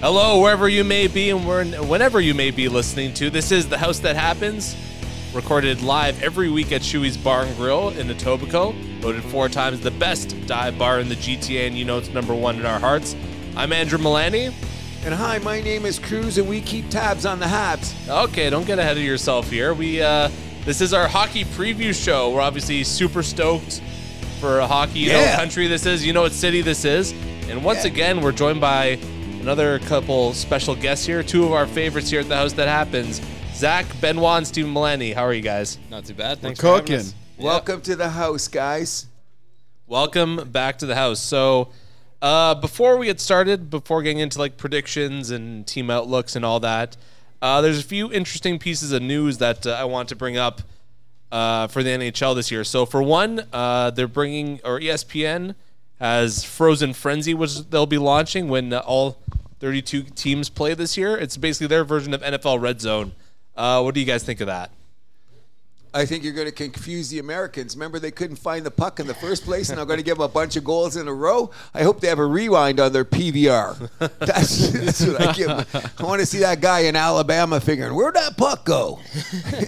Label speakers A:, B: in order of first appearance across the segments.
A: Hello, wherever you may be and where- whenever you may be listening to. This is The House That Happens, recorded live every week at Chewy's Bar and Grill in Etobicoke, voted four times the best dive bar in the GTA, and you know it's number one in our hearts. I'm Andrew Milani.
B: And hi, my name is Cruz, and we keep tabs on the Habs.
A: Okay, don't get ahead of yourself here. We uh, this is our hockey preview show. We're obviously super stoked for hockey. You know
B: Yeah.
A: what country this is. You know what city this is. And once
B: Yeah.
A: again, we're joined by another couple special guests here. Two of our favorites here at the house that happens. Zach Benoit and Steve Milani. How are you guys?
C: Not too bad. Thanks for having
D: cooking.
C: us.
B: Welcome to the house, guys.
A: Welcome back to the house. So, uh, before we get started, before getting into like predictions and team outlooks and all that, uh, there's a few interesting pieces of news that uh, I want to bring up uh, for the NHL this year. So, for one, uh, they're bringing or ESPN has Frozen Frenzy, which they'll be launching when uh, all 32 teams play this year. It's basically their version of NFL Red Zone. Uh, what do you guys think of that?
B: I think you're going to confuse the Americans. Remember, they couldn't find the puck in the first place, and I'm going to give them a bunch of goals in a row. I hope they have a rewind on their PVR. That's, that's what I give 'em. I want to see that guy in Alabama figuring, where'd that puck go?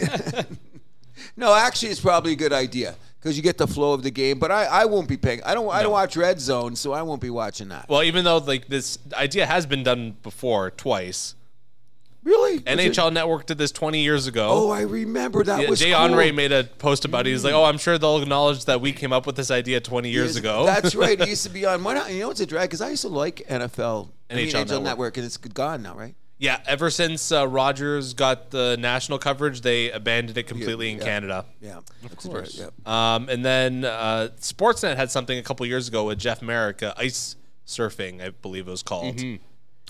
B: no, actually, it's probably a good idea because you get the flow of the game. But I, I won't be paying. I don't. I don't watch Red Zone, so I won't be watching that.
A: Well, even though like this idea has been done before twice,
B: Really?
A: NHL Network did this 20 years ago.
B: Oh, I remember that
A: Yeah,
B: was
A: Jay
B: cool.
A: Onray made a post about it. He's like, "Oh, I'm sure they'll acknowledge that we came up with this idea 20 years
B: Yes,
A: ago."
B: That's right. It used to be on. Why not? You know, it's a drag because I used to like NFL, I mean,
A: NHL
B: NHL
A: Network.
B: Network, and it's gone now, right?
A: yeah. Ever since uh, Rogers got the national coverage, they abandoned it completely in
B: yeah.
A: Canada.
B: Yeah, of course. yeah.
A: Um, and then uh, Sportsnet had something a couple years ago with Jeff Merrick, uh, ice surfing, I believe it was called.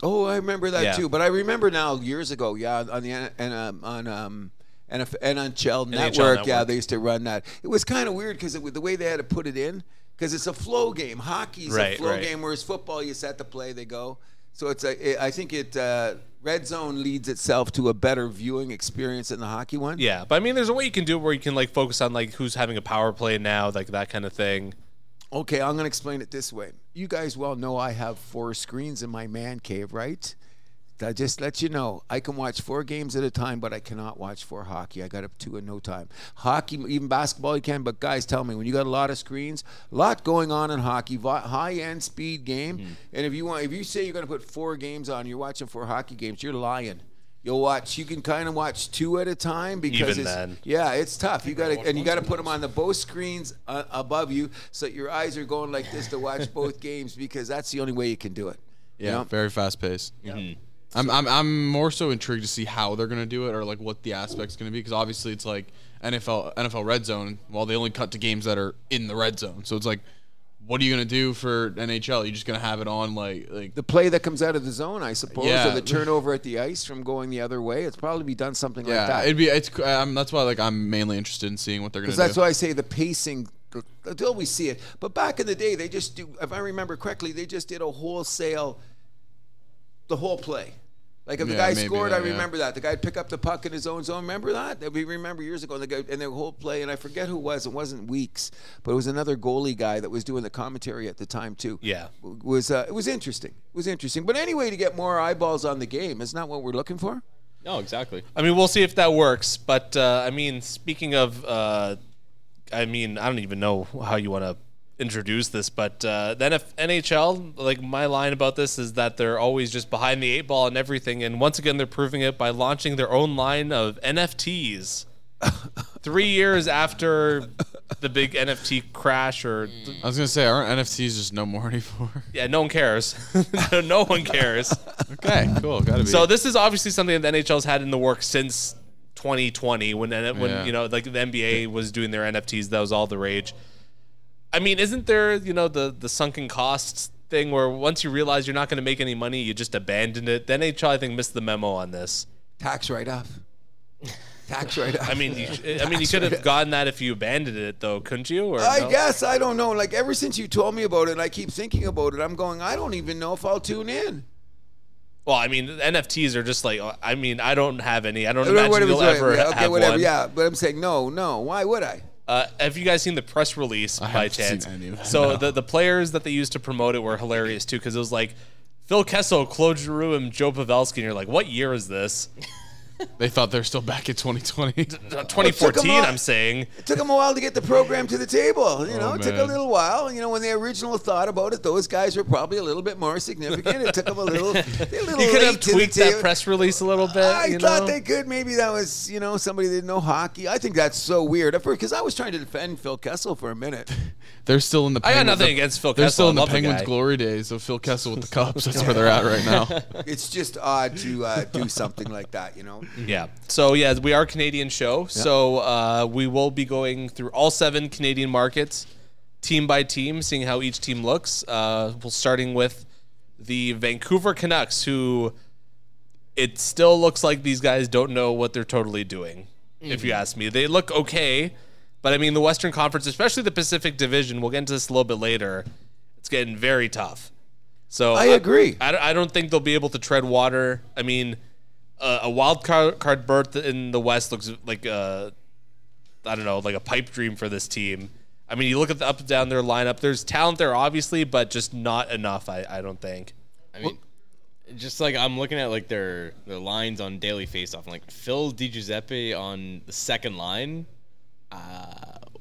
B: Oh, I remember that
A: Yeah.
B: too. But I remember now, years ago, yeah, on the N- and um, on um. NF NHL Network, yeah,
A: Network.
B: they used to run that. It was kind of weird because the way they had to put it in, because it's a flow game. Hockey's
A: Right,
B: a flow
A: right.
B: game, whereas football, you set the play, they go. So it's a, it, I think it uh, red zone leads itself to a better viewing experience than the hockey one.
A: Yeah, but I mean, there's a way you can do it where you can like focus on like who's having a power play now, like that kind of thing.
B: Okay, I'm going to explain it this way. You guys well know I have four screens in my man cave, right? I just let you know I can watch four games at a time, but I cannot watch four hockey. I got up two in no time. Hockey, even basketball, you can. But guys, tell me when you got a lot of screens, a lot going on in hockey, high end speed game,
A: Mm-hmm.
B: and if you want, if you say you're going to put four games on, you're watching four hockey games, you're lying. You'll watch. You can kind of watch two at a time because
A: Even
B: it's,
A: then.
B: yeah, it's tough. You got to and you got to put them on the both screens uh, above you so that your eyes are going like this to watch both games because that's the only way you can do it. you
D: Yeah,
B: know?
D: very fast paced. I'm, I'm I'm more so intrigued to see how they're gonna do it or like what the aspect's gonna be because obviously it's like NFL NFL red zone. Well, they only cut to games that are in the red zone, so it's like, what are you gonna do for NHL? You're just gonna have it on like like
B: the play that comes out of the zone, I suppose,
D: Yeah.
B: or the turnover at the ice from going the other way. It's probably be done something like
D: yeah.
B: that.
D: It'd be it's um, that's why like I'm mainly interested in seeing what they're gonna do.
B: Because that's why I say the pacing until we see it. But back in the day, they just do. If I remember correctly, they just did a wholesale, the whole play. Like if the
D: Yeah,
B: guy
D: maybe
B: scored,
D: that,
B: I
D: yeah.
B: remember that the guy would pick up the puck in his own zone. Remember that? That we remember years ago. And the guy and the whole play. And I forget who it was. It wasn't Weeks, but it was another goalie guy that was doing the commentary at the time too.
A: Yeah.
B: W- was uh, it was interesting. It was interesting. But anyway, to get more eyeballs on the game, isn't that what we're looking for?
C: No, exactly.
A: I mean, we'll see if that works. But uh, I mean, speaking of, uh, I mean, I don't even know how you want to introduce this, but uh, then if NHL, like my line about this is that they're always just behind the eight ball and everything, and once again they're proving it by launching their own line of NFTs. Three years after the big NFT crash, or
D: I was gonna say aren't NFTs just no more anymore?
A: yeah, no one cares. no one cares.
D: okay, cool, gotta be.
A: So this is obviously something that the NHL's had in the works since 2020 when N- when
D: Yeah.
A: you know like the NBA was doing their NFTs that was all the rage. I mean, isn't there, you know, the the sunken costs thing where once you realize you're not going to make any money, you just abandon it. The NHL I think missed the memo on this.
B: Tax write off. Tax write off.
A: I mean, you, sh- I mean, you could have gotten that if you abandoned it though, couldn't you? Or
B: I
A: no?
B: guess I don't know. Like ever since you told me about it, I keep thinking about it. I'm going. I don't even know if I'll tune in.
A: Well, I mean, NFTs are just like I mean, I don't have any. I don't
B: Or
A: imagine
B: whatever,
A: you'll
B: sorry,
A: ever
B: yeah,
A: ha-
B: okay,
A: have
B: whatever.
A: one.
B: Yeah, but I'm saying no, no. Why would I?
A: Uh, have you guys seen the press release by
D: haven't seen
A: chance?
D: any of that,
A: so the the players that they used to promote it were hilarious too because it was like Phil Kessel, Claude Giroux, and Joe Pavelski, and you're like, what year is this?
D: They thought they're still back in 2020.
A: Uh,
B: Took 'em
A: 2014,
B: off.
A: I'm saying.
B: It took them a while to get the program to the table.
A: Oh,
B: You know, it took a
D: man.
B: little while. You know, when they original thought about it, those guys were probably a little bit more significant. It took them a little. They a little
A: You could
B: late
A: have
B: to the
A: tweaked that
B: table.
A: press release a little bit.
B: I
A: you
B: thought
A: know?
B: they could. Maybe that was, you know, somebody that didn't know hockey. I think that's so weird. Because I was trying to defend Phil Kessel for a minute.
D: They're still in the.
A: I got
D: Penguin-
A: nothing
D: the-
A: against Phil
D: They're
A: Kessel.
D: still in
A: I
D: the
A: love the
D: Penguins'
A: guy.
D: glory days of Phil Kessel with the Cubs. That's where they're at right now.
B: It's just odd to uh, do something like that, you know.
A: Yeah. So yeah, we are a Canadian show. So uh, we will be going through all seven Canadian markets, team by team, seeing how each team looks. Uh, we'll starting with the Vancouver Canucks, who it still looks like these guys don't know what they're totally doing. If you
B: Mm.
A: ask me, they look okay, but I mean the Western Conference, especially the Pacific Division. We'll get into this a little bit later. It's getting very tough. So
B: I agree.
A: I, don't- I don't think they'll be able to tread water. I mean, uh, a wild card, card berth in the West looks like uh, a, I don't know, like a pipe dream for this team. I mean, you look at the up and down their lineup. There's talent there, obviously, but just not enough. I, I don't think.
C: I mean, just like I'm looking at like their their lines on daily faceoff. I'm like Phil DiGiuseppe on the second line. Uh,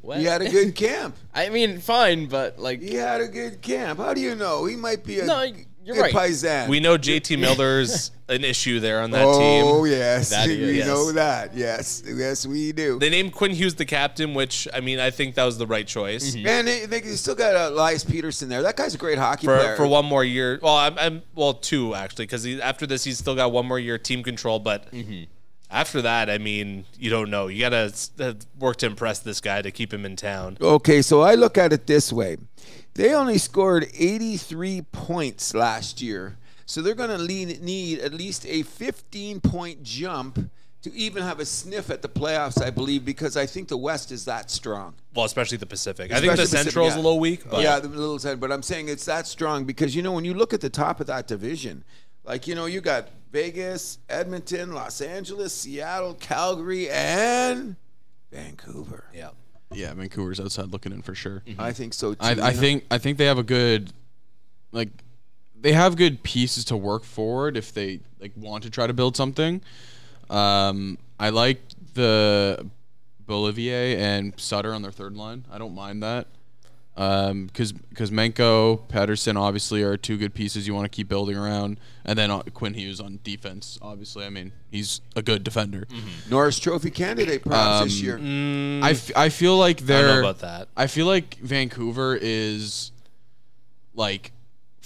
C: what?
B: He had a good camp.
C: I mean, fine, but like,
B: He had a good camp. How do you know? He might be a
C: No, you're
B: good
C: right.
B: paisan.
A: We know JT Miller's an issue there on that
B: oh
A: team.
B: yes,
C: That he
B: we
C: is.
B: know that. Yes, yes, we do.
A: They named Quinn Hughes the captain, which I mean, I think that was the right choice
B: Man, they, they still got uh, Elias Peterson there. That guy's a great hockey
A: for,
B: player.
A: for one more year. Well, I'm, I'm well two actually, because after this he's still got one more year team control. But
B: Mm-hmm.
A: after that, I mean, you don't know. You gotta s- uh, work to impress this guy to keep him in town.
B: Okay, so I look at it this way. They only scored 83 points last year. So they're going to need at least a 15 point jump to even have a sniff at the playoffs, I believe, because I think the West is that strong.
A: Well, especially the Pacific. I think the
B: Especially Pacific,
A: Central's
B: yeah.
A: a little weak. But
B: Yeah, the little side, but I'm saying it's that strong because you know when you look at the top of that division, like you know you got Vegas, Edmonton, Los Angeles, Seattle, Calgary, and Vancouver.
A: yeah.
D: yeah, Vancouver's outside looking in for sure.
B: I think so too.
D: I,
B: you
D: I
B: know?
D: think I think they have a good, like, they have good pieces to work forward if they like want to try to build something. Um, I like the Bolivier and Sutter on their third line. I don't mind that. Um, because because Menko, Patterson obviously are two good pieces you want to keep building around, and then uh, Quinn Hughes on defense. Obviously, I mean he's a good defender.
B: Norris Trophy candidate props this
D: Um,
B: year.
D: I, f- I feel like
A: Mm. I
D: they're
A: don't know about that.
D: I feel like Vancouver is like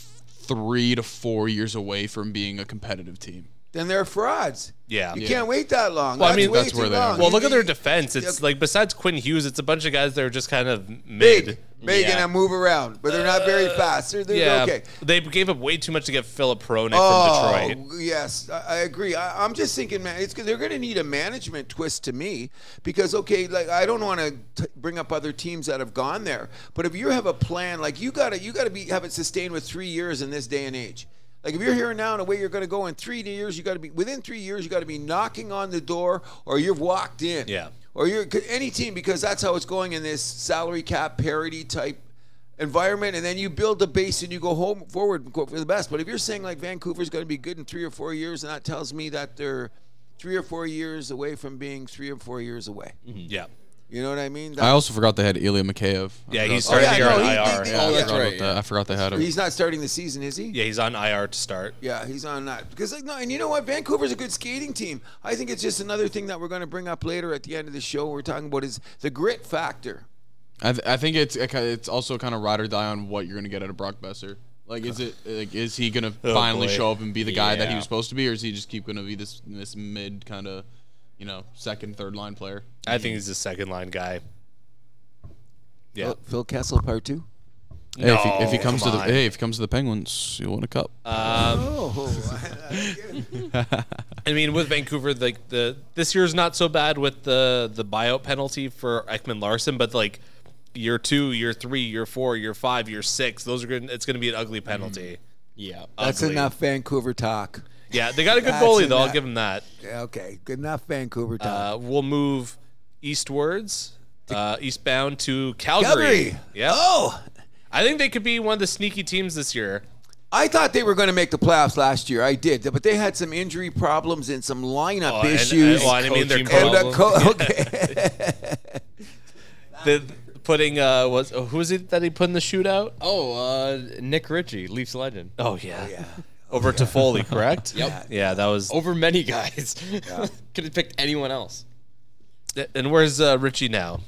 D: three to four years away from being a competitive team.
B: Then they're frauds.
A: Yeah.
B: you
A: Yeah.
B: can't wait that long.
A: Well, I
B: that's
A: mean-
B: way
D: That's
B: too
D: where they
B: long.
D: are.
A: Well,
B: You
A: look at their
B: need
A: defense. It's
B: Yeah.
A: like besides Quinn Hughes, it's a bunch of guys that are just kind of mid.
B: big, big,
C: Yeah.
B: and I move around, but they're not very
A: Uh,
B: fast. They're, they're
A: Yeah,
B: okay. Oh.
A: they gave up way too much to get Philip Pronik from Detroit.
B: Yes, I, I agree. I, I'm just thinking, man, it's they're going to need a management twist to me because okay, like I don't want to bring up other teams that have gone there, but if you have a plan, like you got to you got to be have it sustained with three years in this day and age. Like if you're here now and the way you're going to go in three years, you got to be within three years. You got to be knocking on the door, or you've walked in.
A: Yeah.
B: Or you're any team because that's how it's going in this salary cap parity type environment, and then you build the base and you go home forward and go for the best. But if you're saying like Vancouver's going to be good in three or four years, and that tells me that they're three or four years away from being three or four years away.
A: Yeah,
B: You know what I mean? Oh,
D: I also forgot they had Ilya Mikheyev. I
A: yeah,
D: forgot
A: he's
D: that.
A: starting
B: yeah,
A: the year
B: no,
A: on
B: he-
A: IR.
B: he-
A: yeah.
B: Oh,
D: I
B: that's
D: forgot
C: right,
D: about that. I forgot they had him.
B: he's not starting the season, is he?
A: yeah, he's on IR to start.
B: Yeah, he's on that because like no, and you know what? Vancouver's a good skating team. I think it's just another thing that we're going to bring up later at the end of the show. We're talking about is the grit factor.
D: I, th- I think it's it ki- it's also kind of ride or die on what you're gonna get out of Brock Besser. Like, is it like is he gonna finally
A: Oh, boy.
D: show up and be the guy that he
C: Yeah.
D: was supposed to be, or is he just keep gonna be this this mid kind of, you know, second third line player?
A: I think he's a second line guy. Yeah.
B: Oh, Phil- Phil Kessel, part two.
D: Hey, if, he, if he
A: No,
D: comes to
A: come
D: the
A: on.
D: hey, if he comes to the Penguins, you'll win a cup.
B: Oh,
A: I mean, with Vancouver, like the this year's not so bad with the the buyout penalty for Ekman Larson, but like year two, year three, year four, year five, year six, those are gonna, it's going to be an ugly penalty.
B: Mm.
C: yeah. Uh,
B: that's
A: Ugly.
B: enough Vancouver talk.
A: Yeah, they got a good
B: That's
A: goalie though. I'll
B: enough.
A: give him that.
B: Okay, good enough Vancouver talk.
A: Uh, we'll move eastwards, uh, eastbound to Calgary. Yeah,
B: Oh,
A: I think they could be one of the sneaky teams this year.
B: I thought they were going to make the playoffs last year. I did, but they had some injury problems Oh, and some lineup
A: and-
B: issues.
A: well, I mean, they're
C: Coaching
B: and
A: coach,
C: problems.
B: the co- okay.
A: the, putting uh, was who was it that he put in the shootout?
C: Oh, uh, Nick Ritchie, Leafs legend.
A: Oh yeah, over to Foley, correct?
C: Yep.
A: Yeah, that was.
C: Over many guys. Could have picked anyone else.
A: And where's uh, Richie now?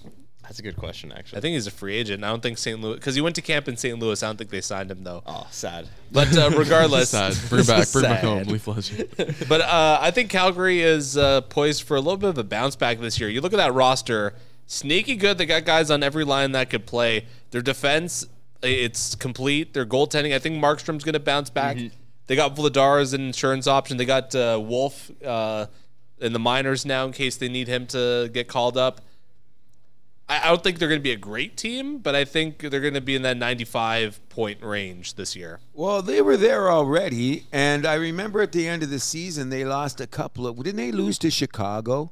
C: That's a good question,
A: I
C: actually.
A: think he's a free agent. I don't think St. Louis because he went to camp in St. Louis. I don't think they signed him though.
C: Oh, sad.
A: But uh, regardless,
D: Sad. Bring it back. Bring it back
A: Sad.
D: home. Leaf legend.
A: But uh, I think Calgary is uh, poised for a little bit of a bounce back this year. You look at that roster, sneaky good. They got guys on every line that could play. Their defense, i- it's complete. Their goaltending, I think Markstrom's going to bounce back. They got Vladar as an insurance option. They got uh, Wolf uh, in the minors now in case they need him to get called up. I, I don't think they're going to be a great team, but I think they're going to be in that 95 point range this year.
B: well, they were there already, and I remember at the end of the season they lost a couple of. Didn't they lose to Chicago?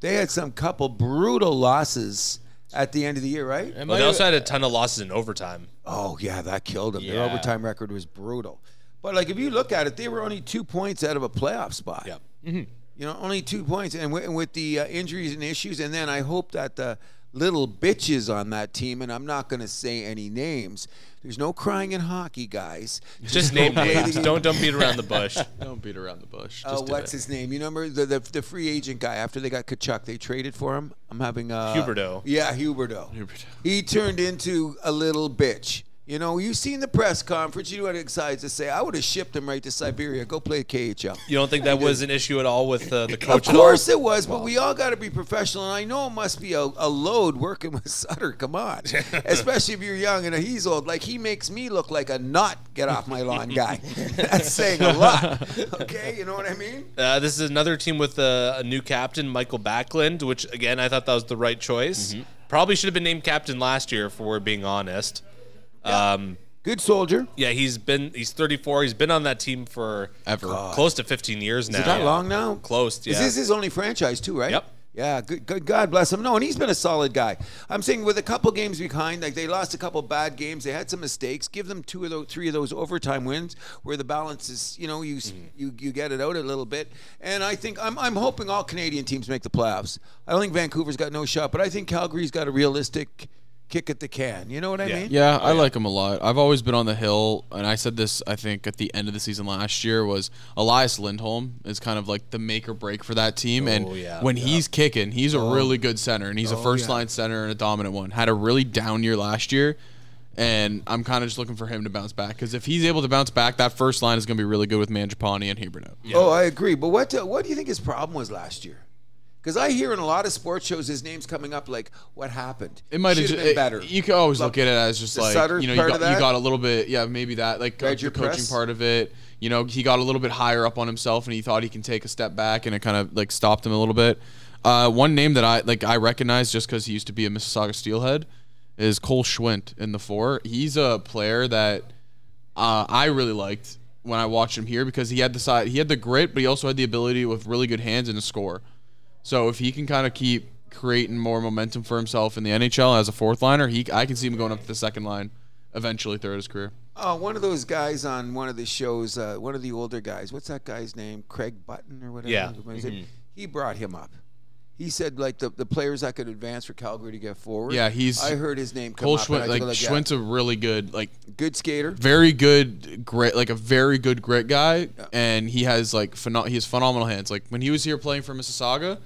B: They had some couple brutal losses at the end of the year, right?
C: Am
A: But
C: I-
A: they also had a ton of losses in overtime.
B: Oh yeah, that killed them. Their
C: Yeah.
B: overtime record was brutal. But like if you look at it, they were only two points out of a playoff spot.
A: Yep.
B: You know, only two points, and with, with the uh, injuries and issues, and then I hope that the little bitches on that team, and I'm not going to say any names. There's no crying in hockey, guys.
A: Just name
B: go play the
A: names.
B: game.
A: Don't don't beat around the bush.
D: Don't beat around the bush.
A: Oh,
B: Uh,
D: Just do
B: what's
D: it.
B: his name? You remember the, the the free agent guy after they got Kachuk, they traded for him. I'm having uh,
A: Huberdeau.
B: Yeah, Huberto.
D: Huberdeau.
B: He turned into a little bitch. You know, you seen the press conference. You know what he decides to say. I would have shipped him right to Siberia. Go play at KHL.
A: You don't think that was an issue at all with uh, the
B: Of
A: coach? at all?
B: course it was, but we all got to be professional. And I know it must be a, a load working with Sutter. Come on, especially if you're young and he's old. Like he makes me look like a not get off my lawn guy. That's saying a lot. Okay, you know what I mean?
A: Uh, this is another team with uh, a new captain, Michael Backlund, which again I thought that was the right choice. Probably should have been named captain last year, if we're being honest. Um,
B: Good soldier.
A: yeah, he's been he's 34. He's been on that team for
D: Ever. God.
A: close to 15 years now.
B: Is it that long now?
A: Close. Yeah.
B: Is this his only franchise too, right?
A: Yep.
B: Yeah, good, good God bless him. No, and he's been a solid guy. I'm saying with a couple games behind, like they lost a couple bad games, they had some mistakes. Give them two of those, three of those overtime wins where the balance is, you know, you
A: Mm-hmm.
B: s you you get it out a little bit. And I think I'm I'm hoping all Canadian teams make the playoffs. I don't think Vancouver's got no shot, but I think Calgary's got a realistic kick at the can. You know what I
A: Yeah.
B: mean?
D: Yeah, I like him a lot. I've always been on the hill, and I said this I think at the end of the season last year was Elias Lindholm is kind of like the make or break for that team.
A: Oh,
D: and
A: yeah. Oh.
D: when he's kicking, he's a really good center, and he's a first
B: yeah.
D: line center and a dominant one. Had a really down year last year, and I'm kind of just looking for him to bounce back because if he's able to bounce back, that first line is going to be really good with Manjapani and Huberto.
B: Oh, I agree. But what uh, what do you think his problem was last year? Because I hear in a lot of sports shows his name's coming up like, what happened?
D: It might have
B: Should've
D: just
B: been better.
D: You can always look at it as just
B: the
D: like
B: Sutter
D: you know you
B: part
D: got,
B: of
D: you
B: that?
D: got a little bit yeah maybe that like
B: Read
D: the
B: your
D: coaching
B: press?
D: part of it. You know he got a little bit higher up on himself and he thought he can take a step back and it kind of like stopped him a little bit. Uh, one name that I like I recognize just because he used to be a Mississauga Steelhead is Cole Schwint in the four. He's a player that uh, I really liked when I watched him here because he had the side he had the grit but he also had the ability with really good hands and to score. So if he can kind of keep creating more momentum for himself in the NHL as a fourth liner, he I can see him going up to the second line eventually throughout his career.
B: Uh, one of those guys on one of the shows, uh, one of the older guys. What's that guy's name? Craig Button or whatever.
A: Yeah.
B: What is
D: Mm-hmm.
B: it? He brought him up. He said like the, the players that could advance for Calgary to get forward.
D: Yeah, he's-
B: I heard his name come
D: Cole
B: up. and I
D: Schwint,
B: took
D: like
B: a look, yeah.
D: Schwint's a really good, like
B: good skater.
D: very good grit, like a very good grit guy, and he has like pheno- he has phenomenal hands. Like when he was here playing for Mississauga,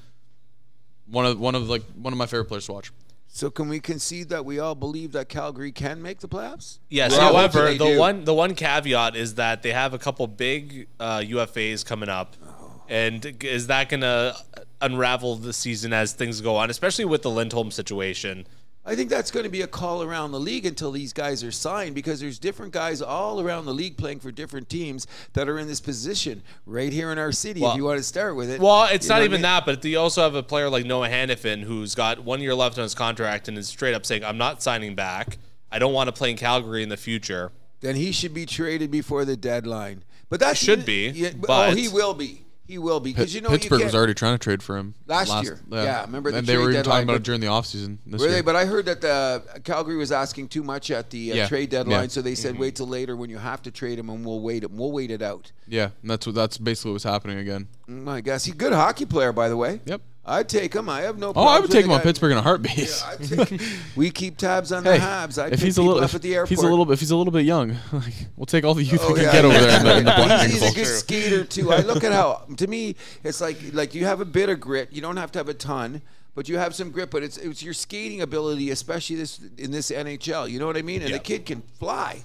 D: one of one of like one of my favorite players to watch.
B: So can we concede that we all believe that Calgary can make the playoffs?
A: Yes.
B: Well,
A: however,
B: hopefully they
A: the
B: do.
A: one the one caveat is that they have a couple big uh, UFAs coming up,
B: Oh.
A: and is that going to unravel the season as things go on, especially with the Lindholm situation?
B: I think that's going to be a call around the league until these guys are signed because there's different guys all around the league playing for different teams that are in this position right here in our city.
A: Well-
B: if you want to start with it,
A: Well, it's
B: You
A: not
B: know what I
A: even
B: mean?
A: that, but you also have a player like Noah Hannafin who's got one year left on his contract and is straight up saying, "I'm not signing back. I don't want to play in Calgary in the future."
B: Then he should be traded before the deadline. But that
A: Should be,
B: Yeah, b- oh,
A: but-
B: he will be. He will be because you know you
D: Pittsburgh was
B: can't-
D: already trying to trade for him
B: Last year. Yeah, remember the
D: and they were
B: trade
D: even
B: deadline,
D: talking about
B: but-
D: it during the offseason this
B: Were
D: year.
B: they? But I heard that the uh, Calgary was asking too much at the uh,
D: Yeah.
B: trade deadline,
D: Yeah.
B: so they
A: Mm-hmm.
B: said wait till later when you have to trade him, and we'll wait him. We'll wait it out.
D: yeah, and that's what that's basically what's happening again.
B: My guess, he's a good hockey player, by the way.
D: Yep.
B: I'd take him. I have no.
D: Oh,
B: problems
D: I would
B: with
D: take
B: the
D: him on
B: guy.
D: Pittsburgh in a heartbeat.
B: Yeah, I'd take- we keep tabs on
D: Hey,
B: the Habs. I
D: if he's a little,
B: up
D: if,
B: at the airport.
D: if he's a little, bit- if he's a little bit young, like, we'll take all the youth
B: Oh,
D: we can
B: yeah.
D: get over there in the, in the black
B: He's, he's a
D: and
B: good
D: gold.
B: skater too. I look at how to me it's like like you have a bit of grit. You don't have to have a ton, but you have some grit. But it's it's your skating ability, especially this in this NHL. You know what I mean? And
A: Yeah.
B: the kid can fly.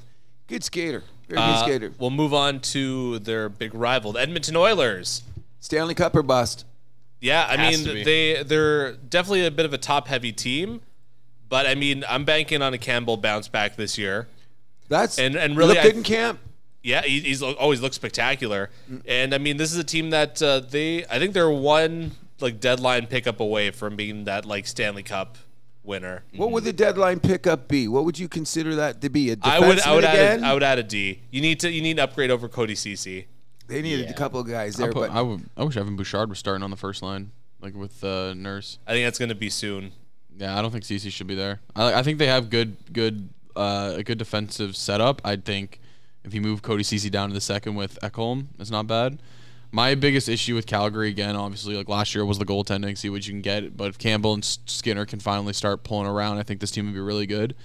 B: Good skater. Very
A: Uh,
B: good skater.
A: We'll move on to their big rival, the Edmonton Oilers.
B: Stanley Cup or bust.
A: Yeah, I
C: Has to
A: mean
C: be.
A: they they're definitely a bit of a top heavy team, but I mean I'm banking on a Campbell bounce back this year.
B: That's
A: And- and
B: he
A: really,
B: looked good
A: I-
B: in camp.
A: Yeah, he, he's lo- always looks spectacular, and I mean this is a team that uh, they I think they're one like deadline pickup away from being that like Stanley Cup winner.
B: What would the deadline pickup be? What would you consider that to be? A defenseman
A: I would I would add
B: again?
A: a, I would add a D. You need to you need an upgrade over Cody CC.
B: they needed
C: Yeah.
B: a couple of guys
D: I,
B: there,
D: put,
B: but
D: I, would, I wish Evan Bouchard was starting on the first line, like with uh, Nurse.
A: I think that's going to be soon.
D: Yeah, I don't think CC should be there. I, I think they have good, good, uh, a good defensive setup. I think if you move Cody CC down to the second with Ekholm, it's not bad. My biggest issue with Calgary again, obviously, like last year was the goaltending. See what you can get, but if Campbell and S- Skinner can finally start pulling around, I think this team would be really good.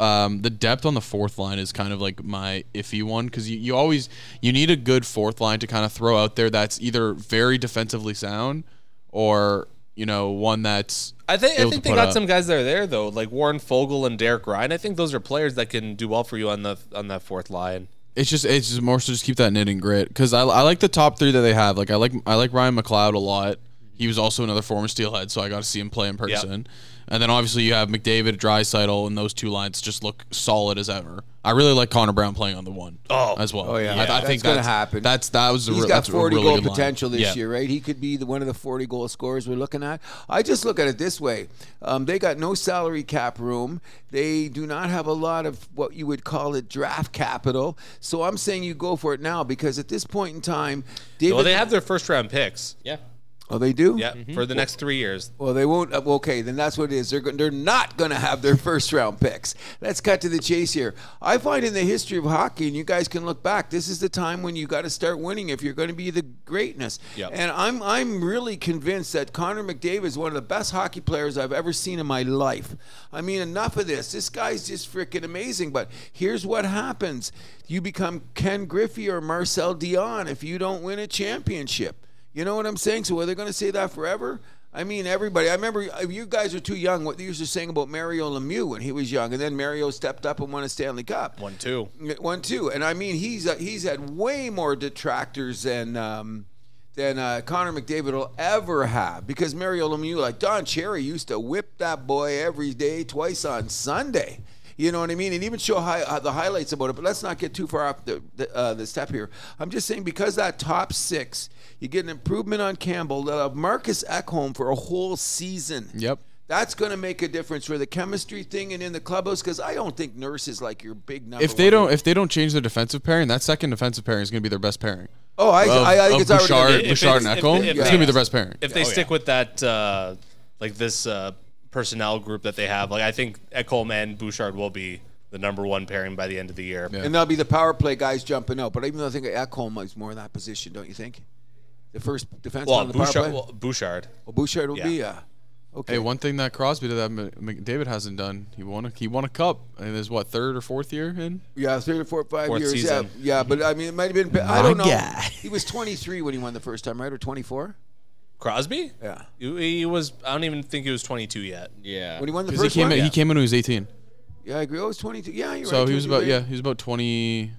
D: Um, the depth on the fourth line is kind of like my iffy one because you, you always you need a good fourth line to kind of throw out there that's either very defensively sound or you know one that's
A: I think I
D: able
A: think
D: to
A: they
D: put
A: got
D: up.
A: some guys that are there though, like Warren Fogle and Derek Ryan. I think those are players that can do well for you on the on that fourth line.
D: It's just it's just more so just keep that knit and grit because I, I like the top three that they have. Like I like I like Ryan McLeod a lot. He was also another former Steelhead, so I got to see him play in person. And then obviously you have McDavid, Drysital, and those two lines just look solid as ever. I really like Connor Brown playing on the one
A: Oh.
D: as well.
B: Oh, yeah.
D: I, I
B: That's
D: think
B: gonna
D: that's
B: happen.
D: That's that was the
B: He's
D: re-
B: got
D: that's a
B: 40
D: really
B: goal
D: good line.
B: potential this
D: Yeah.
B: year, right? He could be the, one of the 40 goal scorers we're looking at. I just look at it this way: um, they got no salary cap room. They do not have a lot of what you would call it draft capital. So I'm saying you go for it now because at this point in time, David.
A: Well, they have Mm-hmm. their first round picks.
C: Yeah.
B: oh, they do.
A: Yeah, for the next three years.
B: Well, they won't. uh, Okay, then that's what it is. They're go- they're not going to have their first round picks. Let's cut to the chase here. I find in the history of hockey, and you guys can look back. This is the time when you got to start winning if you're going to be the greatness.
A: Yep.
B: And I'm I'm really convinced that Connor McDavid is one of the best hockey players I've ever seen in my life. I mean, enough of this. This guy's just freaking amazing. But here's what happens: you become Ken Griffey or Marcel Dion if you don't win a championship. You know what I'm saying? So are they going to say that forever? I mean, everybody. I remember if you guys were too young. What they used to saying about Mario Lemieux when he was young, and then Mario stepped up and won a Stanley Cup.
A: One two.
B: One two, and I mean he's uh, he's had way more detractors than um, than uh, Connor McDavid will ever have because Mario Lemieux, like Don Cherry, used to whip that boy every day, twice on Sunday. You know what I mean, and even show high, uh, the highlights about it. But let's not get too far off the the, uh, the step here. I'm just saying because that top six, you get an improvement on Campbell. They'll have Marcus Ekholm for a whole season.
D: Yep.
B: That's going to make a difference for the chemistry thing and in the clubhouse because I don't think Nurse is like your big number.
D: If they
B: one.
D: don't if they don't change their defensive pairing, that second defensive pairing is going to be their best pairing.
B: oh, I,
D: Of,
B: I, I think
D: of
B: it's
D: Bouchard,
B: already.
A: If
D: Bouchard
A: it's-
D: and
A: if-
D: Ekholm,
A: if
D: it's going to
A: they-
D: be their best pairing.
A: If they
C: Oh,
A: stick
C: yeah.
A: with that, uh, like this uh, personnel group that they have, like I think Ekholm and Bouchard will be the number one pairing by the end of the year.
D: Yeah.
B: And that'll be the power play guys jumping out. But even though I think Ekholm is more in that position, don't you think? The first defenseman
A: Well,
B: on the power play.
A: Bouchard,
B: Well,
A: well, Bouchard.
B: Bouchard will
A: Yeah.
B: be. Uh, okay.
D: Hey, one thing that Crosby did that Ma- McDavid hasn't done, he won a he won a cup, and is what third or fourth year in.
B: yeah, three to four, five
A: Fourth
B: years.
A: season.
B: Yeah, yeah. But I mean, it might have been. I don't know. He was 23 when he won the first time, right? Or 24?
A: Crosby?
B: Yeah.
A: He, he was. I don't even think he was 22 yet.
C: Yeah.
B: When he won the
D: Because he
B: first
D: came
B: one.
D: in,
B: yeah.
D: he came in when he was 18.
B: I agree. Oh, it was 22. Yeah, you're
D: So
B: right.
D: he was
B: 22,
D: about
B: right?
D: yeah, he was about 20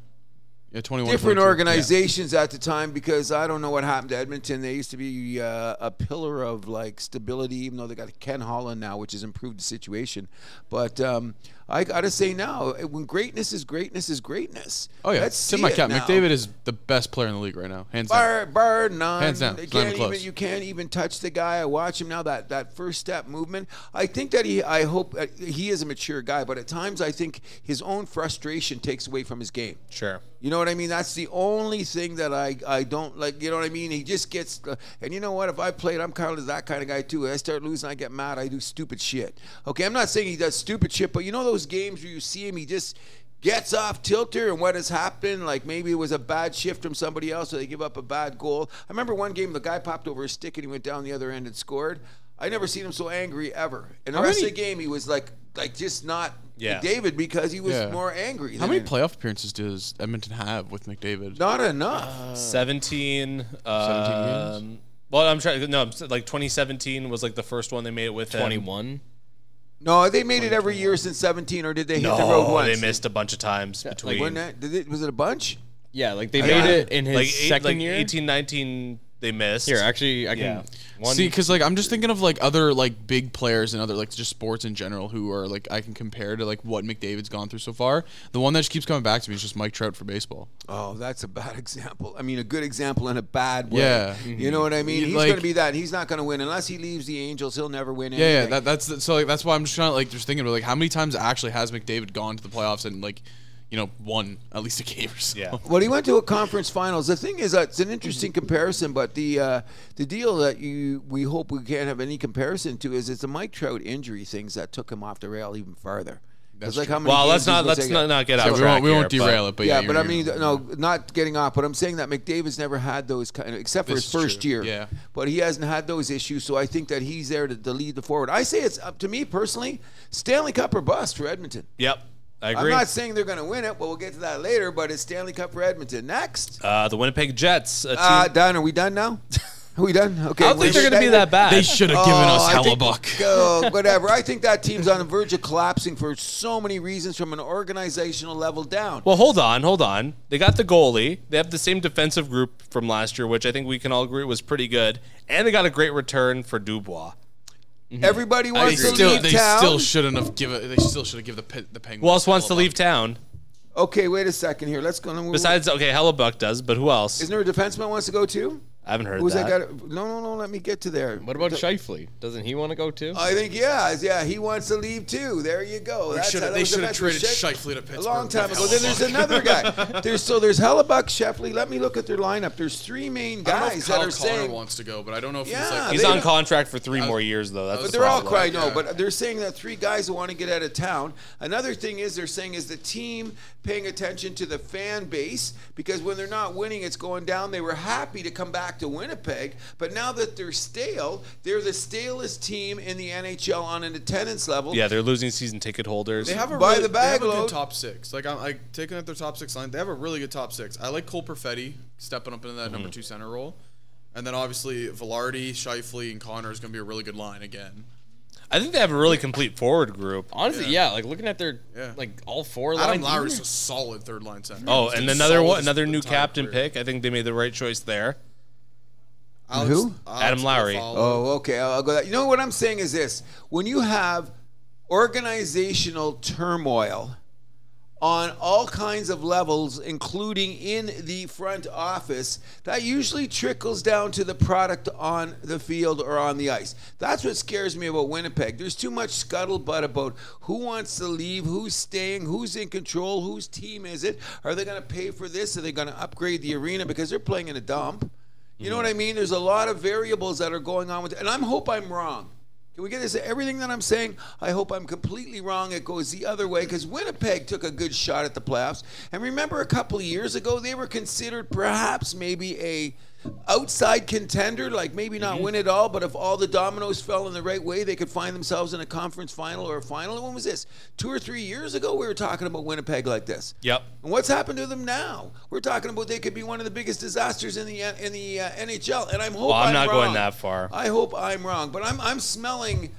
D: yeah, 21
B: different
D: 22.
B: organizations at the time because I don't know what happened to Edmonton. They used to be uh, a pillar of like stability, even though they got Ken Holland now, which has improved the situation. But um, I gotta say now, when greatness is greatness is greatness.
D: Oh yeah,
B: Let's
D: tip
B: see
D: my
B: it
D: cap.
B: now.
D: McDavid is the best player in the league right now, hands down.
B: Bar, bar none.
D: Hands down.
B: You
D: It's not even
B: can't, even,
D: close.
B: you can't even touch the guy. I watch him now. That that first step movement. I think that he. I hope uh, he is a mature guy, but at times I think his own frustration takes away from his game.
A: Sure.
B: You know what I mean? That's the only thing that I, I don't like. You know what I mean? He just gets. And you know what? If I played, I'm kind of that kind of guy too. I start losing, I get mad. I do stupid shit. Okay, I'm not saying he does stupid shit, but you know those games where you see him, he just gets off tilter and what has happened like maybe it was a bad shift from somebody else or they give up a bad goal i remember one game the guy popped over his stick and he went down the other end and scored i never seen him so angry ever and the
D: How
B: rest
D: many-
B: of the game he was like like just not
A: Yeah.
B: david because he was
D: Yeah.
B: more angry
D: How
B: than
D: many
B: any-
D: playoff appearances does Edmonton have with McDavid?
B: not enough
A: 17. um,
D: games?
A: Well, I'm trying. No, I'm s- like 2017 was like the first one they made it with. him.
C: 21.
B: No, they made it every year since 17, or did they hit the road
A: No,
B: once?
A: Oh, they missed a bunch of times between
B: Wasn't that- did it- was it a bunch?
C: Yeah, like they
A: Yeah.
C: made it in his
A: like eight-
C: second
A: like
C: year.
A: 18, 19, They missed.
C: Here, actually, I can. One,
D: See, because like I'm just thinking of like other like big players and other like just sports in general who are like I can compare to like what McDavid's gone through so far. The one that just keeps coming back to me is just Mike Trout for baseball.
B: Oh, that's a bad example. I mean, a good example and a bad way.
D: Yeah.
B: You know what I mean?
D: You-
B: He's
D: like-
B: going to be that. He's not going to win. Unless he leaves the Angels, he'll never win
D: Yeah,
B: anything.
D: yeah. That, that's so like that's why I'm just trying to like just thinking about like how many times actually has McDavid gone to the playoffs and like you know won at least a game or so.
A: Yeah.
B: Well, he went to a conference finals. The thing is, uh, it's an interesting comparison, but the uh, the deal that you we hope we can't have any comparison to is it's the Mike Trout injury things that took him off the rail even farther. That's like how many
A: Well,
B: games
A: let's
B: he's
A: not
B: gonna
A: let's
B: take-
A: not, not get out.
D: So
A: of
D: we won't,
A: track
D: we won't
A: here, but-
D: derail it, but
B: yeah,
D: yeah
B: but
D: you're-
B: I mean, no, not getting off. But I'm saying that McDavid's never had those kind of, except for
D: This
B: his
D: is
B: first
D: true.
B: year.
D: Yeah.
B: But he hasn't had those issues, so I think that he's there to, to lead the forward. I say it's up to me personally, Stanley Cup or bust for Edmonton.
A: Yep, I
B: I'm
A: agree.
B: not saying they're going to win it, but we'll get to that later. But it's Stanley Cup for Edmonton. Next,
A: uh, the Winnipeg Jets. A team,
B: uh, Don, are we done now? Are we Oh, done? Okay.
A: I don't think they're going to be that bad.
D: they should have given us Hellebuck.
B: Oh, whatever. I think that team's on the verge of collapsing for so many reasons from an organizational level down.
A: Well, hold on, hold on. They got the goalie. They have the same defensive group from last year, which I think we can all agree was pretty good. And they got a great return for Dubois.
B: Everybody
D: They
B: wants to
D: still
B: leave
D: they
B: town.
D: still shouldn't have given they still should have given the Pe- the Penguins.
A: Who else wants to
D: Hellebuck.
A: leave town?
B: Okay, wait a second here. Let's go. We'll-
A: Besides, okay, Hellebuck does, but who else?
B: isn't there a defenseman wants to go too?
A: I haven't heard
B: Who's that?
A: that.
B: guy? No, no, no. Let me get to there.
C: what about Shifley? Doesn't he want to go too?
B: I think yeah, is- yeah. He wants to leave too. There you go. That's
D: shoulda-
B: how that
D: they
B: was
D: shoulda
B: defenseman.
D: traded
B: Shef-
D: Shifley to
B: a long
D: Pittsburgh
B: time
D: for
B: ago. Then there's
D: Hellebuck.
B: another guy. There's so there's Hellebuck, Sheffley. Let me look at their lineup. There's three main
D: I don't know if
B: guys that
D: Kyle
B: are
D: Connor
B: saying.
D: wants to go, but I don't know if he's
B: Yeah,
D: like
B: they
A: He's
B: don't-
A: on contract for three more years, though. That's
B: But
A: the
B: they're all
A: problem.
B: crying. No,
D: yeah.
B: but they're saying that three guys who want to get out of town. Another thing is they're saying is the team paying attention to the fan base because when they're not winning, it's going down. They were happy to come back to Winnipeg, but now that they're stale, they're the stalest team in the NHL on an attendance level.
A: Yeah, they're losing season ticket holders.
D: They have a
B: By
D: really,
B: the
D: they
B: bag
D: have a good
B: load.
D: top six. Like I'm like taking at their top six line. They have a really good top six. I like Cole Perfetti stepping up into that
A: Mm-hmm.
D: number two center role, and then obviously Velarde, Shifley, and Connor is going to be a really good line again.
A: I think they have a really complete forward group.
C: Honestly, yeah. Like looking at their
D: Yeah.
C: like all four
D: Adam
C: lines.
D: Lowry's a solid third line center.
A: Oh,
D: He's
A: and
D: been
A: another
D: solid
A: one,
D: his
A: another new
D: entire
A: captain
D: career.
A: pick. I think they made the right choice there.
D: Alex-
B: Who?
D: Alex
A: Adam Lowry.
D: Buffalo.
B: Oh, okay. I'll I'll go that. You know what I'm saying is this: when you have organizational turmoil on all kinds of levels, including in the front office, that usually trickles down to the product on the field or on the ice. That's what scares me about Winnipeg. There's too much scuttlebutt about who wants to leave, who's staying, who's in control, whose team is it? Are they going to pay for this? Are they going to upgrade the arena because they're playing in a dump? You know what I mean? There's a lot of variables that are going on with, and I am hope I'm wrong. Can we get this? Everything that I'm saying, I hope I'm completely wrong. It goes the other way because Winnipeg took a good shot at the playoffs. And remember, a couple of years ago, they were considered perhaps maybe a outside contender, like maybe not win it all, but if all the dominoes fell in the right way, they could find themselves in a conference final or a final. And when was this? Two or three years ago, we were talking about Winnipeg like this.
A: Yep.
B: And what's happened to them now? We're talking about they could be one of the biggest disasters in the in the uh, NHL, and I'm hoping
A: I'm
B: I'm
A: not going
B: wrong.
A: that far.
B: I hope I'm wrong, but I'm I'm smelling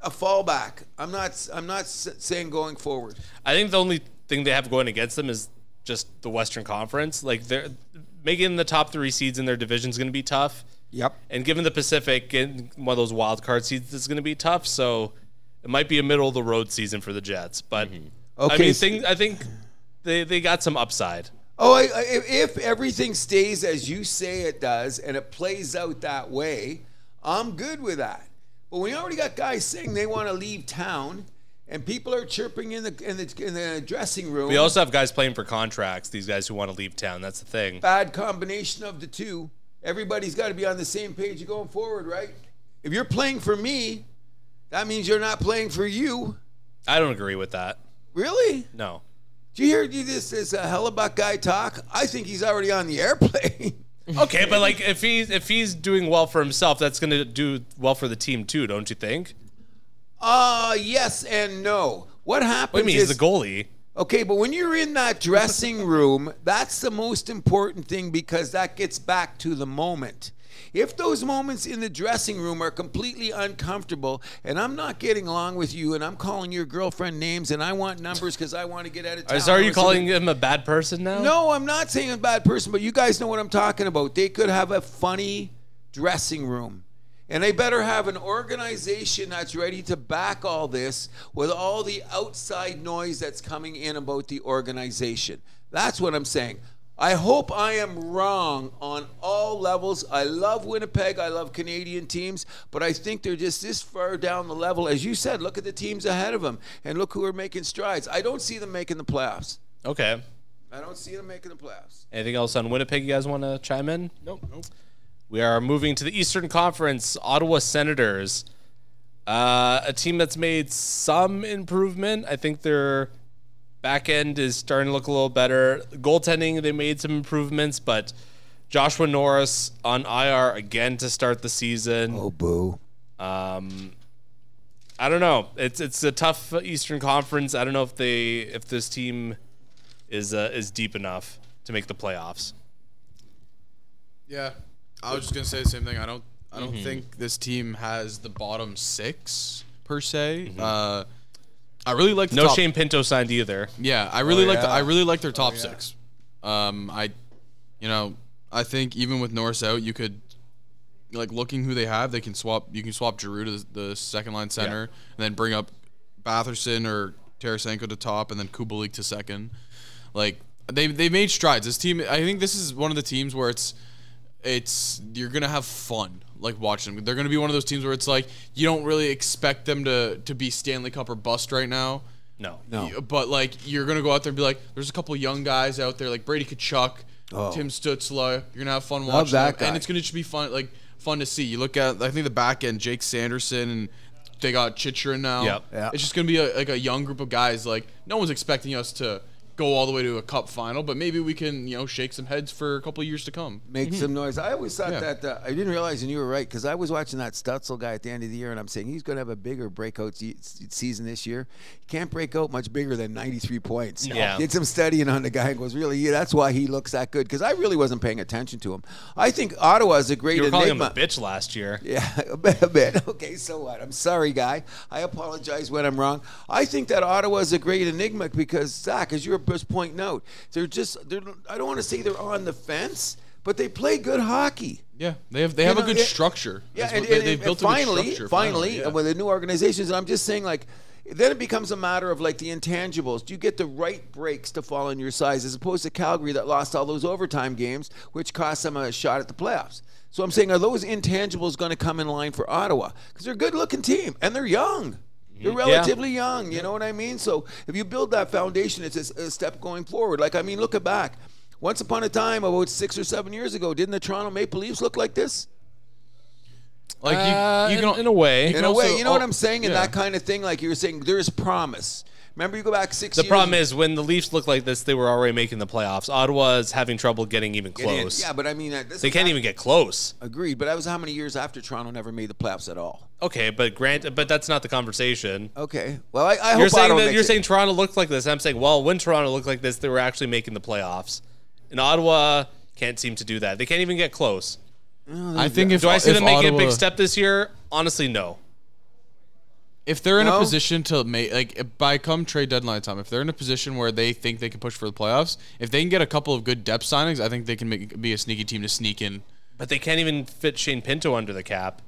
B: a fallback. I'm not I'm not s- saying going forward.
A: I think the only thing they have going against them is just the Western Conference. Like they're making the top three seeds in their division is going to be tough,
B: Yep.
A: and given the Pacific and one of those wild card seeds is going to be tough. So It might be a middle of the road season for the Jets, but I
B: Okay,
A: mean,
B: so-
A: things, I think they, they got some upside.
B: Oh, I, I, if- if everything stays as you say it does and it plays out that way, I'm good with that. But when you already got guys saying they want to leave town, and people are chirping in the in the, in the dressing room,
A: We also have guys playing for contracts. These guys who want to leave town. That's the thing.
B: bad combination of the two. Everybody's got to be on the same page going forward, right? If you're playing for me, that means you're not playing for you.
A: I don't agree with that.
B: Really?
A: No.
B: Do you hear this this uh, Hellebuck guy talk? I think he's already on the airplane.
A: Okay, but like if he's if he's doing well for himself, that's going to do well for the team too, don't you think?
B: Uh yes and no. What
A: What
B: happens
A: do you mean?
B: is
A: He's the goalie.
B: okay, but when you're in that dressing room, that's the most important thing because that gets back to the moment. If those moments in the dressing room are completely uncomfortable and I'm not getting along with you and I'm calling your girlfriend names and I want numbers because I want to get out of town.
A: Is, are
B: or
A: you
B: something-
A: calling him a bad person now?
B: No, I'm not saying a bad person, but you guys know what I'm talking about. They could have a funny dressing room. And they better have an organization that's ready to back all this with all the outside noise that's coming in about the organization. That's what I'm saying. I hope I am wrong on all levels. I love Winnipeg. I love Canadian teams, but I think they're just this far down the level. As you said, look at the teams ahead of them and look who are making strides. I don't see them making the playoffs.
A: Okay.
B: I don't see them making the playoffs.
A: Anything else on Winnipeg you guys want to chime in?
C: Nope. Nope.
A: We are moving to the Eastern Conference, Ottawa Senators. Uh, a team that's made some improvement. I think their back end is starting to look a little better. Goaltending, they made some improvements, but Joshua Norris on IR again to start the season.
B: Oh, boo.
A: Um, I don't know. It's it's a tough Eastern Conference. I don't know if they if this team is uh, is deep enough to make the playoffs.
D: Yeah, I was just gonna say the same thing. I don't, I
A: Mm-hmm.
D: don't think this team has the bottom six per se. Uh, I really like the
A: Mm-hmm. No
D: top-
A: Shane Pinto signed either.
D: Yeah, I really like. The,
B: Oh, yeah.
D: I really like their top six. Um, I, you know, I think even with Norris out, you could, like, looking who they have, they can swap. You can swap Giroud to the, the second line center, and then bring up Batherson or Tarasenko to top, and then Kubalik to second. Like they they made strides. This team, I think, this is one of the teams where it's it's you're gonna have fun like watching them. They're gonna be one of those teams where it's like you don't really expect them to to be Stanley Cup or bust right now.
A: No.
B: No.
D: But like you're gonna go out there and be like, there's a couple young guys out there like Brady Kachuk,
B: Oh.
D: Tim Stutzla. You're gonna have fun watching
B: that
D: them, and
B: guy.
D: it's gonna just be fun like fun to see. You look at I think the back end, Jake Sanderson and. They got Chichera now.
A: Yep.
B: Yeah.
D: It's just gonna be a, like a young group of guys. Like no one's expecting us to go all the way to a cup final, but maybe we can you know shake some heads for a couple of years to come.
B: Make some noise. I always thought
D: Yeah.
B: that, uh, I didn't realize, and you were right, because I was watching that Stutzel guy at the end of the year, and I'm saying he's going to have a bigger breakout se- season this year. He can't break out much bigger than 93 points.
A: Yeah.
B: Did some studying on the guy and goes, really, yeah, that's why he looks that good, because I really wasn't paying attention to him. I think Ottawa is a great
A: You were calling him
B: enigma.
A: a bitch last year.
B: Yeah, a bit, a bit. Okay, so what? I'm sorry, guy. I apologize when I'm wrong. I think that Ottawa is a great enigma because Zach, as you were just pointing out, they're just they're. I don't want to say they're on the fence, but they play good hockey.
D: Yeah, they have they
B: You
D: have
B: know,
D: a good
B: yeah.
D: structure.
B: Yeah,
D: That's
B: and,
D: what- they-
B: and-
D: they've
B: and
D: built a good
B: finally,
D: structure,
B: finally, uh,
D: yeah.
B: and with the new organizations, and I'm just saying, like, then it becomes a matter of like the intangibles. Do you get the right breaks to fall on your size, as opposed to Calgary that lost all those overtime games, which cost them a shot at the playoffs? So I'm saying, are those intangibles going to come in line for Ottawa? Because they're a good-looking team and they're young. They're relatively young, you know what I mean? So if you build that foundation, it's a, s- a step going forward. Like, I mean, look it back. Once upon a time, about six or seven years ago, didn't the Toronto Maple Leafs look like this?
D: like you,
A: Uh,
D: you can
A: in, in a way.
D: you
B: in
D: can
B: a way,
D: also-
B: you know what
D: oh,
B: I'm saying, and
D: yeah.
B: that kind of thing. Like you were saying, there is promise. Remember, you go back six.
A: The
B: years
A: problem is when the Leafs look like this, they were already making the playoffs. Ottawa is having trouble getting even
B: and- and-
A: close.
B: Yeah, but I mean, uh, this
A: they
B: is
A: can't
B: not-
A: even get close.
B: Agreed, but that was how many years after Toronto never made the playoffs at all.
A: Okay, but grant, but that's not the conversation.
B: Okay, well, I, I
A: You're
B: hope Ottawa
A: saying that
B: makes
A: you're
B: it.
A: saying Toronto looked like this. and I'm saying, well, when Toronto looked like this, they were actually making the playoffs. And Ottawa can't seem to do that. They can't even get close.
D: I think if
A: Do I see
D: if
A: them making a
D: Ottawa-
A: big step this year? Honestly, no.
D: if they're in
B: No?
D: a position to make like by come trade deadline time, if they're in a position where they think they can push for the playoffs, if they can get a couple of good depth signings, I think they can make, be a sneaky team to sneak in.
A: But they can't even fit Shane Pinto under the cap.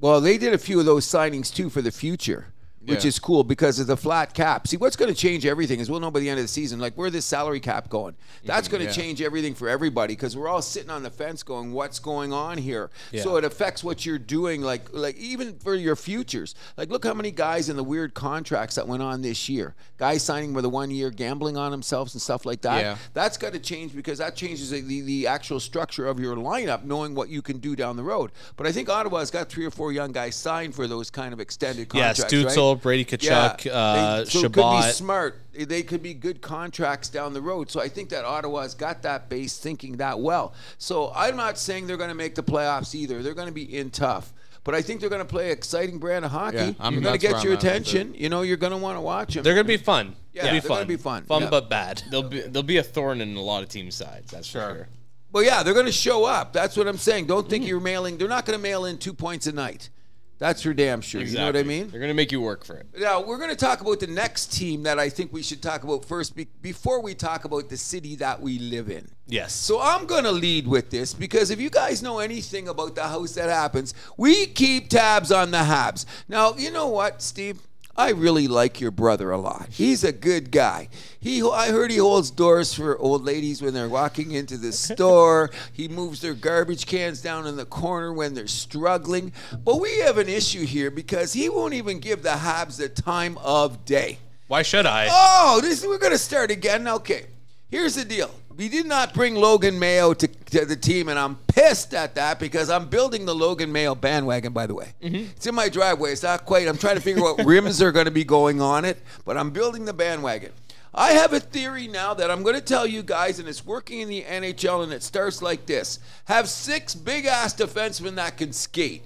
B: Well, they did a few of those signings too for the future, which
D: Yeah.
B: is cool because of the flat cap. See, what's going to change everything is we'll know by the end of the season, like where this salary cap going. That's going to
D: yeah.
B: change everything for everybody because we're all sitting on the fence going, what's going on here? So it affects what you're doing, like like even for your futures. Like, look how many guys in the weird contracts that went on this year. Guys signing with a one year, gambling on themselves and stuff like that.
D: Yeah.
B: That's got to change because that changes the, the, the actual structure of your lineup, knowing what you can do down the road. But I think Ottawa's got three or four young guys signed for those kind of extended
A: Yeah,
B: contracts.
A: Stutzel,
B: right?
A: Brady Kachuk,
B: Yeah.
A: uh,
B: They- so it could be
A: Shabbat.
B: smart. They could be good contracts down the road. So I think that Ottawa's got that base thinking that well. So I'm not saying they're going to make the playoffs either. They're going to be in tough. But I think they're going to play exciting brand of hockey.
D: Yeah, I'm-
B: you're going to
D: that's where
B: get
D: I'm
B: your
D: at with it.
B: attention. You know, you're going to want to watch them.
A: They're gonna be fun.
B: Yeah,
A: It'll
B: they're gonna be fun.
A: Fun
B: Yeah.
A: but bad.
C: They'll be they'll be a thorn in a lot of team sides. That's
A: Sure.
C: for sure.
B: Well, yeah, they're going to show up. That's what I'm saying. Don't think you're mailing. They're not going to mail in two points a night. That's for damn sure. You know what I
C: Exactly.
B: mean?
C: They're gonna make you work for it.
B: Now, we're going to talk about the next team that I think we should talk about first be- before we talk about the city that we live in.
A: Yes. So
B: So I'm going to lead with this because if you guys know anything about the house that happens, we keep tabs on the Habs. Now, you know what, Steve? I really like your brother a lot. He's a good guy. He I heard he holds doors for old ladies when they're walking into the store. He moves their garbage cans down in the corner when they're struggling. But we have an issue here because he won't even give the Habs the time of day.
A: why should I?
B: Oh, this we're gonna start again. Okay, here's the deal. We did not bring Logan Mayo to, to the team, and I'm pissed at that because I'm building the Logan Mayo bandwagon. By the way, it's in my driveway. It's not quite. I'm trying to figure out what rims are going to be going on it, but I'm building the bandwagon. I have a theory now that I'm going to tell you guys, and it's working in the NHL, and it starts like this: Have six big ass defensemen that can skate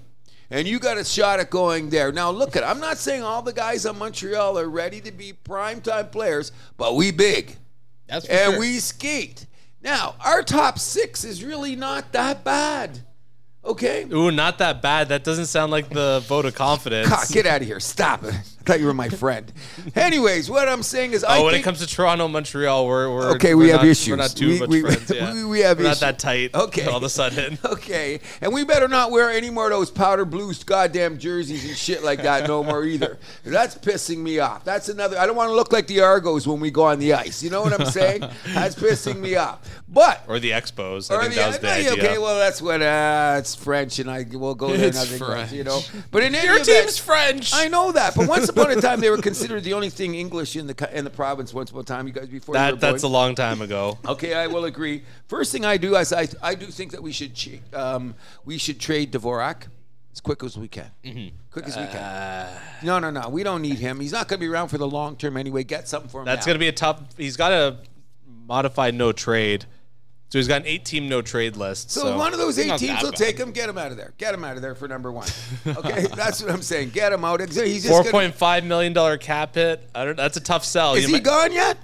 B: and you got a shot at going there. Now, look at I'm not saying all the guys on Montreal are ready to be primetime players, but we big
C: That's for
B: and
C: sure.
B: we skate. Now, our top six is really not that bad. Okay?
A: Ooh, not that bad. That doesn't sound like the vote of confidence.
B: Cock, get out of here. Stop it. I thought you were my friend. Anyways, what I'm saying is I
A: Oh, when
B: think,
A: it comes to Toronto, Montreal, we're, we're
B: Okay,
A: we're
B: we have
A: not, We're
B: issues.
A: not too
B: We-
A: much
B: we-
A: friends. Yeah.
B: we- we have
A: we're
B: issues.
A: not that tight.
B: Okay.
A: all of a sudden.
B: Okay, and we better not wear any more of those powder blue goddamn jerseys and shit like that no more either. That's pissing me off. That's another. I don't want to look like the Argos when we go on the ice. You know what I'm saying? That's pissing me off. But
A: Or the Expos. I
B: or
A: think
B: the-
A: that was the
B: yeah,
A: idea.
B: Okay, well that's what uh, it's French, and I we'll go there.
D: It's
B: another
D: French.
B: day, You know, but in any
A: Your
B: event-
A: team's French.
B: I know that, but once upon a time they were considered the only thing English in the co- in the province. Once upon a time, you guys before you were
A: that that's
B: born.
A: a long time ago.
B: Okay, I will agree. First thing I do is I, I do think that we should ch- um, we should trade Dvorak as quick as we can.
A: Mm-hmm.
B: Quick as we can.
A: Uh,
B: no, no, no. We don't need him. He's not going to be around for the long term anyway. Get something for him.
A: That's
B: now.
A: gonna be a tough. He's got a modified no trade, so he's got an eight-team no trade list. So,
B: So, one of those eight
C: not
B: teams
C: that
B: will
C: bad.
B: take him. Get him out of there. Get him out of there for number one. Okay, that's what I'm saying. Get him out. He's just
A: four
B: gonna-
A: point five million dollar cap hit. I don't. That's a tough sell.
B: Is
A: You
B: he
A: might-
B: gone yet?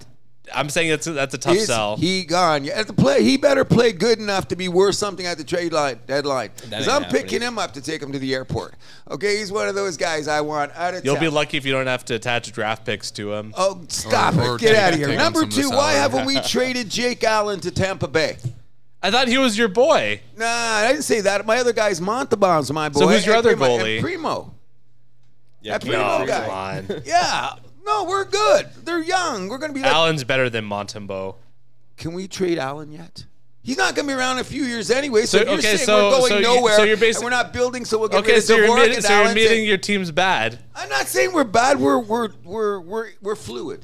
A: I'm saying that's a, that's a tough
B: Is
A: sell.
B: he gone? Yeah, at the play, he better play good enough to be worth something at the trade line deadline. Because
C: ain't
B: I'm
C: happening.
B: picking him up to take him to the airport. Okay, he's one of those guys I want out of
A: You'll
B: town.
A: be lucky if you don't have to attach draft picks to him.
B: Oh, stop
D: Or- or
B: it! Get
D: take-
B: out of here.
D: take on
B: Number
D: some of the
B: two, why
D: salary.
B: haven't we traded Jake Allen to Tampa Bay?
A: I thought he was your boy.
B: Nah, I didn't say that. My other guy's Montabon's my boy.
A: who's your
B: and
A: other
B: Primo- and
A: goalie?
B: Primo.
C: yeah,
B: That Primo
A: No,
B: Oh, guy.
A: come on.
B: Yeah. No, we're good. They're young. We're gonna be like,
A: Allen's better than Montembeau.
B: can we trade Allen yet? He's not going to be around in a few years anyway.
A: So-
B: So, if you're
A: okay,
B: saying
A: so-
B: we're going
A: so you-
B: nowhere,
A: so you're basi-
B: and we're not building, so we'll get
A: Okay,
B: rid of
A: so you're,
B: Dvorak
A: admitting,
B: and
A: so you're
B: Allen.
A: admitting your team's bad.
B: I'm not saying we're bad. We're we're we're we're, we're fluid.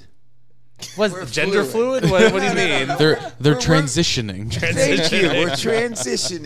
B: We're
A: What gender
B: fluid.
A: fluid? What, what do you
B: No, no,
A: mean?
B: no, no.
D: They're they're
B: We're- we're-
D: transitioning.
B: Thank you.
A: Transitioning.
B: We're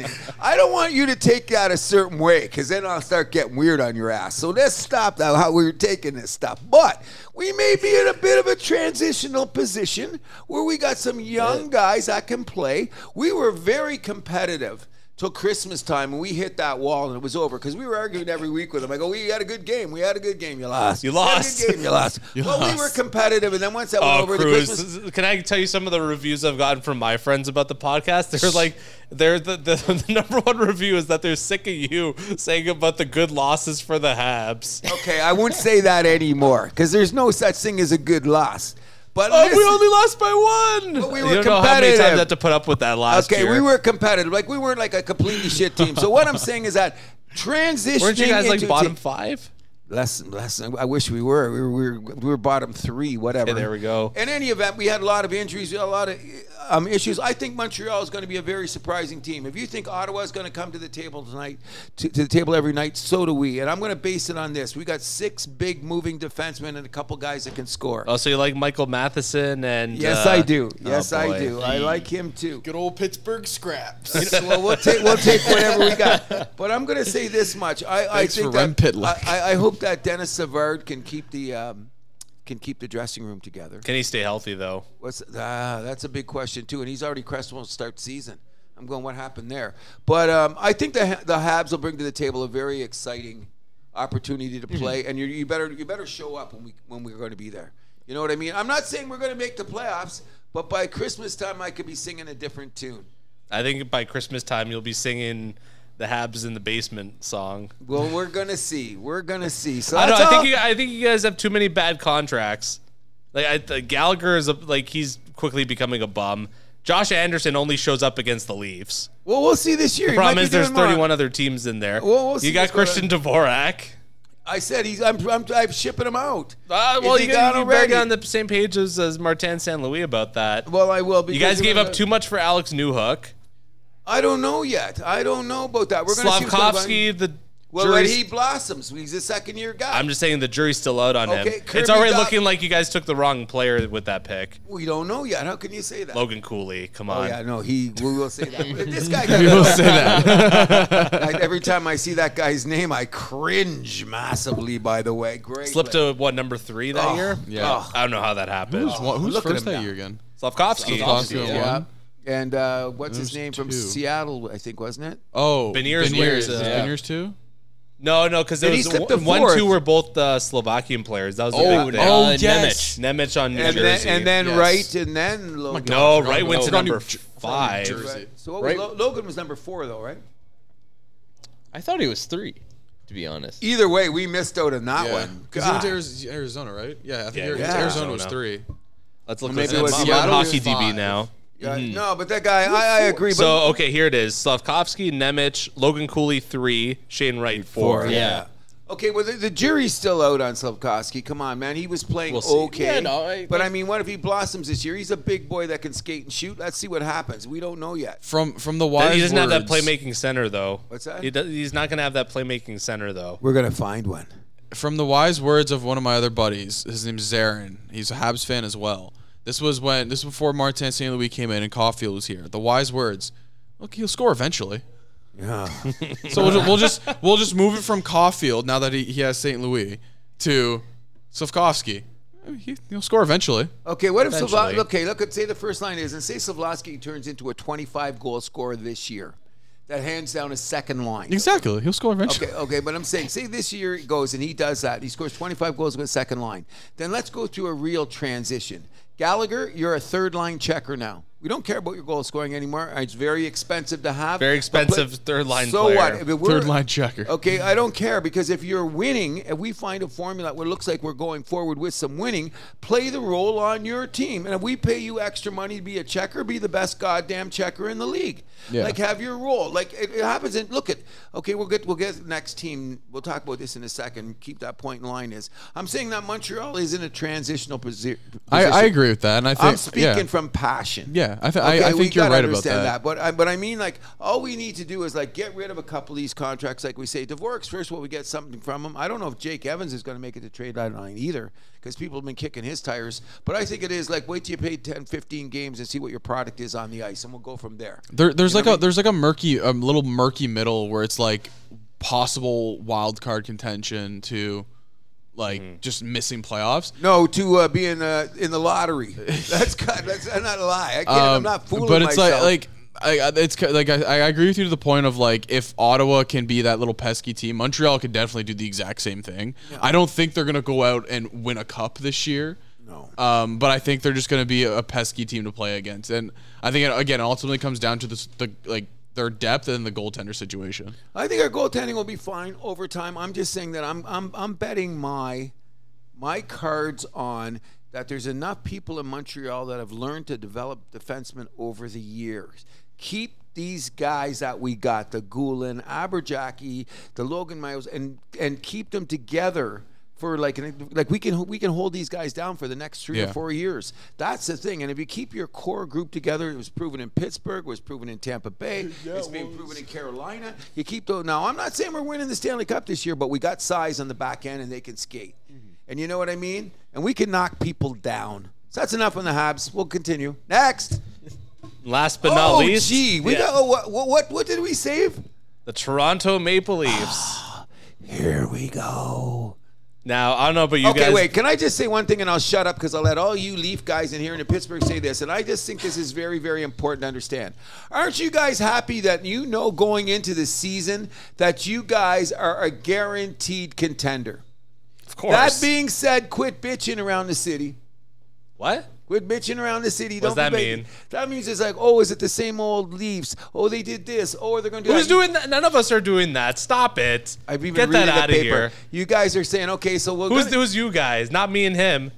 B: transitioning. I don't want you to take that a certain way because then I'll start getting weird on your ass. So let's stop that, how we're taking this stuff. But we may be in a bit of a transitional position where we got some young guys that can play. We were very competitive. Till Christmas time, and we hit that wall, and it was over because we were arguing every week with them. I go, "We had a good game. We had a good game. You lost.
A: You
B: We had a
A: lost.
B: good game. You lost. well, we
D: lost.
B: were competitive, and then once that went
A: Oh,
B: over, the Christmas
A: Cruz, can I tell you some of the reviews I've gotten from my friends about the podcast? They're like, they're the, the, the number one review is that they're sick of you saying about the good losses for the Habs.
B: Okay, I won't say that anymore because there's no such thing as a good loss. But
A: Oh, we
B: listen-
A: only lost by one.
B: But we
A: you
B: were
A: don't know how many times
B: competitive.
A: I had to put up with that last
B: okay,
A: year.
B: we were competitive. Like we weren't like a completely shit team. So what I'm saying is that transitioning.
A: Weren't you guys like
B: into
A: bottom
B: t-
A: five?
B: less, less. I wish we were. We were, we were, we were bottom three, whatever.
A: Okay, there we go.
B: In any event, we had a lot of injuries, we had a lot of um, issues. I think Montreal is going to be a very surprising team. If you think Ottawa is going to come to the table tonight, to, to the table every night, so do we. And I'm going to base it on this: we got six big moving defensemen and a couple guys that can score.
A: Oh, so you like Michael Matheson and?
B: Yes,
A: uh,
B: I do.
A: oh,
B: Yes, I
A: boy.
B: do. I like him too.
E: Good old Pittsburgh scraps.
B: So, well, we'll take we'll take whatever we got. But I'm going to say this much: I I
D: Thanks
B: think
D: for Rem
B: that,
D: Pitlock.
B: I, I- I hope that Dennis Savard can keep the um, can keep the dressing room together.
A: Can he stay healthy though?
B: What's ah, that's a big question too, and he's already crestfallen to start season. I'm going, what happened there? But um, I think the Ha- the Habs will bring to the table a very exciting opportunity
A: Mm-hmm.
B: to play, and you, you better you better show up when we when we're going to be there. You know what I mean? I'm not saying we're going to make the playoffs, but by Christmas time, I could be singing a different tune.
A: I think by Christmas time you'll be singing the Habs in the basement song.
B: Well, we're gonna see. We're gonna see. So
A: I don't.
B: that's
A: I think
B: all-
A: you, I think you guys have too many bad contracts. Like I, the Gallagher is a, like he's quickly becoming a bum. Josh Anderson only shows up against the Leafs.
B: well, we'll see this year. He might
A: Problem
B: be
A: is, there's
B: doing more.
A: 31 other teams in there.
B: Well, we'll see
A: you got
B: what's going
A: Christian Dvorak.
B: I said he's. I'm. I'm, I'm shipping him out.
A: Uh,
B: If
A: well,
B: he
A: you got you
B: already-
A: back on the same page as, as Martin San Louis about that.
B: Well, I will.
A: you
B: because
A: guys
B: we're
A: gave
B: gonna-
A: up too much for Alex Newhook.
B: I don't know yet. I don't know about that. We're going to see. what's going on.
A: Slavkovsky, the
B: Well, when
A: jury's-
B: he blossoms, he's a second year guy.
A: I'm just saying the jury's still out on
B: Okay,
A: him.
B: Kirby
A: it's already
B: Doc-
A: looking like you guys took the wrong player with that pick.
B: we don't know yet. How can you say that?
A: Logan Cooley, come
B: Oh
A: on.
B: yeah, no, he. We will say that. But this guy.
D: We will say that.
B: I- every time I see that guy's name, I cringe massively. By the way, great.
A: Slipped to what number three that
B: Oh,
A: year?
D: yeah.
A: I don't know how that happened.
D: Who's, one, who's
B: look at
D: first
B: him
D: that
B: now.
D: year again?
A: Slavkovsky,
D: Slavkovsky won.
B: Yeah. And uh, what's his
D: There's
B: name from
D: two.
B: Seattle? I think wasn't it?
D: Oh,
A: Beniers
D: Beniers,
A: wears,
D: is
A: uh,
D: Beniers too.
A: No, no, because there
B: Did he
A: was
B: slip to
A: one, one,
B: fourth?
A: two were both uh, Slovakian players. That was the
D: Oh,
A: big thing.
D: oh
C: Uh,
D: yes.
A: Nemec on New
B: And
A: Jersey.
B: then, and then
D: yes.
B: right, and then Logan.
A: no, right went to
C: I forgot
A: number
D: New Jer-
A: five.
D: New Jersey.
B: Right. So what was
C: Right.
B: Lo- Logan was number four though, right?
C: I thought he was three, to be honest.
B: Either way, we missed out on that
D: Yeah,
B: one.
D: because he went to
B: God.
D: Ariz- Arizona, right? Yeah, I think
A: Yeah,
D: Ari-
A: he
B: went to
D: Arizona was
A: Arizona.
D: three.
A: Let's look
B: Maybe
A: this
B: it
A: up.
B: was
A: I'm on
D: Seattle
A: hockey
D: was
A: DB
D: five.
A: now.
B: Yeah, No, but that guy, I, I agree.
A: So
B: but
A: okay, here it is: Slavkovsky, Nemec, Logan Cooley three, Shane Wright four.
C: Yeah.
B: okay, well the, the jury's still out on Slavkovsky. Come on, man, he was playing
C: see.
B: okay.
C: Yeah, no, I-
B: but I mean, what if he blossoms this year? He's a big boy that can skate and shoot. Let's see what happens. We don't know yet.
D: From from the
A: He
D: wise
A: doesn't have that
D: words-
A: playmaking center though.
B: What's that?
A: He does, he's not going to have that playmaking center though.
B: We're gonna find one.
D: from the wise words of one of my other buddies, his name's Zarin. He's a Habs fan as well. This was when this was before Martin St. Louis came in and Caulfield was here. The wise words, look, he'll score eventually.
B: Yeah.
D: So we'll, ju- we'll just we'll just move it from Caulfield now that he, he has St. Louis to Slavkovsky. He, will score eventually.
B: okay, what if Slavkovsky?
A: Eventually.
B: Okay, look at say the first line is, and say Slavkovsky turns into a 25 goal scorer this year. That hands down a second line.
D: Exactly, he'll score eventually.
B: Okay, okay, but I'm saying, say this year he goes and he does that. He scores 25 goals with second line. Then let's go through a real transition. Gallagher, you're a third line checker now. We don't care about your goal scoring anymore. It's very expensive to have.
A: Very
B: But pla-
A: expensive third line
B: So
A: player.
B: what? If it were-
D: Third line checker.
B: Okay, I don't care because if you're winning, if we find a formula that looks like we're going forward with some winning, play the role on your team. And if we pay you extra money to be a checker, be the best goddamn checker in the league.
D: Yeah.
B: Like have your role. Like it, it happens. And look at okay, we'll get we'll get the next team. We'll talk about this in a second. Keep that point in line. Is I'm saying that Montreal is in a transitional posi- position.
D: I, I agree with that, and I think
B: I'm speaking
D: yeah.
B: from passion.
D: Yeah, I thi- I- I think
B: we
D: you're
B: gotta
D: right about
B: understand
D: that.
B: But I, but I mean, like, all we need to do is like get rid of a couple of these contracts, like we say. Dvorak's first, what we get something from him. I don't know if Jake Evans is going to make it to trade deadline either, because people have been kicking his tires. But I think it is like wait till you pay 10, 15 games and see what your product is on the ice, and we'll go from there.
D: There, there's
B: You know
D: like
B: what I
D: a
B: mean?
D: there's like a murky, a little murky middle where it's like possible wild card contention to like
B: Mm-hmm.
D: just missing playoffs.
B: No, to uh, being uh, in the lottery. That's God, that's I'm not a lie. I can't, I'm
D: Um,
B: not fooling
D: But it's
B: myself.
D: like like I, I- it's ki- like I, I agree with you to the point of like if Ottawa can be that little pesky team, Montreal could definitely do the exact same thing. I don't think they're gonna go out and win a cup this year.
B: No.
D: Um, but I think they're just going to be a pesky team to play against, and I think it, again it ultimately comes down to this, the like their depth and the goaltender situation.
B: I think our goaltending will be fine over time. I'm just saying that I'm I'm I'm betting my my cards on that there's enough people in Montreal that have learned to develop defensemen over the years. keep these guys that we got, the Goulin, Aberjacky, the Logan Miles, and and keep them together for like an, like we can we can hold these guys down for the next three
D: Yeah.
B: or four years. That's the thing. And if you keep your core group together, it was proven in Pittsburgh, it was proven in Tampa Bay, it's being proven in Carolina. You keep those. Now I'm not saying we're winning the Stanley Cup this year, but we got size on the back end and they can skate. And you know what I mean? And we can knock people down. So that's enough on the Habs. We'll continue next.
A: Last but not
B: oh,
A: least,
B: gee, we
A: yeah,
B: got oh, what, what what what did we save?
A: the Toronto Maple Leafs.
B: Here we go.
A: now I don't know, but you
B: okay,
A: guys,
B: wait. Can I just say one thing and I'll shut up because I'll let all you Leaf guys in here in Pittsburgh say this. And I just think this is very, very important to understand. Aren't you guys happy that you know going into the season that you guys are a guaranteed contender?
A: of course.
B: That being said, quit bitching around the city.
A: what?
B: Quit bitching around the city.
A: What's
B: Don't
A: that
B: be baiting.
A: mean?
B: That means it's like, oh, is it the same old Leafs? Oh, they did this. Oh, they're going to do
A: Who's
B: that.
A: doing that? None of us are doing that. Stop it.
B: I've even
A: Get that
B: reading the
A: out of
B: paper.
A: here.
B: You guys are saying, okay, so we're
A: Who's,
B: gonna-
A: who's you guys? Not me and him.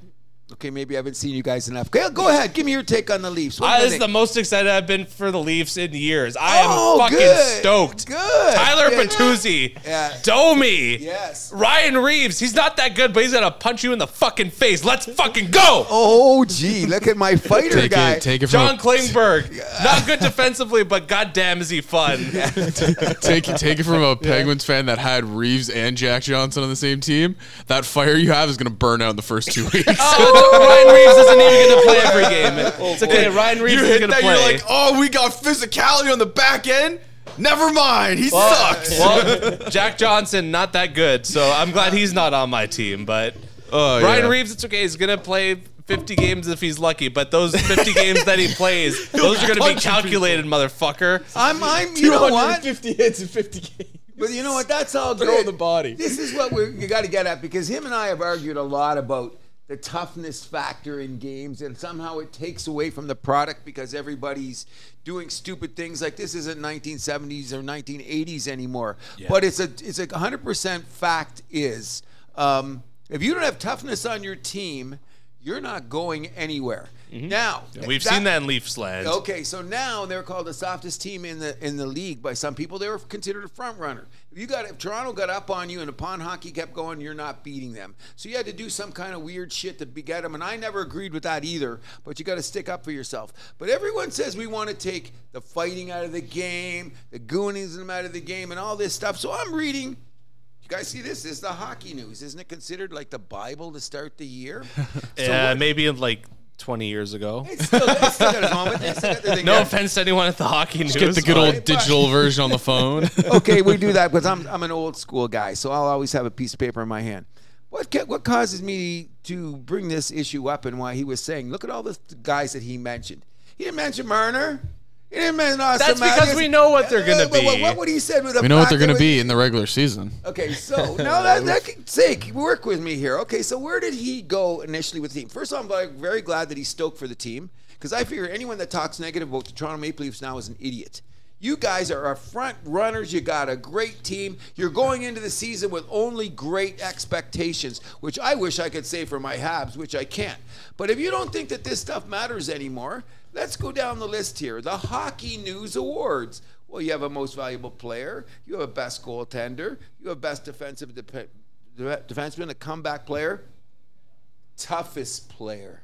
B: okay, maybe I haven't seen you guys enough. Okay, go ahead, give me your take on the Leafs. What do
A: I,
B: you
A: this is
B: think?
A: the most excited I've been for the Leafs in years. I am
B: Oh,
A: fucking
B: good.
A: stoked.
B: Good.
A: Tyler
B: Yeah.
A: Bertuzzi,
B: Yeah.
A: Domi,
B: Yes.
A: Ryan Reeves. He's not that good, but he's gonna punch you in the fucking face. Let's fucking go.
B: Oh, gee, look at my fighter
D: Take
B: guy.
D: it, take it
A: John
D: from
A: Klingberg, not good defensively, but goddamn is he fun.
D: a, take it, take it from a Penguins fan that had Reeves and Jack Johnson on the same team. That fire you have is gonna burn out in the first two weeks.
A: Oh, Ryan Reeves isn't even gonna play every game. It's okay. Ryan Reeves is
D: you hit
A: gonna
D: that,
A: play.
D: you're like, oh, we got physicality on the back end. Never mind, he sucks.
A: well, Jack Johnson, not that good. So I'm glad he's not on my team. But
D: Oh,
A: Ryan
D: yeah.
A: Reeves, it's okay. He's gonna play 50 games if he's lucky. But those 50 games that he plays, those are gonna be calculated, motherfucker.
B: I'm, I'm. You know what?
C: 250 hits in 50 games.
B: But you know what? That's all
C: Throw
B: good.
C: the body.
B: This is what we you got to get at because him and I have argued a lot about the toughness factor in games, and somehow it takes away from the product because everybody's doing stupid things. Like this isn't 1970s or 1980s anymore. But it's a it's a 100% fact is um, if you don't have toughness on your team, you're not going anywhere. Now
A: We've
B: that-
A: seen that in Leafs land.
B: Okay, so now they're called the softest team in the in the league by some people. They were considered a front runner. If you got if Toronto got up on you and the pond hockey kept going, you're not beating them. So you had to do some kind of weird shit to beat them, and I never agreed with that either. But you got to stick up for yourself. But everyone says we want to take the fighting out of the game, the goonism out of the game, and all this stuff. So I'm reading you guys see this? This is the hockey news. Isn't it considered like the Bible to start the year?
A: Yeah, maybe like 20 years ago.
B: It's still, it's still got its moment. It's still got the thing.
A: No
B: Yeah.
A: offense to anyone at the hockey news.
D: Get the good
A: but-
D: old digital version on the phone.
B: okay, we do that because I'm, I'm an old school guy, so I'll always have a piece of paper in my hand. What ca- what causes me to bring this issue up and why he was saying, look at all the th- guys that he mentioned. He didn't mention Marner. He didn't mention Austin
A: That's because
B: Matthews.
A: we know what they're gonna
B: Uh, but What,
A: be.
B: what he said with
D: we know what they're gonna be in the regular season.
B: Okay, so now that, that can, Zake, work with me here. Okay, so where did he go initially with the team? First off, I'm very glad that he's stoked for the team because I figure anyone that talks negative about the Toronto Maple Leafs now is an idiot. You guys are our front runners. You got a great team. You're going into the season with only great expectations, which I wish I could say for my Habs, which I can't. But if you don't think that this stuff matters anymore, let's go down the list here. The Hockey News Awards. Well, you have a most valuable player, you have a best goaltender, you have best defensive dep- de- defenseman, a comeback player, toughest player.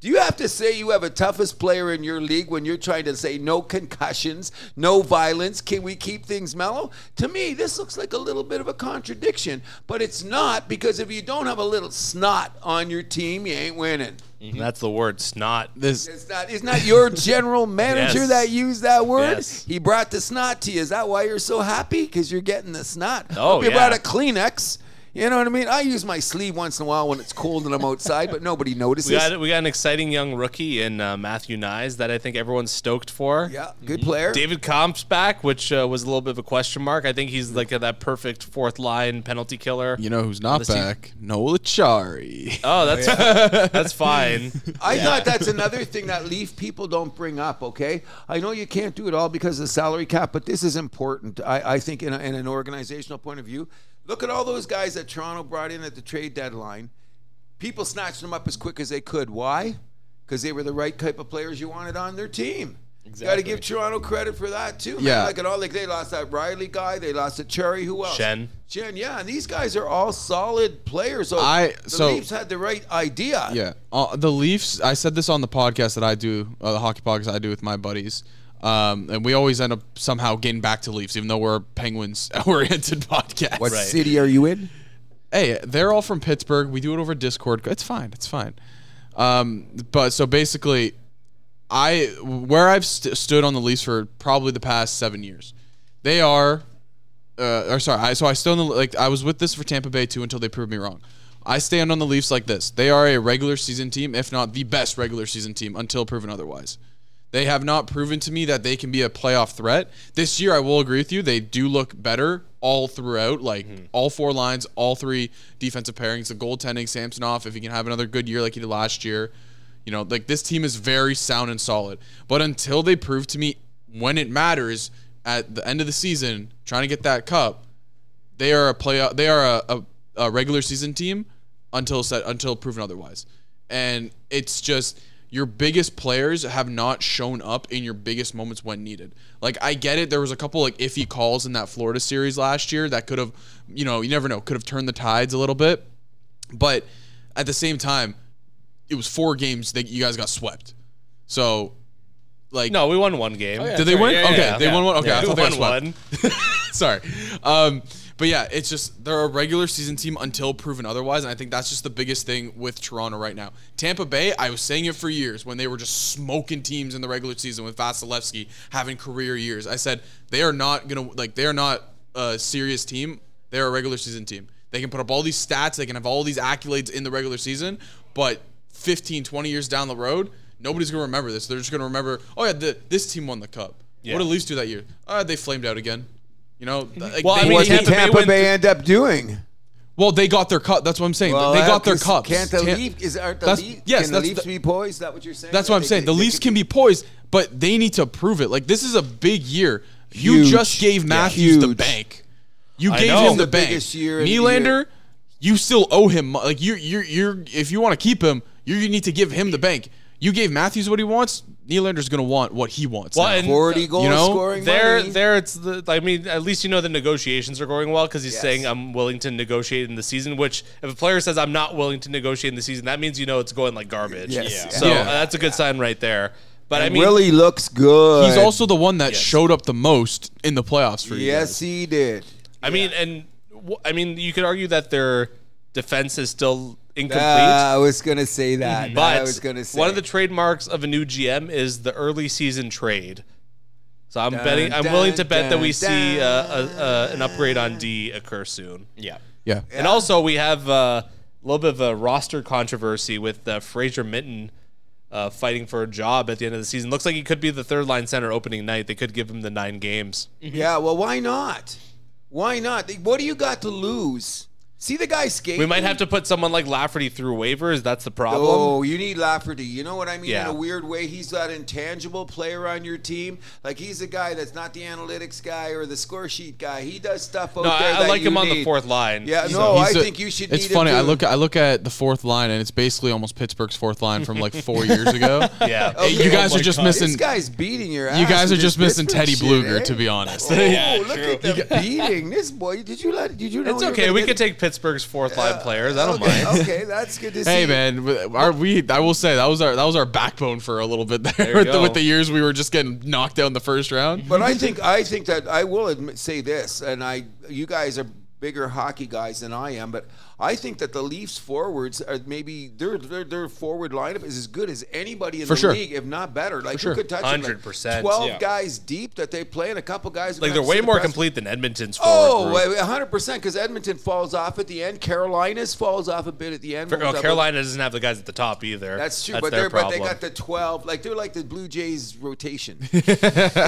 B: Do you have to say you have a toughest player in your league when you're trying to say no concussions, no violence? Can we keep things mellow? To me, this looks like a little bit of a contradiction, but it's not because if you don't have a little snot on your team, you ain't winning.
A: That's the word snot.
D: This
B: It's not. It's not your general manager
A: Yes.
B: that used that word.
A: Yes.
B: He brought the snot to you. Is that why you're so happy? Because you're getting the snot.
A: Oh,
B: He brought
A: yeah.
B: a Kleenex. You know what I mean? I use my sleeve once in a while when it's cold and I'm outside, but nobody notices.
A: We got, we got an exciting young rookie in uh, Matthew Nyes that I think everyone's stoked for.
B: Yeah, good player.
A: Mm-hmm. David Comp's back, which uh, was a little bit of a question mark. I think he's like a, that perfect fourth line penalty killer.
D: you know who's not
A: Listen.
D: back? Noah Chari.
A: Oh, that's that's fine.
B: I thought that's another thing that Leaf people don't bring up, okay? I know you can't do it all because of the salary cap, but this is important, I, I think, in, a, in an organizational point of view. Look at all those guys that Toronto brought in at the trade deadline. People snatched them up as quick as they could. Why? Because they were the right type of players you wanted on their team.
C: Exactly.
B: Got to give Toronto credit for that too. Man.
D: Yeah.
B: like at all, like they lost that Riley guy, they lost a Cherry. Who else?
A: Shen.
B: Shen, yeah, and these guys are all solid players. So
D: I-
B: the
D: so-
B: Leafs had the right idea.
D: Yeah, uh, the Leafs. I said this on the podcast that I do, uh, the hockey podcast I do with my buddies, um, and we always end up somehow getting back to Leafs, even though we're a Penguins oriented podcast.
B: What city are you in?
D: Hey, they're all from Pittsburgh. We do it over Discord. It's fine. It's fine. Um, but so basically, I where I've st- stood on the Leafs for probably the past seven years, they are, uh, or sorry, I, so I stood on the like I was with this for Tampa Bay too until they proved me wrong. I stand on the Leafs like this. They are a regular season team, if not the best regular season team until proven otherwise. They have not proven to me that they can be a playoff threat. This year, I will agree with you. They do look better all throughout, like all four lines, all three defensive pairings, the goaltending, Samsonov, if he can have another good year like he did last year. You know, like this team is very sound and solid. But until they prove to me when it matters at the end of the season, trying to get that cup, they are a playoff. They are a, a, a regular season team until set until proven otherwise. And it's just your biggest players have not shown up in your biggest moments when needed. Like I get it, there was a couple like iffy calls in that Florida series last year that could have, you know, you never know, could have turned the tides a little bit. But at the same time, it was four games that you guys got swept. So, like,
A: No, we won one game.
D: Did they
C: sorry,
D: win?
C: yeah, yeah,
D: okay,
C: yeah.
D: they won one. Okay, I
A: we
D: thought
A: won
D: they got swept.
A: one.
D: Sorry. Um, but yeah, it's just they're a regular season team until proven otherwise, and I think that's just the biggest thing with Toronto right now. Tampa Bay, I was saying it for years when they were just smoking teams in the regular season with Vasilevsky having career years. I said they are not gonna like they are not a serious team. They're a regular season team. They can put up all these stats, they can have all these accolades in the regular season, but 15, 20 years down the road, nobody's gonna remember this. They're just gonna remember, oh yeah, the, this team won the cup. What did Leafs do that year? Uh, they flamed out again. You know, th- like,
A: Well, I
D: they-
A: mean,
B: What
D: they-
B: did
A: Tampa Bay
B: Tampa Bay,
A: went th-
B: end up doing?
D: well, they got their cup. That's what I'm saying. they
B: that-
D: got their
B: 'cause
D: cups.
B: Can't the
D: Tam-
B: Leafs? Is aren't the
D: That's-
B: Leafs?
D: yes,
B: can the
D: that's
B: Leafs
D: the-
B: be poised? Is that what you're saying?
D: That's what I'm
B: They
D: saying. The
B: they
D: Leafs can be poised, but they need to prove it. Like this is a big year.
B: Huge.
D: You just gave
B: Yeah.
D: Matthews the
B: Huge.
D: bank. You
A: I
D: gave
A: know.
D: him the,
B: The
D: bank.
B: biggest year of the
D: Nylander,
B: year.
D: you still owe him. mo- Like you, you, you're. If you want to keep him, you, you need to give him the bank. You gave Matthews what he wants. Nylander's gonna want what he wants.
A: Well,
D: now.
A: and-
B: forty goal
D: You know,
B: scoring.
A: There,
B: money.
A: there, it's the. I mean, at least you know the negotiations are going well because he's
B: Yes.
A: saying I'm willing to negotiate in the season. Which, if a player says I'm not willing to negotiate in the season, that means you know it's going like garbage.
B: Yes. Yeah.
A: So
D: Yeah.
A: uh, that's a good sign right there. But I
B: And
A: mean,
B: Willie looks good.
D: he's also the one that
A: Yes.
D: showed up the most in the playoffs for you.
B: yes, he did.
A: I mean, and wh- I mean, you could argue that their defense is still incomplete.
B: Ah, I was gonna
D: Mhm.
B: say that. That
A: but
B: I was gonna say
A: one of the trademarks of a new GM is the early season trade. So I'm betting. I'm
B: dun,
A: willing to bet that we
B: dun,
A: see uh, a, a, an upgrade on D occur soon.
C: Yeah.
D: Yeah.
A: And also, we have uh, a little bit of a roster controversy with uh, Fraser Minton uh, fighting for a job at the end of the season. Looks like he could be the third line center opening night. They could give him the nine games.
D: Mhm.
B: Yeah, well, why not? Why not? What do you got to lose? See the guy skate.
A: We might have to put someone like Lafferty through waivers. That's the problem.
B: Oh, you need Lafferty. You know what I mean?
A: Yeah.
B: In a weird way, he's that intangible player on your team. Like he's a guy that's not the analytics guy or the score sheet guy. He does stuff out
A: no,
B: there
A: I, I
B: that
A: like him
B: you
A: on the
B: need.
A: fourth line.
B: Yeah,
A: He's-
B: no, Oh, I
D: He's a-
B: think you should.
D: It's
B: need
D: funny.
B: Him
D: I
B: too.
D: look. I look at the fourth line, and it's basically almost Pittsburgh's fourth line from like four years ago.
A: Yeah.
D: Hey,
B: Okay.
D: You guys
B: Oh
D: are just
C: God.
D: missing.
B: This guy's beating your ass.
D: You guys are
B: with
D: just
B: this
D: missing
B: Pittsburgh
D: Teddy
B: shit,
D: Bluger,
B: eh?
D: to be honest.
B: Oh,
C: Yeah,
B: look
C: true.
B: at the beating this boy. Did you let? Did you know?
A: It's
B: you were
A: okay.
B: gonna
A: We
B: get- Uh,
A: could take Pittsburgh's fourth line players. I don't
B: okay,
A: mind.
B: Okay, that's good to see.
D: Hey man, w- our, we I will say that was our that was our backbone for a little bit there,
A: you
D: with, the,
A: go.
D: with the years we were just getting knocked out in the first round.
B: But I think I think that I will admit, say this, and I you guys are bigger hockey guys than I am, but I think that the Leafs forwards are maybe their their, their forward lineup is as good as anybody in
D: For
B: the
D: sure.
B: league, if not better. Like
D: sure.
B: who could touch them? Like,
A: 100%,
B: Twelve
C: yeah.
B: guys deep that they play, and a couple guys are
A: Like
B: gonna
A: they're
B: have to
A: way
B: sit the
A: more
B: press.
A: complete than Edmonton's forward
B: Oh,
A: group.
B: 100 percent. Because Edmonton falls off at the end. Carolinas falls off a bit at the end.
A: Oh,
B: Won't-
A: Carolina doesn't have the guys at the top either.
B: That's true,
A: That's
B: but
A: their
B: they're but they
A: problem.
B: got the twelve. Like they're like the Blue Jays rotation. they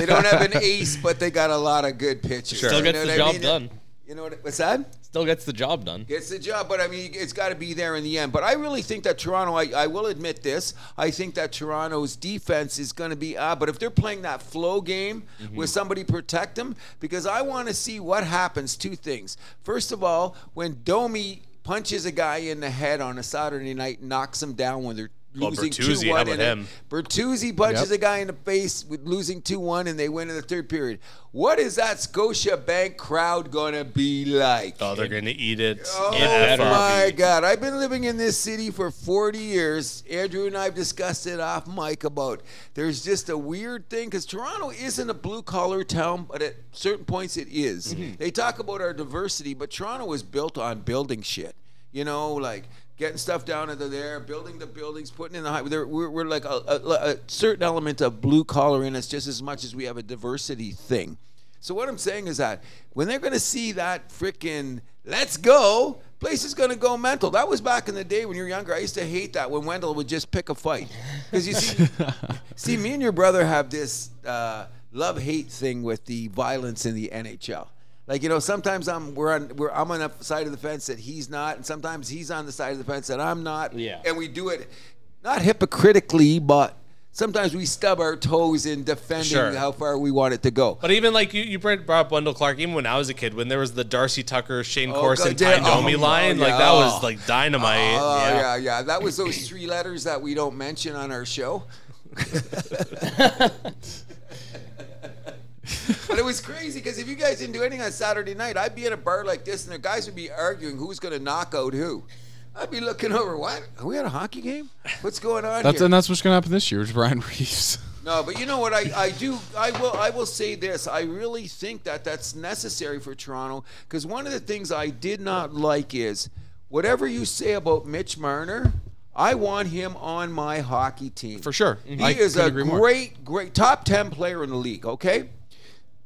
B: don't have an ace, but they got a lot of good pitchers.
A: Still
C: gets the
B: what
C: job done.
B: You know what? What's that?
C: Still gets the job done.
B: It's the job, but I mean, it's got to be there in the end. But I really think that Toronto. I, I will admit this. I think that Toronto's defense is going to be odd. But if they're playing that flow game
A: Mm-hmm.
B: with somebody protect them, because I want to see what happens. Two things. First of all, when Domi punches a guy in the head on a Saturday night, knocks him down when they're
A: Well,
B: losing
A: Bertuzzi,
B: two
A: how
B: one.
A: about him?
B: Bertuzzi punches
D: Yep.
B: a guy in the face with losing two one, and they win in the third period. What is that Scotia Bank crowd gonna be like?
A: Oh, they're gonna eat it.
B: Oh
C: better
B: my God! I've been living in this city for 40 years. Andrew and I've discussed it off mic about there's just a weird thing because Toronto isn't a blue collar town, but at certain points it is. They talk about our diversity, but Toronto was built on building shit. You know, like getting stuff down into there, building the buildings, putting in the high. there- We're, we're like a, a, a certain element of blue collar in us just as much as we have a diversity thing. So what I'm saying is that when they're gonna see that freaking let's go, place is gonna go mental. That was back in the day when you were younger. I used to hate that when Wendell would just pick a fight because you see, see, me and your brother have this uh, love hate thing with the violence in the NHL. Like you know, sometimes I'm we're on we're I'm on the side of the fence that he's not, and sometimes he's on the side of the fence that I'm not.
C: Yeah.
B: and we do it not hypocritically, but. Sometimes we stub our toes in defending
A: Sure.
B: how far we want it to go.
A: But even like you, you brought up Wendell Clark. Even when I was a kid, when there was the Darcy Tucker, Shane
B: Oh,
A: Corson,
B: God, yeah.
A: Ty Domi
B: Oh,
A: line, like
B: yeah.
A: that
B: Oh.
A: was like dynamite.
B: Oh yeah. yeah, That was those three letters that we don't mention on our show. but it was crazy because if you guys didn't do anything on Saturday night, I'd be in a bar like this, and the guys would be arguing who's going to knock out who. I'd be looking over. What? Are we at a hockey game? What's going on
D: That's
B: here?
D: and that's what's gonna happen this year is Brian Reeves.
B: No, but you know what I, I do I will I will say this I really think that that's necessary for Toronto because one of the things I did not like is whatever you say about Mitch Marner I want him on my hockey team
D: For sure.
B: He is a great great top ten player in the league. Okay,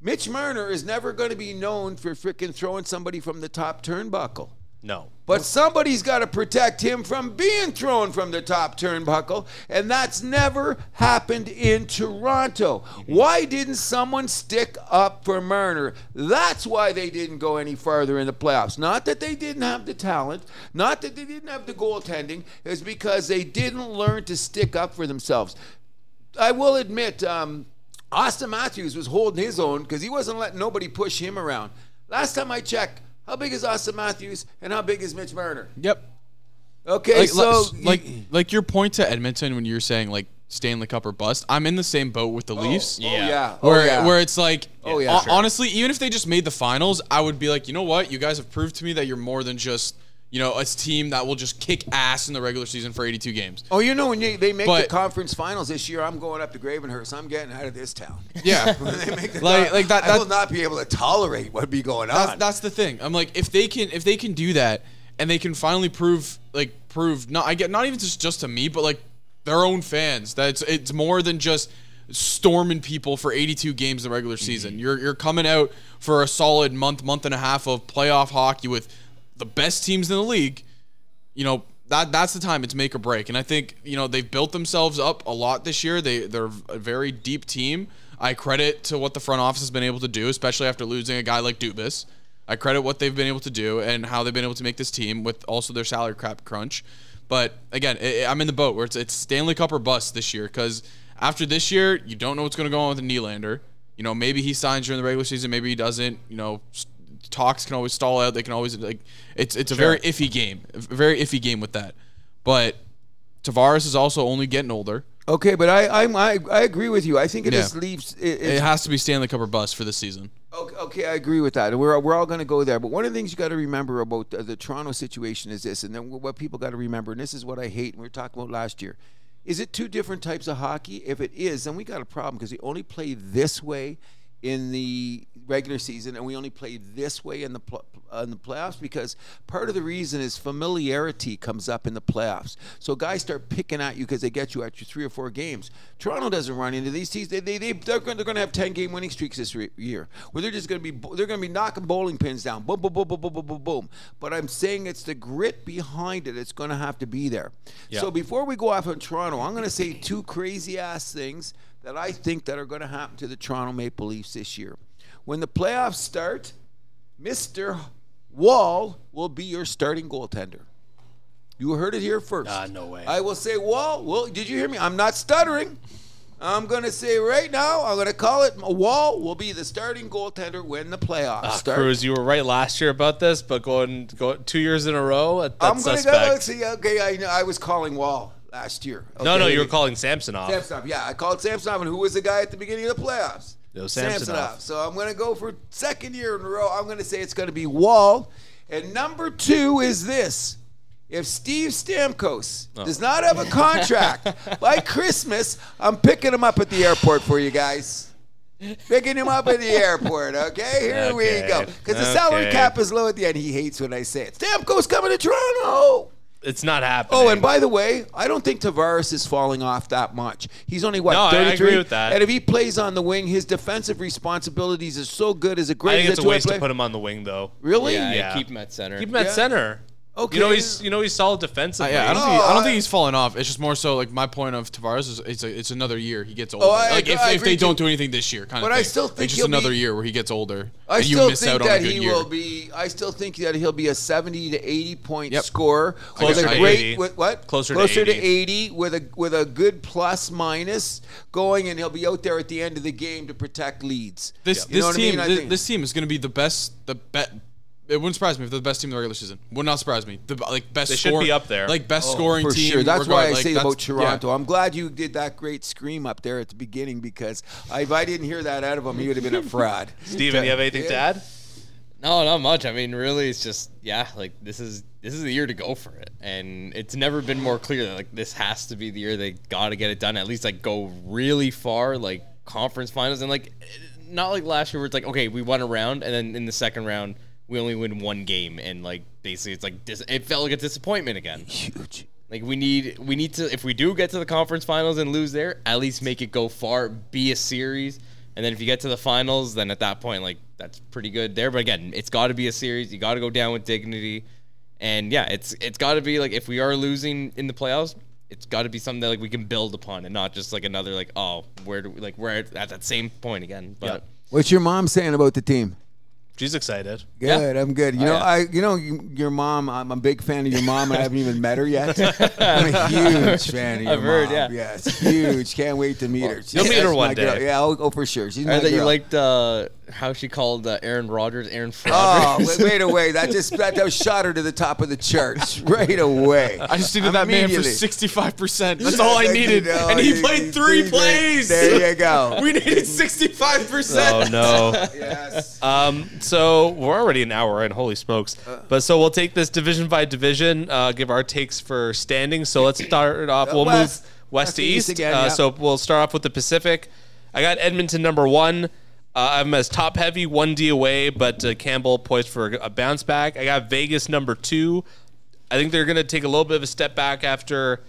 B: Mitch Marner is never going to be known for freaking throwing somebody from the top turnbuckle.
A: No.
B: But somebody's got to protect him from being thrown from the top turnbuckle, and that's never happened in Toronto. Why didn't someone stick up for Marner? That's why they didn't go any further in the playoffs. Not that they didn't have the talent, not that they didn't have the goaltending, it's because they didn't learn to stick up for themselves. I will admit, um, Austin Matthews was holding his own because he wasn't letting nobody push him around. Last time I checked, how big is Austin Matthews and how big is Mitch Marner?
D: Yep.
B: Okay,
D: Like,
B: so
D: like, like your point to Edmonton when you're saying like Stanley Cup or bust. I'm in the same boat with the Leafs.
B: oh yeah,
C: Yeah.
B: oh,
D: where,
B: yeah.
D: where it's like,
B: Oh, yeah,
D: ho-
B: sure.
D: honestly, even if they just made the finals, I would be like, you know what? You guys have proved to me that you're more than just, you know, a team that will just kick ass in the regular season for 82 games.
B: oh, you know when they, they make the
D: But-
B: conference finals this year, I'm going up to Gravenhurst. I'm getting out of this town.
D: Yeah.
B: When they make the
D: Like-
B: top-
D: like that-
B: I will
D: that-
B: not be able to tolerate what be going
D: that's,
B: on.
D: that's the thing. I'm like, if they can, if they can do that, and they can finally prove, like, prove not, I get not even just just to me, but like their own fans that it's, it's more than just storming people for 82 games in the regular season.
B: Mm-hmm.
D: You're you're coming out for a solid month, month and a half of playoff hockey with the best teams in the league. You know. That, that's the time it's make or break, and I think you know they've built themselves up a lot this year. They they're a very deep team. I credit to what the front office has been able to do, especially after losing a guy like Dubas. I credit what they've been able to do and how they've been able to make this team with also their salary cap crunch. But again, i I'm in the boat where it's, it's Stanley Cup or bust this year because after this year, you don't know what's going to go on with Nylander. You know, maybe he signs during the regular season, maybe he doesn't. You know, s- talks can always stall out. They can always like it's it's a very iffy game, a very iffy game with that. But Tavares is also only getting older.
B: okay, but I, I'm, I I agree with you. I think it
D: Yeah.
B: just leaves. It,
D: It
B: it's
D: has to be Stanley Cup or bust for this season.
B: Okay, okay, I agree with that. And We're, we're all going to go there. But one of the things you got to remember about the, the Toronto situation is this, and then what people got to remember, and this is what I hate, and we were talking about last year. Is it two different types of hockey? If it is, then we got a problem because we only play this way in the regular season, and we only play this way in the pl- in the playoffs because part of the reason is familiarity comes up in the playoffs. So guys start picking at you because they get you at your three or four games. Toronto doesn't run into these teams. They, they, they, they're going to have 10 game winning streaks this re- year where they're just going to be bo- they're going to be knocking bowling pins down. Boom, boom, boom, boom, boom, boom, boom, boom. But I'm saying it's the grit behind it that's going to have to be there. So before we go off on Toronto, I'm going to say two crazy ass things that I think that are going to happen to the Toronto Maple Leafs this year. When the playoffs start, Mr. Wall will be your starting goaltender. You heard it here first.
A: Ah, no way.
B: I will say Wall. Well, did you hear me? I'm not stuttering. I'm going to say right now, I'm going to call it Wall will be the starting goaltender when the playoffs
A: Ah,
B: start.
A: Cruz, you were right last year about this, but going go two years in a row, that- that's
B: I'm going to
A: suspect.
B: go see. Okay, I, know- I was calling Wall. last year.
A: No, no,
B: okay?
A: you were calling Samson off.
B: Samsonov. Yeah, I called Samsonov, and who was the guy at the beginning of the playoffs?
A: It was Samsonov.
B: So I'm going to go for second year in a row. I'm going to say it's going to be Wall. And number two is this. If Steve Stamkos
A: Oh.
B: does not have a contract by Christmas, I'm picking him up at the airport for you guys. Picking him up at the airport, okay? Here we
A: Okay.
B: go. Because the salary
A: Okay.
B: cap is low at the end. He hates when I say it. Stamkos coming to Toronto.
A: It's not happening.
B: Oh, and by the way, I don't think Tavares is falling off that much. He's only what
A: No, I- I
B: 33.
A: agree with that.
B: And if he plays on the wing, his defensive responsibilities is so good as a
A: I
B: great.
A: think
B: as
A: it's a
B: two-way
A: waste to
B: player.
A: put him on the wing, though.
B: Really?
C: Yeah,
A: Yeah.
C: keep him at center.
A: Keep him at
B: Yeah.
A: center.
B: Okay.
A: You know he's you know he's solid defensively.
D: yeah, I don't,
B: Oh,
D: think, I don't
B: I-
D: think he's fallen off. It's just more so like my point of Tavares is it's, a, it's another year he gets older.
B: Oh, I
D: like
B: agree-
D: if,
B: I
D: if they
B: agree
D: don't
B: too.
D: do anything this year, kind
B: But
D: of.
B: I
D: thing.
B: still
D: Like,
B: think
D: just
B: he'll
D: another
B: be-
D: year where he gets older.
B: I
D: and you
B: still
D: miss
B: think
D: out
B: that
D: on a good
B: he
D: year.
B: will be. I still think that he'll be a 70 to 80 point
D: Yep.
B: scorer.
A: Closer
B: with a
A: to
B: great,
A: 80.
B: With, what?
A: Closer to
B: Closer to
A: 80.
B: 80 with a with a good plus minus going, and he'll be out there at the end of the game to protect leads.
D: This
B: You know
D: this
B: what I mean?
D: team
B: I
D: thi-
B: think-
D: this team is going to be the best the bet. It wouldn't surprise me if they're the best team in the regular season. Would not surprise me. The like best
A: They should
D: score-
A: be up there.
D: Like best
B: Oh,
D: scoring
B: for
D: team.
B: sure. That's why I
D: regard- like,
B: say
D: that's-
B: about
D: yeah.
B: Toronto. I'm glad you did that great scream up there at the beginning because if I didn't hear that out of him, he would have been a fraud.
A: Steven, you have anything to
B: Yeah.
A: add?
C: No, not much. I mean, really, it's just yeah. Like this is this is the year to go for it, and it's never been more clear that like this has to be the year they got to get it done. At least like go really far, like conference finals, and like not like last year where it's like okay, we won a round, and then in the second round we only win one game, and like basically it's like dis- it felt like a disappointment again.
B: Huge.
C: Like we need we need to if we do get to the conference finals and lose there, at least make it go far, be a series. And then if you get to the finals, then at that point, like that's pretty good there. But again, it's gotta be a series. You gotta go down with dignity. And yeah, it's it's gotta be like if we are losing in the playoffs, it's gotta be something that like we can build upon and not just like another like, oh, where do we like we're at, at that same point again. But
B: What's your mom saying about the team?
A: She's excited.
B: Good, I'm good. You know,
C: yeah.
B: I you know you- your mom. I'm a big fan of your mom. and I haven't even met her yet. I'm a huge fan of your
C: I've heard,
B: mom.
C: yeah.
B: Yes, huge. Can't wait to meet her.
A: you'll meet her
B: She's
A: one
B: my girl.
A: day.
B: Yeah, I'll, oh for sure. She's
C: I
B: my
C: heard that you
B: girl.
C: liked uh, how she called uh, Aaron Rodgers Aaron
B: Oh,
C: Rodgers.
B: wait, wait away! That just that, that shot her to the top of the church right away.
D: I just needed that man for
B: Immediately.
D: sixty five percent. That's all I
B: Like,
D: needed,
B: you know,
D: and he
B: you- you
D: played three
B: think that-
D: plays.
B: There you go.
D: we needed sixty five
A: Oh
D: percent.
A: no.
B: yes.
A: Um, so we're already an hour in. Holy smokes! But so we'll take this division by division, uh, give our takes for standings. So let's start off. We'll
B: West.
A: move west to east.
B: again,
A: uh,
B: yeah.
A: So we'll start off with the Pacific. I got Edmonton number one. Uh, I'm as top heavy, one D away, but uh, Campbell poised for a bounce back. I got Vegas number two. I think they're going to take a little bit of a step back after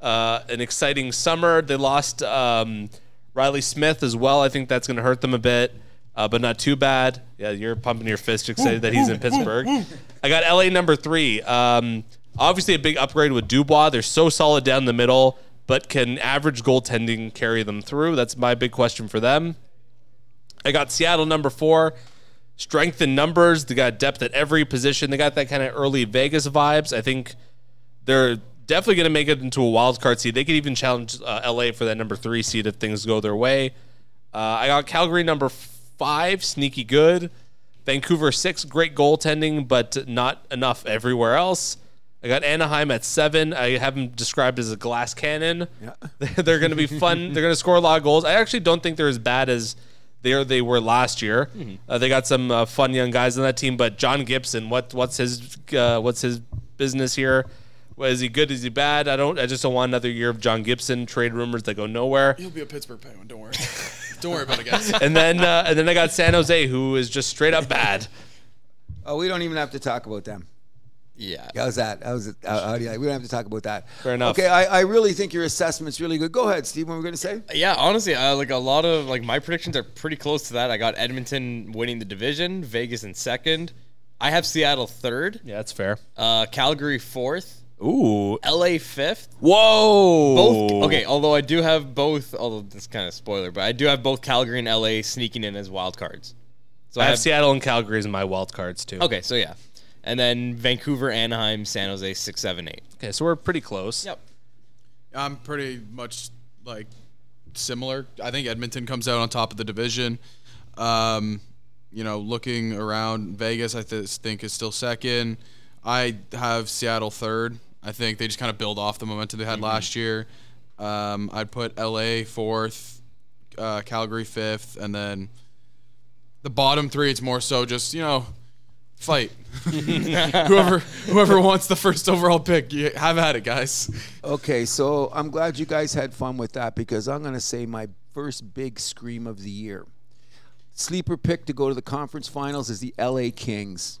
A: uh, an exciting summer. They lost um, Riley Smith as well. I think that's going to hurt them a bit, uh, but not too bad. Yeah, you're pumping your fist, excited that he's in Pittsburgh. I got LA number three. Um, obviously, a big upgrade with Dubois. They're so solid down the middle, but can average goaltending carry them through? That's my big question for them. I got Seattle number four. Strength in numbers. They got depth at every position. They got that kind of early Vegas vibes. I think they're definitely going to make it into a wild card seed. They could even challenge uh, LA for that number three seed if things go their way. Uh, I got Calgary number five, sneaky good. Vancouver six, great goaltending, but not enough everywhere else. I got Anaheim at seven. I have them described as a glass cannon. they're going to be fun. they're going to score a lot of goals. I actually don't think they're as bad as there they were last year. Uh, they got some uh, fun young guys on that team, but John Gibson, what what's his uh, what's his business here? Well, Is he good? Is he bad? I don't. I just don't want another year of John Gibson trade rumors that go nowhere.
D: He'll be a Pittsburgh Penguin. Don't worry. don't worry about it, guys.
A: And then uh, and then I got San Jose, who is just straight up bad.
B: Oh, we don't even have to talk about them.
C: yeah.
B: How's that? How's it? Uh, How, how do you, we don't have to talk about that.
A: Fair enough.
B: Okay, I, I really think your assessment's really good. Go ahead, Steve. What were we going to say?
C: Yeah, honestly, uh, like a lot of like my predictions are pretty close to that. I got Edmonton winning the division, Vegas in second. I have Seattle third,
A: Yeah, that's fair.
C: uh, Calgary fourth,
A: Ooh.
C: LA fifth.
A: Whoa.
C: Both okay, although I do have both. Although this kind of spoiler, but I do have both Calgary and LA sneaking in as wild cards. So
A: I have Seattle and Calgary as my wild cards too.
C: Okay, so yeah, and then Vancouver, Anaheim, San Jose, six, seven, eight.
A: Okay, so we're pretty close.
C: Yep.
D: I'm pretty much like similar. I think Edmonton comes out on top of the division. Um, you know, looking around, Vegas I th- think is still second. I have Seattle third. I think they just kind of build off the momentum they had last year. Um, I'd put LA fourth, uh, Calgary fifth, and then the bottom three. It's more so just you know, fight. whoever whoever wants the first overall pick, you have at it, guys.
B: Okay, so I'm glad you guys had fun with that because I'm going to say my first big scream of the year. Sleeper pick to go to the conference finals is the LA Kings.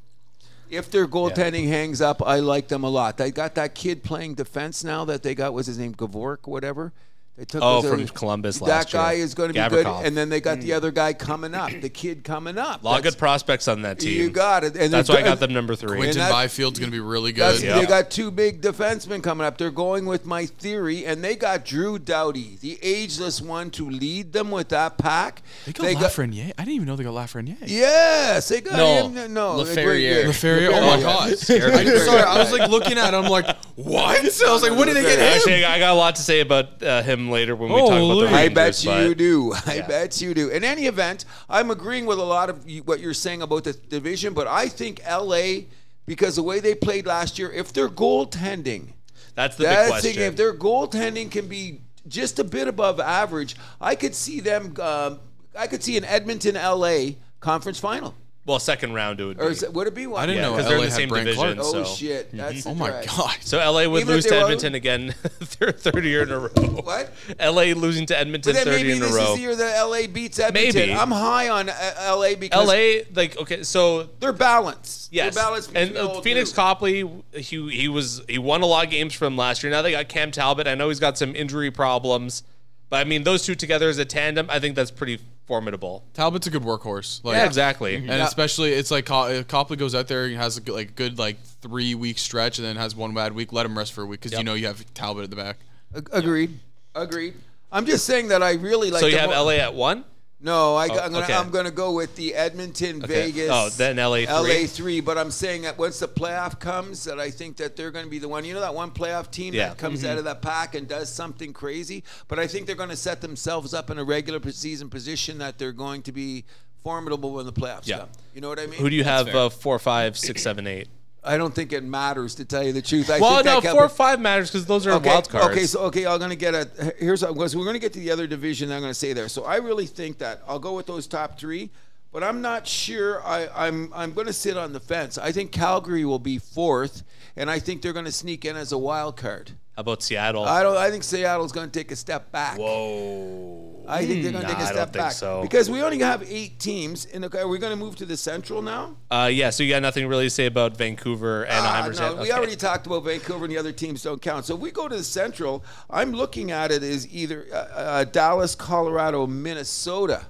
B: If their goaltending hangs up, I like them a lot. They got that kid playing defense now that they got what's his name, Gavork, whatever. They took
A: Oh,
B: those
A: from
B: other-
A: Columbus
B: That
A: last
B: guy
A: year.
B: is going to be
A: Gavrikov. Hmm.
B: good, and then they got the other guy coming up, the kid coming up.
A: A lot of
B: That's-
A: good prospects on that team.
B: You got it. And
A: That's
B: they're
A: why I got
B: good-
A: them number three.
D: Quinton
B: that-
D: Byfield's gonna be really
B: that's,
D: good.
B: They got two big defensemen coming up. They're going with my theory, and they got Drew Doughty, the ageless one, to lead them with that pack.
D: They got Lafreniere. I didn't even know they got Lafreniere.
B: yes, they got
C: No,
B: him. No, they're
C: Laferriere.
B: great.
D: Laferriere. Oh my
B: Yeah.
D: god.
C: Scared
D: I just
C: Laferriere.
D: saw it. I was like looking at him like, what? I was like, when did they get him?
A: Actually, I got a lot to say about uh, him later when we talk about the
D: Holy.
A: Rangers.
B: I bet you
A: but-
B: do. I bet you do. In any event, I'm agreeing with a lot of you, what you're saying about the division, but I think LA, because the way they played last year, if they're goaltending,
A: That's the big
B: That's
A: question.
B: thinking if their goaltending can be just a bit above average, I could see them. Um, I could see an Edmonton LA conference final.
A: well, second round it would be.
B: Or is it, Oh, would it be one?
D: I didn't
A: Yeah,
D: know
A: 'cause they're in
D: LA
A: the
D: had
A: same
D: Brant
A: division.
D: Clark.
B: Oh
A: so-
B: shit! That's
D: Oh my
B: the drive.
D: god.
A: so LA would
B: Even if
A: lose
B: they
A: to
B: were-
A: Edmonton again, their third year in a row.
B: What?
A: LA losing to Edmonton
B: But then
A: 30
B: maybe
A: in a
B: this
A: row.
B: is the year that LA beats Edmonton.
A: Maybe.
B: I'm high on uh, LA because
A: LA, like, okay, so
B: they're balanced.
A: Yes,
B: they're balanced.
A: and
B: between
A: uh,
B: all
A: Phoenix
B: three.
A: Copley, he he was he won a lot of games from last year. Now they got Cam Talbot. I know he's got some injury problems, but I mean those two together as a tandem, I think that's pretty formidable.
D: Talbot's a good workhorse. Like,
A: Yeah, exactly.
B: Mm-hmm.
D: And especially, it's like Co- if Copley goes out there and has a good, like good like three week stretch, and then has one bad week. Let him rest for a week because you know you have Talbot at the back.
B: Ag- Agreed. Agreed. I'm just saying that I really like.
A: so you
B: the
A: have
B: mo-
A: LA at one.
B: No, I, am gonna
A: Oh, okay.
B: I'm gonna go with the Edmonton, Vegas.
A: Oh, then LA three.
B: LA three. But I'm saying that once the playoff comes, that I think that they're gonna be the one. You know that one playoff team
A: Yeah. Mm-hmm.
B: that comes out of that pack and does something crazy. But I think they're gonna set themselves up in a regular season position that they're going to be formidable when the playoffs
A: Yeah.
B: come. You know what I mean?
A: Who do you have? Uh, four, five, six, seven, eight.
B: I don't think it matters to tell you the truth. I
A: Well,
B: think
A: no,
B: that
A: four,
B: Calgary-
A: five matters because those are
B: okay.
A: wild cards.
B: Okay, so okay, I'm gonna get a here's because we're gonna get to the other division. I'm gonna say there. So I really think that I'll go with those top three, but I'm not sure. I, I'm I'm gonna sit on the fence. I think Calgary will be fourth, and I think they're gonna sneak in as a wild card.
A: How about Seattle?
B: I don't. I think Seattle's gonna take a step back.
A: Whoa.
B: I think they're gonna
A: Hmm.
B: take
A: Nah,
B: a
A: I
B: step
A: don't think
B: back
A: so.
B: because we only have eight teams. And okay, are we gonna move to the Central now?
A: Uh, yeah. So you got nothing really to say about Vancouver, Anaheim,
B: Ah,
A: or
B: no,
A: San-
B: we
A: okay.
B: already talked about Vancouver and the other teams don't count. So if we go to the Central, I'm looking at it as either uh, uh, Dallas, Colorado, Minnesota.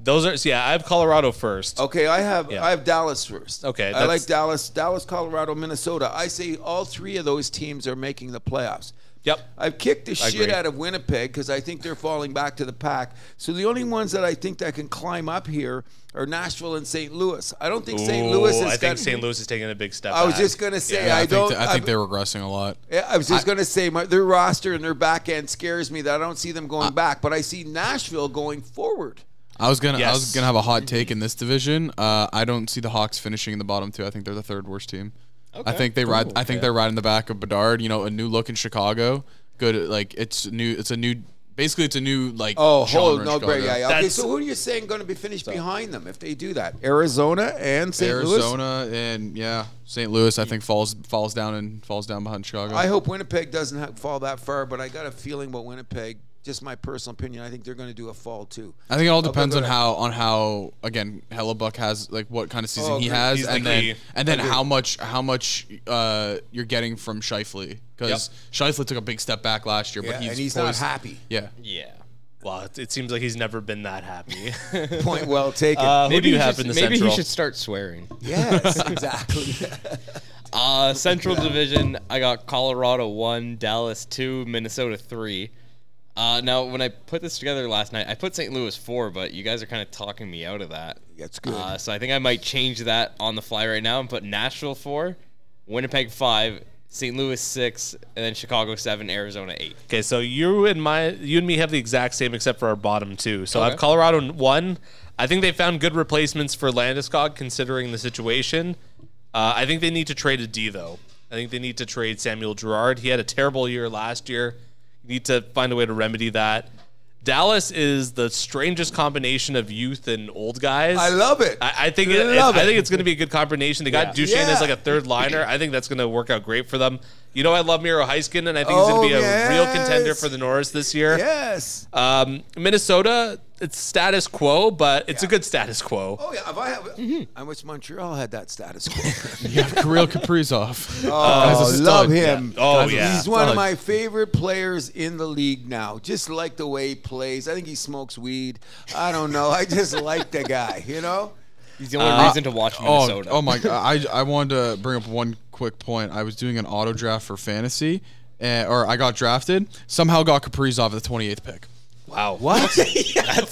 A: Those are. So yeah, I have Colorado first.
B: Okay, I have
A: Yeah.
B: I have Dallas first.
A: Okay,
B: I
A: that's-
B: like Dallas, Dallas, Colorado, Minnesota. I say all three of those teams are making the playoffs.
A: Yep.
B: I've kicked the shit
A: agree.
B: out of Winnipeg because I think they're falling back to the pack. So the only ones that I think that can climb up here are Nashville and St. Louis. I don't think St. Louis
A: Ooh,
B: is.
A: I think St. Louis is taking a big step.
B: I was
A: back.
B: just gonna say
D: Yeah,
B: I,
D: think
B: don't.
D: th- I think they're regressing a lot.
B: Yeah, I was just going to say my, their roster and their back end scares me that I don't see them going back, but I see Nashville going forward.
D: I was gonna I
A: Yes.
D: was gonna have a hot take in this division. Uh, I don't see the Hawks finishing in the bottom two. I think they're the third worst team. I think they ride. I think they're riding the back of Bedard. You know, a new look in Chicago. Good, like it's new. It's a new. Basically, it's a new like.
B: Oh,
D: genre
B: hold
D: in
B: no,
D: Chicago.
B: great, yeah, yeah. Okay,
A: That's-
B: so who are you saying going to be finished behind them if they do that? Arizona and St. Louis.
D: Arizona and yeah, St. Louis. I think falls falls down and falls down behind Chicago.
B: I hope Winnipeg doesn't ha- fall that far, but I got a feeling about Winnipeg. Just my personal opinion. I think they're going to do a fall too.
D: I think it all
B: go
D: depends on
B: to-
D: how on how again Hellebuck has like what kind of season
B: Oh,
D: he
B: agree.
D: has,
A: He's the
D: and then
A: key.
D: and then how much how much uh, you're getting from Shifley because Shifley took a big step back last year,
B: Yeah,
D: but he's,
B: and he's
D: poised-
B: not happy.
D: Yeah,
C: Yeah.
A: Wow, it- it seems like he's never been that happy.
B: Point well taken.
A: uh, maybe
C: he
A: you have
C: should-
A: in the
C: maybe
A: Central.
C: he should start swearing.
B: yes, exactly.
C: Uh, Central Division, I got Colorado 1, Dallas 2, Minnesota 3. Uh, now, when I put this together last night, I put St. Louis 4, but you guys are kind of talking me out of that.
B: That's good.
C: Uh, so I think I might change that on the fly right now and put Nashville 4, Winnipeg 5, St. Louis 6, and then Chicago 7, Arizona 8.
A: Okay, so you and my you and me have the exact same except for our bottom two. So I have
C: Okay.
A: Colorado in one. I think they found good replacements for Landeskog considering the situation. Uh, I think they need to trade a D though. I think they need to trade Samuel Girard. He had a terrible year last year. You need to find a way to remedy that. Dallas is the strangest combination of youth and old guys.
B: I love it.
A: I, I think it, it's-
B: Love
A: I
B: it.
A: think it's going to be a good combination. They got
C: Yeah.
A: Duchesne as
B: Yeah.
A: like a third liner. I think that's going to work out great for them. You know, I love Miro Heiskanen, and I think he's
B: Oh,
A: going to be a real
B: yes.
A: contender for the Norris this year.
B: yes.
A: Um, Minnesota, it's status quo, but it's a good status quo.
B: oh yeah. If I have, I wish Montreal had that status quo.
D: You have Kirill Kaprizov.
B: oh,
D: Guy's a
B: love
D: stud.
B: him.
A: Oh, yeah.
B: He's one of
D: Stud.
B: my favorite players in the league now. Just like the way he plays. I think he smokes weed. I don't know. I just like the guy. You know. Uh,
C: He's the only
A: Uh,
C: reason to watch
D: Oh,
C: Minnesota.
D: oh my! I I wanted to bring up one quick point. I was doing an auto draft for fantasy, uh, or I got drafted. Somehow got Kaprizov at the 28th pick.
A: Wow.
B: What?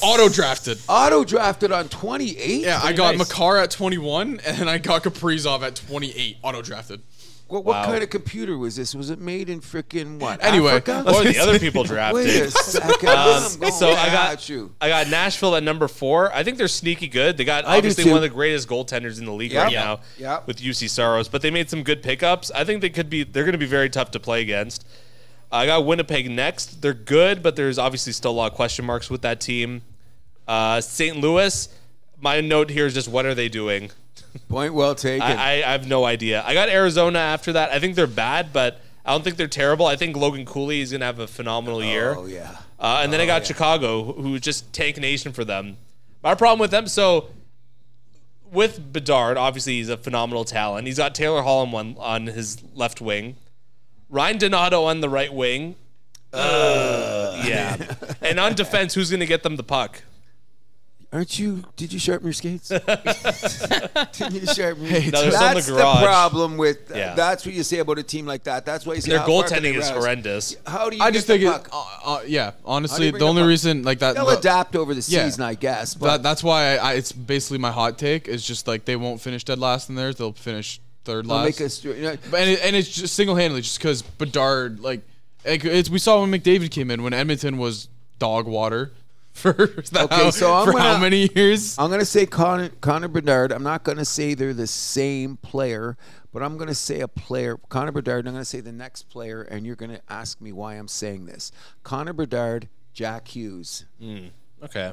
D: Auto drafted.
B: Auto drafted on 28.
D: Yeah, I got
A: nice.
D: Makar at 21, and I got Kaprizov at 28. Auto drafted.
B: What, what
A: Wow.
B: kind of computer was this? Was it made in freaking what?
D: Anyway,
B: Africa?
A: Or the other people
B: Oh. Wait a
A: drafted.
B: second. I'm
A: Um,
B: going
A: so I got
B: at you.
A: I got Nashville at number four. I think they're sneaky good. They got
B: do
A: obviously
B: too.
A: one of the greatest goaltenders in the league
B: Yep.
A: right
B: Yep.
A: now
B: Yep.
A: with UC Soros, but they made some good pickups. I think they could be they're going to be very tough to play against. I got Winnipeg next. They're good, but there's obviously still a lot of question marks with that team. Uh, St. Louis. My note here is just what are they doing?
B: Point well taken.
A: I, I, I have no idea. I got Arizona after that. I think they're bad, but I don't think they're terrible. I think Logan Cooley is going to have a phenomenal year.
B: oh yeah.
A: Uh, and then I got Chicago, who- who just tank nation for them. My problem with them, so with Bedard, obviously he's a phenomenal talent. He's got Taylor Hall on one on his left wing, Ryan Donato on the right wing. Uh, yeah, and on defense, who's going to get them the puck?
B: Aren't you? Did you sharpen your skates? did you sharpen? Your,
A: No, they're
B: that's
A: still in the garage.
B: problem with. uh,
A: Yeah.
B: That's what you say about a team like that. That's why you say
A: Their
B: how far can they
A: goaltending is
B: rouse?
A: horrendous.
B: How do you?
D: I
B: get
D: just
B: the
D: think
B: puck?
D: it. Uh, uh, yeah,
B: bring
D: honestly, the
B: the
D: only
B: puck?
D: reason like that.
B: They'll
D: the-
B: adapt over the
D: Yeah.
B: season, I guess. But
D: That, that's why I, I, it's basically my hot take is just like they won't finish dead last in theirs. They'll finish third
B: they'll
D: last.
B: make us. You know,
D: But- and, it, and it's just single handedly just because Bedard like, like, it's we saw when McDavid came in when Edmonton was dog water for the
B: Okay,
D: how,
B: so I'm
D: for how
B: gonna-
D: many years?
B: I'm going to say Connor, Connor Bedard. I'm not going to say they're the same player, but I'm going to say a player, Connor Bedard, and I'm going to say the next player, and you're going to ask me why I'm saying this. Connor Bedard, Jack Hughes.
A: Okay.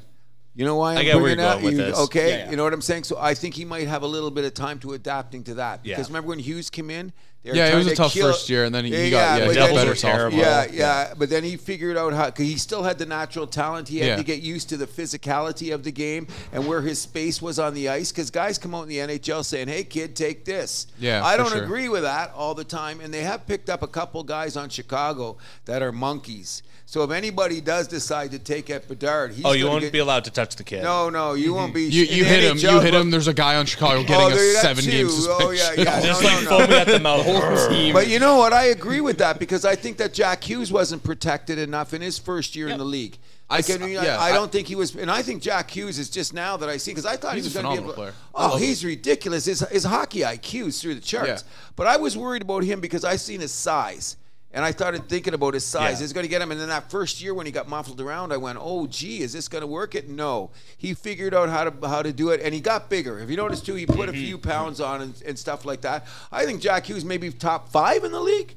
B: You know why I'm
A: get where
B: bringing
A: you're
B: up?
A: going with
B: you,
A: this.
B: Okay,
C: Yeah, yeah.
B: you know what I'm saying. So I think he might have a little bit of time to adapting to that.
A: Yeah.
B: Because remember when Hughes came in? They were
D: Yeah, it
B: trying
D: was a
B: to
D: tough
B: kill-
D: first year, and then he, he got yeah,
B: but
D: he
A: Devils
D: got better
A: were
D: sophomore.
A: terrible.
B: yeah, yeah, but then he figured out how cause he still had the natural talent. He had
D: Yeah.
B: to get used to the physicality of the game and where his space was on the ice. Because guys come out in the NHL saying, "Hey, kid, take this."
D: Yeah,
B: I
D: for
B: don't
D: sure.
B: agree with that all the time, and they have picked up a couple guys on Chicago that are monkeys. So if anybody does decide to take at Bedard, he's
A: Oh, you
B: gonna
A: won't
B: get-
A: be allowed to touch the kid.
B: No, no, you won't be.
D: You,
B: in
D: you
B: the
D: hit him. You
B: NHL,
D: hit
B: but-
D: him. There's a guy on Chicago
B: Oh,
D: getting
B: there you
D: a
B: got
D: seven game
B: two.
D: suspension.
B: Oh yeah, yeah.
A: Just
B: no,
A: like
B: no, no.
A: foaming at the mouth. Team.
B: But you know what? I agree with that because I think that Jack Hughes wasn't protected enough in his first year in the league.
D: I
B: Like, I,
D: s-
B: mean,
D: yeah,
B: I, I
D: I-
B: don't think he was, and I think Jack Hughes is just now that I see because I thought
D: He's
B: he was
D: a
B: going to be
D: phenomenal
B: able-
D: player. I
B: Oh,
D: love
B: he's ridiculous. His his hockey IQ is through the charts.
D: Yeah.
B: But I was worried about him because I seen his size. And I started thinking about his size.
A: Yeah.
B: It's going to get him. And then that first year when he got muffled around, I went, "Oh, gee, is this going to work?" It no. He figured out how to how to do it, and he got bigger. If you notice too, he put a
A: Mm-hmm.
B: few pounds on and, and stuff like that. I think Jack Hughes may be top five in the league.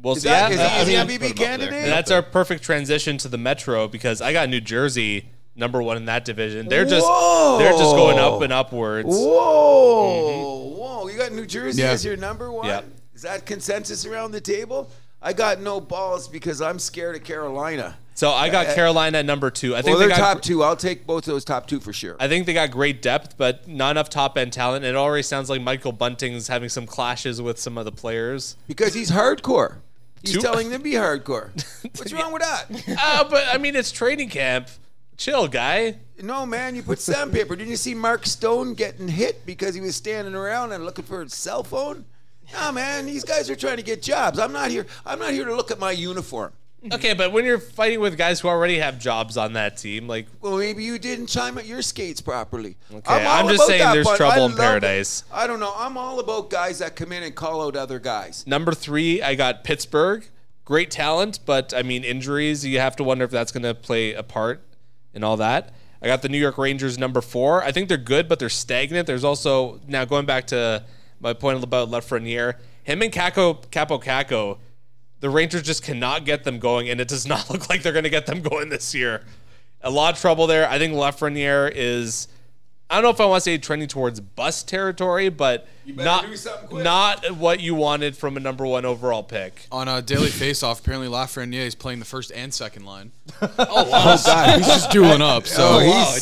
A: We'll
B: Is
A: see.
B: that is
A: Yeah, I
B: he,
A: mean-
B: is he MVP candidate?
A: And that's our perfect transition to the Metro because I got New Jersey number one in that division. They're just
B: Whoa.
A: they're just going up and upwards.
B: Whoa, whoa! You got New Jersey
D: Yeah.
B: as your number one.
A: Yeah.
B: Is that consensus around the table? I got no balls because I'm scared of Carolina.
A: So I got Carolina at number two. I think
B: Well,
A: they
B: they're
A: got
B: top two. I'll take both of those top two for sure.
A: I think they got great depth, but not enough top end talent. It already sounds like Michael Bunting's having some clashes with some of the players.
B: because he's hardcore. He's
A: Two-
B: telling them to be hardcore. What's wrong with that?
A: Ah, but I mean, it's training camp. Chill, guy.
B: No, man, you put sandpaper. Didn't you see Mark Stone getting hit because he was standing around and looking for his cell phone? Nah, man, these guys are trying to get jobs. I'm not here. I'm not here to look at my uniform.
A: Okay, but when you're fighting with guys who already have jobs on that team, like
B: Well, maybe you didn't chime out your skates properly. Okay,
A: I'm just saying there's trouble in paradise.
B: I don't know. I'm all about guys that come in and call out other guys.
A: Number three, I got Pittsburgh. Great talent, but I mean injuries. You have to wonder if that's going to play a part in all that. I got the New York Rangers number four. I think they're good, but they're stagnant. There's also now going back to my point about Lafreniere. Him and Kako Capo Caco, the Rangers just cannot get them going, and it does not look like they're going to get them going this year. A lot of trouble there. I think Lafreniere is. I don't know if I want to say trending towards bust territory, but not
B: do something quick.
A: not what you wanted from a number one overall pick.
D: On a daily faceoff, apparently Lafreniere is playing the first and second line.
B: Oh God,
D: He's just doing up. So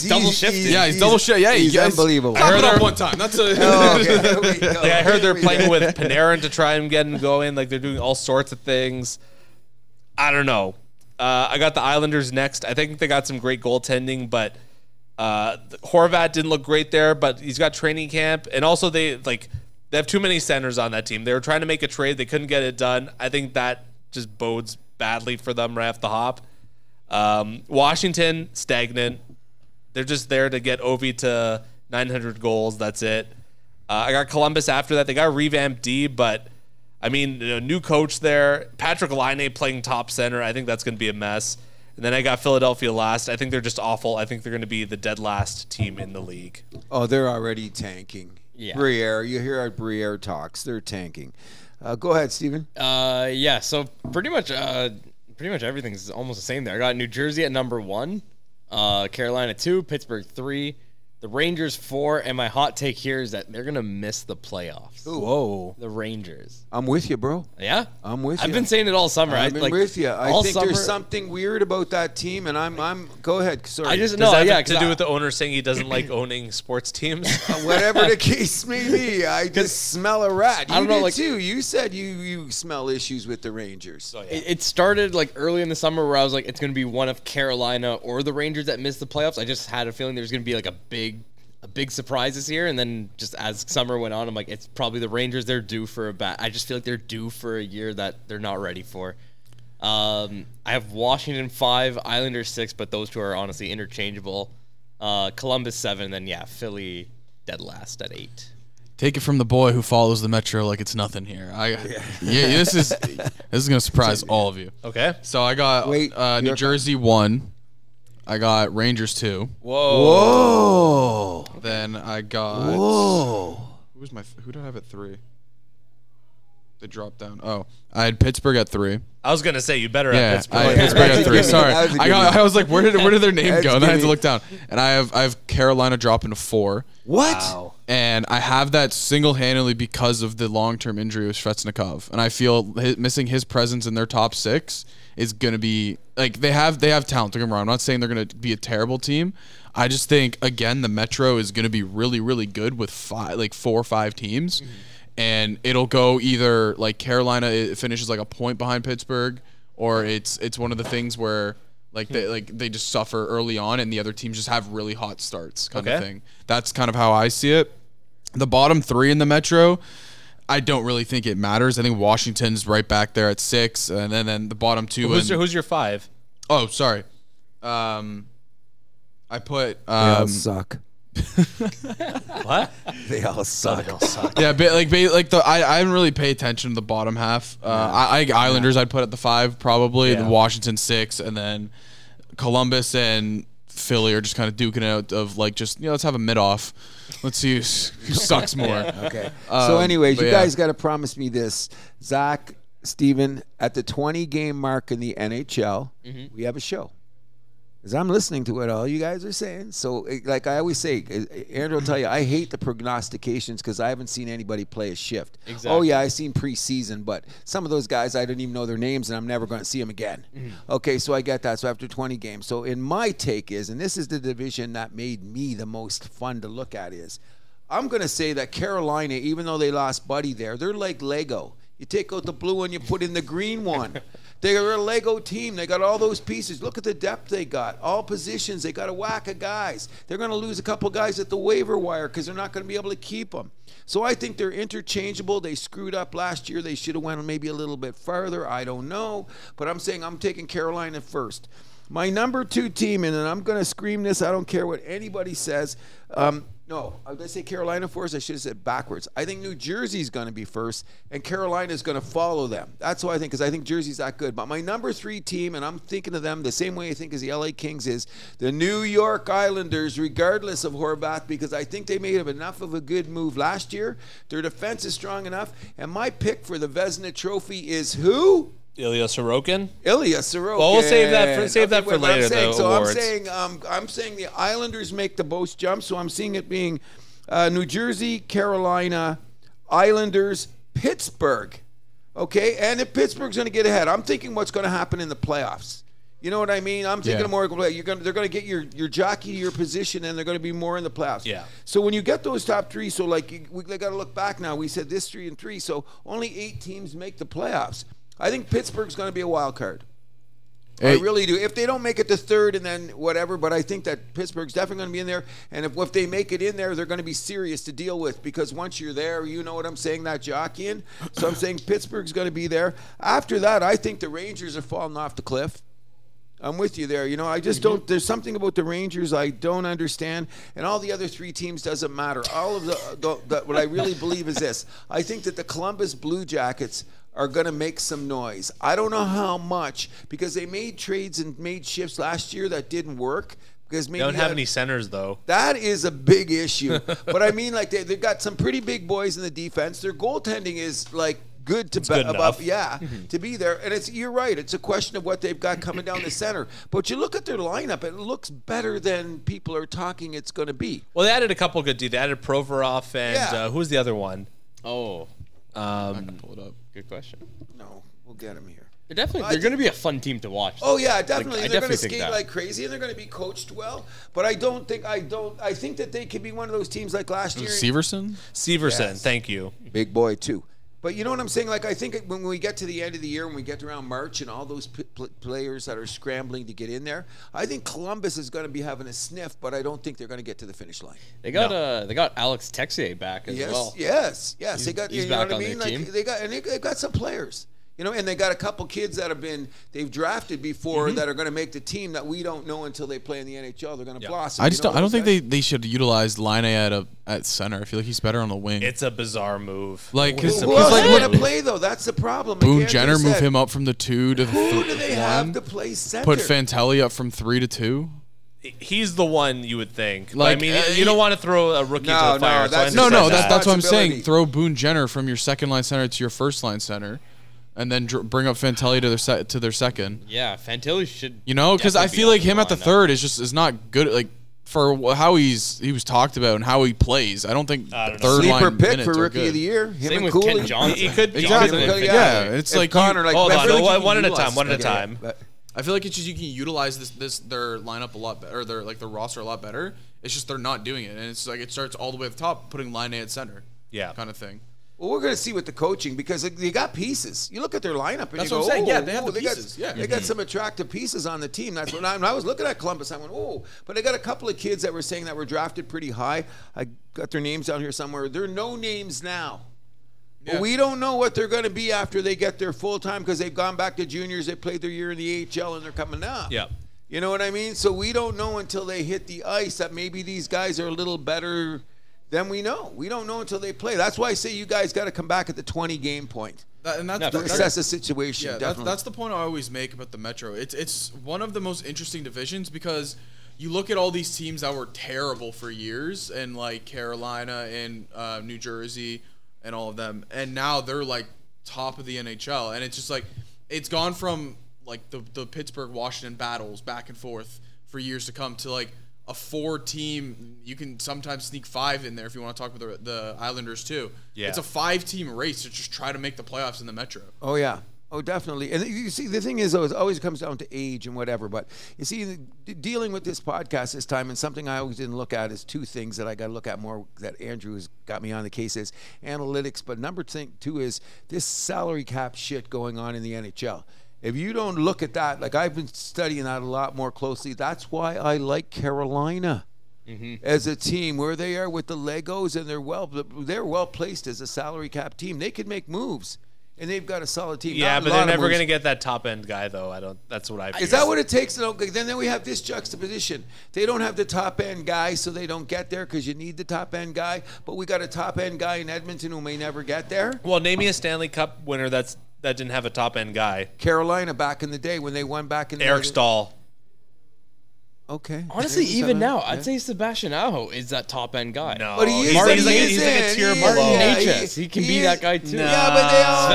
C: double shifted.
D: yeah, he's, double shit. Yeah,
B: he's
D: you guys-
B: unbelievable.
D: Clap it
A: Heard
D: up
A: her-
D: one time. That's a.
B: Oh, okay, there we go.
A: Like, I heard they're
B: There we
A: playing
B: go.
A: with Panarin to try and get him going. Like they're doing all sorts of things. I don't know. Uh, I got the Islanders next. I think they got some great goaltending, but uh, Horvat didn't look great there. But he's got training camp, and also they like they have too many centers on that team. They were trying to make a trade, they couldn't get it done. I think that just bodes badly for them right off the hop. Um, Washington stagnant. They're just there to get Ovi to 900 goals. That's it. Uh, I got Columbus after that. They got revamped D, but I mean, you know, new coach there. Patrick Line playing top center. I think that's going to be a mess. And then I got Philadelphia last. I think they're just awful. I think they're going to be the dead last team in the league.
B: Oh, they're already tanking.
C: Yeah.
B: Briere, you hear our Briere talks. They're tanking. Uh, go ahead, Steven.
C: Uh, yeah. So pretty much, uh, pretty much everything's almost the same there. I got New Jersey at number one, uh, Carolina two, Pittsburgh three, the Rangers four, and my hot take here is that they're gonna miss the playoffs.
B: Whoa,
C: The Rangers.
B: I'm with you, bro.
C: Yeah,
B: I'm with
C: I've
B: you.
C: been saying it all summer. I-
B: I've been
C: like,
B: with you. I
C: all
B: think
C: summer,
B: there's something weird about that team, and I'm I'm. Go ahead. Sorry.
C: I just
A: Does
C: no,
A: that have
C: yeah, 'cause
A: to do
C: I-
A: with the owner saying he doesn't like owning sports teams?
B: Whatever the case may be, I just smell a rat. You
C: I don't know,
B: did
C: like-
B: too. You said you you smell issues with the Rangers.
C: It, it started like early in the summer where I was like, it's going to be one of Carolina or the Rangers that missed the playoffs. I just had a feeling there's going to be like a big, a big surprise this year. And then just as summer went on, I'm like, it's probably the Rangers. They're due for a bat. I just feel like they're due for a year that they're not ready for. Um, I have Washington five, Islanders six, but those two are honestly interchangeable. Uh, Columbus seven, then yeah, Philly dead last at eight.
D: Take it from the boy who follows the metro like it's nothing here. I, yeah. this is this is gonna surprise all of you.
A: okay.
D: So I got
B: Wait,
D: uh, New
B: you're-
D: Jersey one. I got Rangers two.
A: Whoa.
B: Oh,
D: Then I got.
B: oh,
D: Who was my? Who did I have at three? They dropped down. Oh, I had Pittsburgh at three.
A: I was going to say you better
D: Yeah,
A: have Pittsburgh.
D: I had
B: yeah.
D: Pittsburgh
B: That's
D: at
B: a
D: three.
B: gimme.
D: Sorry,
B: That was a
D: I got.
B: gimme.
D: I was like, where did where did their name
B: That's
D: go? And I had to
B: gimme.
D: look down. And I have I have Carolina dropping to four.
B: what?
D: And I have that single handedly because of the long term injury with Shvetsnikov. And I feel hi missing his presence in their top six is going to be like they have they have talent. Don't get me wrong. I'm not saying they're going to be a terrible team. I just think again the Metro is going to be really really good with five like four or five teams, and it'll go either like Carolina it finishes like a point behind Pittsburgh, or it's it's one of the things where. Like they like they just suffer early on, and the other teams just have really hot starts, kind of
A: Okay.
D: thing. That's kind of how I see it the bottom three in the Metro, I don't really think it matters. I think Washington's right back there at six, and then, then the bottom two.
A: Who's
D: and-
A: your, who's your five?
D: oh, sorry. Um, I put
B: They all
D: um,
B: suck.
A: What?
B: They all suck.
D: yeah, ba- like ba- like the I, I haven't really paid attention to the bottom half. Uh, I, I Islanders I'd put at the five probably, and
A: Yeah.
D: Washington six, and then Columbus and Philly are just kind of duking it out of like just you know let's have a mid off, let's see who's, who sucks more.
B: Okay. so,
D: Um,
B: anyways,
D: but
B: you
D: yeah.
B: guys got to promise me this, Zach, Steven, at the 20 game mark in the NHL, we have a show. Because I'm listening to what all you guys are saying. So, eh, like I always say, eh, eh, Andrew will tell you, I hate the prognostications because I haven't seen anybody play a shift. Oh, yeah, i seen preseason, but some of those guys, I didn't even know their names and I'm never going to see them again. Okay, so I get that. So, after 20 games. So, in my take is, and this is the division that made me the most fun to look at, is I'm going to say that Carolina, even though they lost Buddy there, they're like Lego. You take out the blue one, you put in the green one. They're a Lego team. They got all those pieces. Look at the depth they got. All positions. They got a whack of guys. They're going to lose a couple guys at the waiver wire because they're not going to be able to keep them. So I think they're interchangeable. They screwed up last year. They should have went maybe a little bit farther. I don't know, but I'm saying I'm taking Carolina first. My number two team, and I'm going to scream this. I don't care what anybody says. Um, no, I was going to say Carolina first. I should have said backwards. I think New Jersey's going to be first, and Carolina's going to follow them. That's what I think, because I think Jersey's that good. But my number three team, and I'm thinking of them the same way I think as the LA Kings, is the New York Islanders, regardless of Horvat, because I think they made enough of a good move last year. Their defense is strong enough. And my pick for the Vesna Trophy is who?
A: Ilya Sorokin.
B: Ilya Sorokin.
A: Well, we'll save that for- save that for
B: what I'm
A: later,
B: saying.
A: the
B: so
A: awards.
B: I'm saying um, I'm saying the Islanders make the most jumps. So I'm seeing it being uh, New Jersey, Carolina, Islanders, Pittsburgh. Okay, and if Pittsburgh's going to get ahead, I'm thinking what's going to happen in the playoffs. You know what I mean? I'm thinking
D: Yeah.
B: of more. You're going. to They're going to get your your jockey to your position, and they're going to be more in the playoffs.
A: Yeah.
B: So when you get those top three, so like you- we got to look back now. We said this three and three, so only eight teams make the playoffs. I think Pittsburgh's going to be a wild card. I
D: Hey.
B: really do. If they don't make it to third and then whatever, but I think that Pittsburgh's definitely going to be in there. And if, if they make it in there, they're going to be serious to deal with because once you're there, you know what I'm saying, that jockeying. So I'm saying Pittsburgh's going to be there. After that, I think the Rangers are falling off the cliff. I'm with you there. You know, I just
A: Mm-hmm.
B: don't. There's something about the Rangers I don't understand, and all the other three teams doesn't matter. All of the, the, the what I really believe is this: I think that the Columbus Blue Jackets are going to make some noise. I don't know how much because they made trades and made shifts last year that didn't work. Because maybe
A: Don't have
B: that-
A: any centers though.
B: that is a big issue. but I mean, like they, they've got some pretty big boys in the defense. Their goaltending is like good to be,
A: good
B: above,
A: enough.
B: yeah,
C: Mm-hmm.
B: to be there. And it's you're right. It's a question of what they've got coming down the center. But you look at their lineup; it looks better than people are talking it's going to be.
A: Well, they added a couple good dudes. They added Provorov and
B: Yeah.
A: uh, who's the other one?
C: Oh,
A: Um,
D: Pull it up.
C: good question.
B: No, we'll get them here.
C: They're definitely
B: I
C: they're
B: think-
C: going to be a fun team to watch.
B: Oh yeah, definitely. they're
C: I
B: going
C: definitely
B: to
C: think
B: skate
C: that.
B: like crazy, and they're going to be coached well. But I don't think I don't. I think that they could be one of those teams like last year.
D: Severson?
A: Severson,
B: Yes.
A: thank you.
B: big boy too. But you know what I'm saying? Like I think it- when we get to the end of the year, when we get around March, and all those p- pl- players that are scrambling to get in there, I think Columbus is going to be having a sniff, but I don't think they're going to get to the finish line.
C: They got uh they got Alex Texier back as
B: Yes,
C: well.
B: yes, yes. they got
C: he's
B: you know
C: back
B: what I
C: on their
B: mean? Like,
C: team.
B: They got and they, they've got some players. You know, and they got a couple kids that have been they've drafted before
C: Mm-hmm.
B: that are going to make the team that we don't know until they play in the NHL. They're going to blossom.
D: I
B: You
D: just
B: know
D: don't, I don't
B: those
D: think
B: guys?
D: they, they should utilize Line at a, at center. I feel like he's better on the wing.
A: It's a bizarre move.
D: like because
B: Who else
D: like
B: is going
D: when
B: to play though? That's the problem.
D: Boone
B: Again,
D: Jenner
B: they
D: move
B: said,
D: him up from the two to
B: Who
D: th-
B: do they
D: one,
B: have to play center?
D: put Fantelli up from three to two.
A: he's the one you would think. But,
D: Like,
A: I mean,
D: uh,
A: you don't want to throw a rookie
B: No,
A: to the fire.
B: no, that's-
A: so I
D: No,
A: understand
D: no, that's
A: that.
D: that's what I'm
B: Responsibility.
D: saying. Throw Boone Jenner from your second line center to your first line center, and then dr- bring up Fantelli to their se- to their second.
C: Yeah, Fantilli should.
D: You know, because I
C: definitely be
D: feel
C: up
D: like
C: in
D: him at the
C: lineup.
D: third is just is not good. Like for wh- how he's he was talked about and how he plays, I don't think
A: I don't
D: the
A: know.
D: third
B: sleeper
D: line
B: pick
D: minutes
B: for
D: are
B: rookie
D: good.
B: of the year. Him
C: Same
B: and
C: with
B: Cooley.
C: Ken Johnson.
A: He could
D: Exactly.
A: Johnson.
D: Yeah, it's
B: If
D: like you-
B: Connor. like
A: Hold
B: I
A: on,
B: feel like
A: one-
B: you can
A: one at a
B: utilize
A: time, one at a
B: that.
A: time.
B: Yeah, but-
D: I feel like it's just you can utilize this this their lineup a lot better, or their like their roster a lot better. It's just they're not doing it, and it's like it starts all the way at the top, putting line A at center.
A: Yeah.
D: kind of thing.
B: Well, we're going to see with the coaching because like, they got pieces. You look at their lineup and
D: That's
B: you go,
D: what I'm saying.
B: "Oh,
D: Yeah, they have
B: oh,
D: the
B: they got-
D: pieces. Yeah.
B: they got some attractive pieces on the team. That's when I, when I was looking at Columbus. I went, oh, but they got a couple of kids that were saying that were drafted pretty high. I got their names down here somewhere. They're no names now. But we don't know what they're going to be after they get their full time because they've gone back to juniors. They played their year in the AHL and they're coming up.
A: Yep.
B: You know what I mean? So we don't know until they hit the ice that maybe these guys are a little better than we know. We don't know until they play. That's why I say you guys got to come back at the 20 game point
D: That, and that's,
C: No,
B: to
C: for
D: that's-
C: sure.
B: assess the situation.
D: Yeah, that's,
B: definitely.
D: that's the point I always make about the Metro. It's it's one of the most interesting divisions because you look at all these teams that were terrible for years, and like Carolina and uh, New Jersey and all of them, and now they're like top of the NHL, and it's just like it's gone from like the the Pittsburgh Washington battles back and forth for years to come to like a four team. You can sometimes sneak five in there if you want to talk about the, the Islanders too.
A: Yeah.
D: it's a five team race to just try to make the playoffs in the Metro.
B: Oh yeah. Oh, definitely. And you see, the thing is, though, it always comes down to age and whatever. But you see, the- de- dealing with this podcast this time, and something I always didn't look at is two things that I got to look at more that Andrew has got me on the case is analytics. But number thing, two is this salary cap shit going on in the NHL. If you don't look at that, like I've been studying that a lot more closely, that's why I like Carolina as a team where they are with the Legos and they're well they're well placed as a salary cap team. They could make moves. and they've got a solid team.
A: Yeah,
B: Not
A: but they're
B: Latimer's.
A: never going to get that top end guy though. I don't. That's what I.
B: Is that what it takes? No, 'cause Then, then we have this juxtaposition. They don't have the top end guy, so they don't get there because you need the top end guy. But we got a top end guy in Edmonton who may never get there.
A: Well, name me a Stanley Cup winner that's that didn't have a top end guy.
B: Carolina back in the day when they won back in the
A: Eric Stahl.
B: Okay.
C: Honestly,
B: There's
C: even
B: seven.
C: now,
B: Yeah.
C: I'd say Sebastian Aho is that top end guy.
A: No,
B: But he is.
A: he's, like-
B: but
A: he's
B: he
A: like,
B: is
A: he's like a
B: in,
A: tier
B: he
A: below.
B: is- yeah,
C: Natchez, he can be
B: is-
C: that guy too.
B: Yeah, but they all.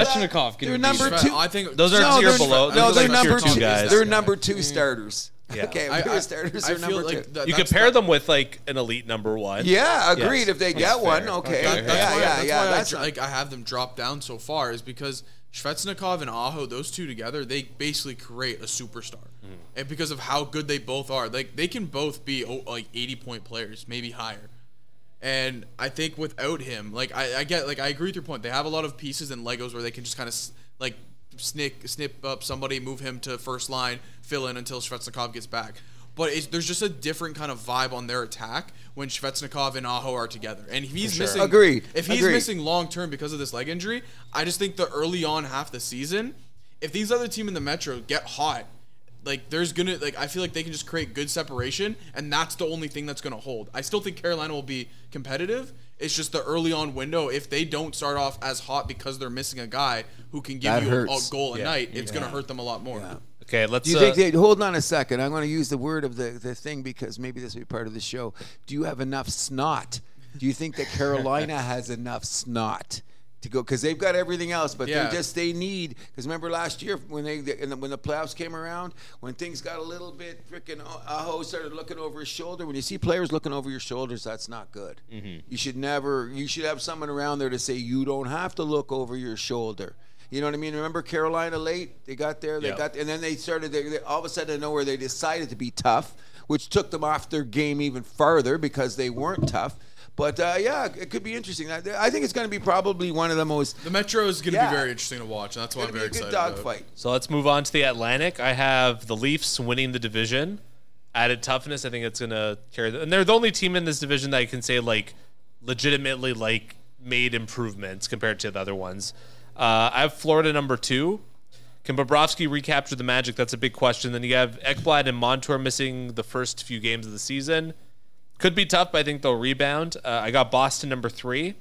C: Svechnikov can
B: They're
C: be-
B: number two.
D: I think
A: Those are
B: no,
A: tier
B: they're-
A: below. Those
B: No,
A: are
B: they're
A: like
B: number
A: tier two
B: two.
A: guys.
B: They're number two starters.
A: Yeah.
B: Okay,
D: I-
B: pure
D: I-
B: starters
D: I
B: are
D: feel
B: number
D: like
B: two.
D: that-
A: You
D: that's-
A: compare
D: that-
A: them with like an elite number one.
B: Yeah,
A: Yes.
B: agreed. If they get one, okay. yeah,
D: that- that's
B: yeah,
D: why, that's
B: yeah.
D: why
B: that's
D: I, dr- like I have them drop down so far is because Shvetsnikov and Aho, those two together, they basically create a superstar,
B: Mm.
D: and because of how good they both are, like they can both be oh, like eighty point players, maybe higher. And I think without him, like I, I get, like I agree with your point. They have a lot of pieces and Legos where they can just kind of like snick, snip up somebody, move him to first line, fill in until Shvetsnikov gets back. But it's, there's just a different kind of vibe on their attack when Shvetsnikov and Aho are together, and if he's missing.
B: Agreed.
D: If he's
B: Agreed.
D: missing long term because of this leg injury, I just think the early on half the season, if these other team in the Metro get hot, like there's gonna like I feel like they can just create good separation, and that's the only thing that's gonna hold. I still think Carolina will be competitive. It's just the early on window. If they don't start off as hot because they're missing a guy who can give
B: That
D: you a- a
B: hurts.
D: goal a
A: Yeah.
D: night, it's gonna hurt them a lot more.
A: Okay, let's.
B: Do you
A: uh,
B: think they, hold on a second. I'm going to use the word of the, the thing because maybe this will be part of the show. Do you have enough snot? Do you think that Carolina has enough snot to go? Because they've got everything else, but
D: Yeah.
B: they just they need. Because remember last year when they in the, when the playoffs came around, when things got a little bit freaking Aho started looking over his shoulder. When you see players looking over your shoulders, that's not good. You should never. You should have someone around there to say you don't have to look over your shoulder. You know what I mean? Remember Carolina late? They got there. They
A: Yeah.
B: got and then they started. They, they, all of a sudden, out of nowhere, they decided to be tough, which took them off their game even farther because they weren't tough. But uh, yeah, it could be interesting. I, I think it's going to be probably one of the most.
D: The Metro is gonna
B: Yeah.
D: be very interesting to watch, and that's why
B: It's
D: I'm
B: going to be
D: very
B: a good
D: excited. about.
B: dogfight.
A: So let's move on to the Atlantic. I have the Leafs winning the division. Added toughness, I think it's gonna carry them. And they're the only team in this division that I can say like legitimately like made improvements compared to the other ones. Uh, I have Florida number two. Can Bobrovsky recapture the magic? That's a big question. Then you have Ekblad and Montour missing the first few games of the season. Could be tough, but I think they'll rebound. Uh, I got Boston number three.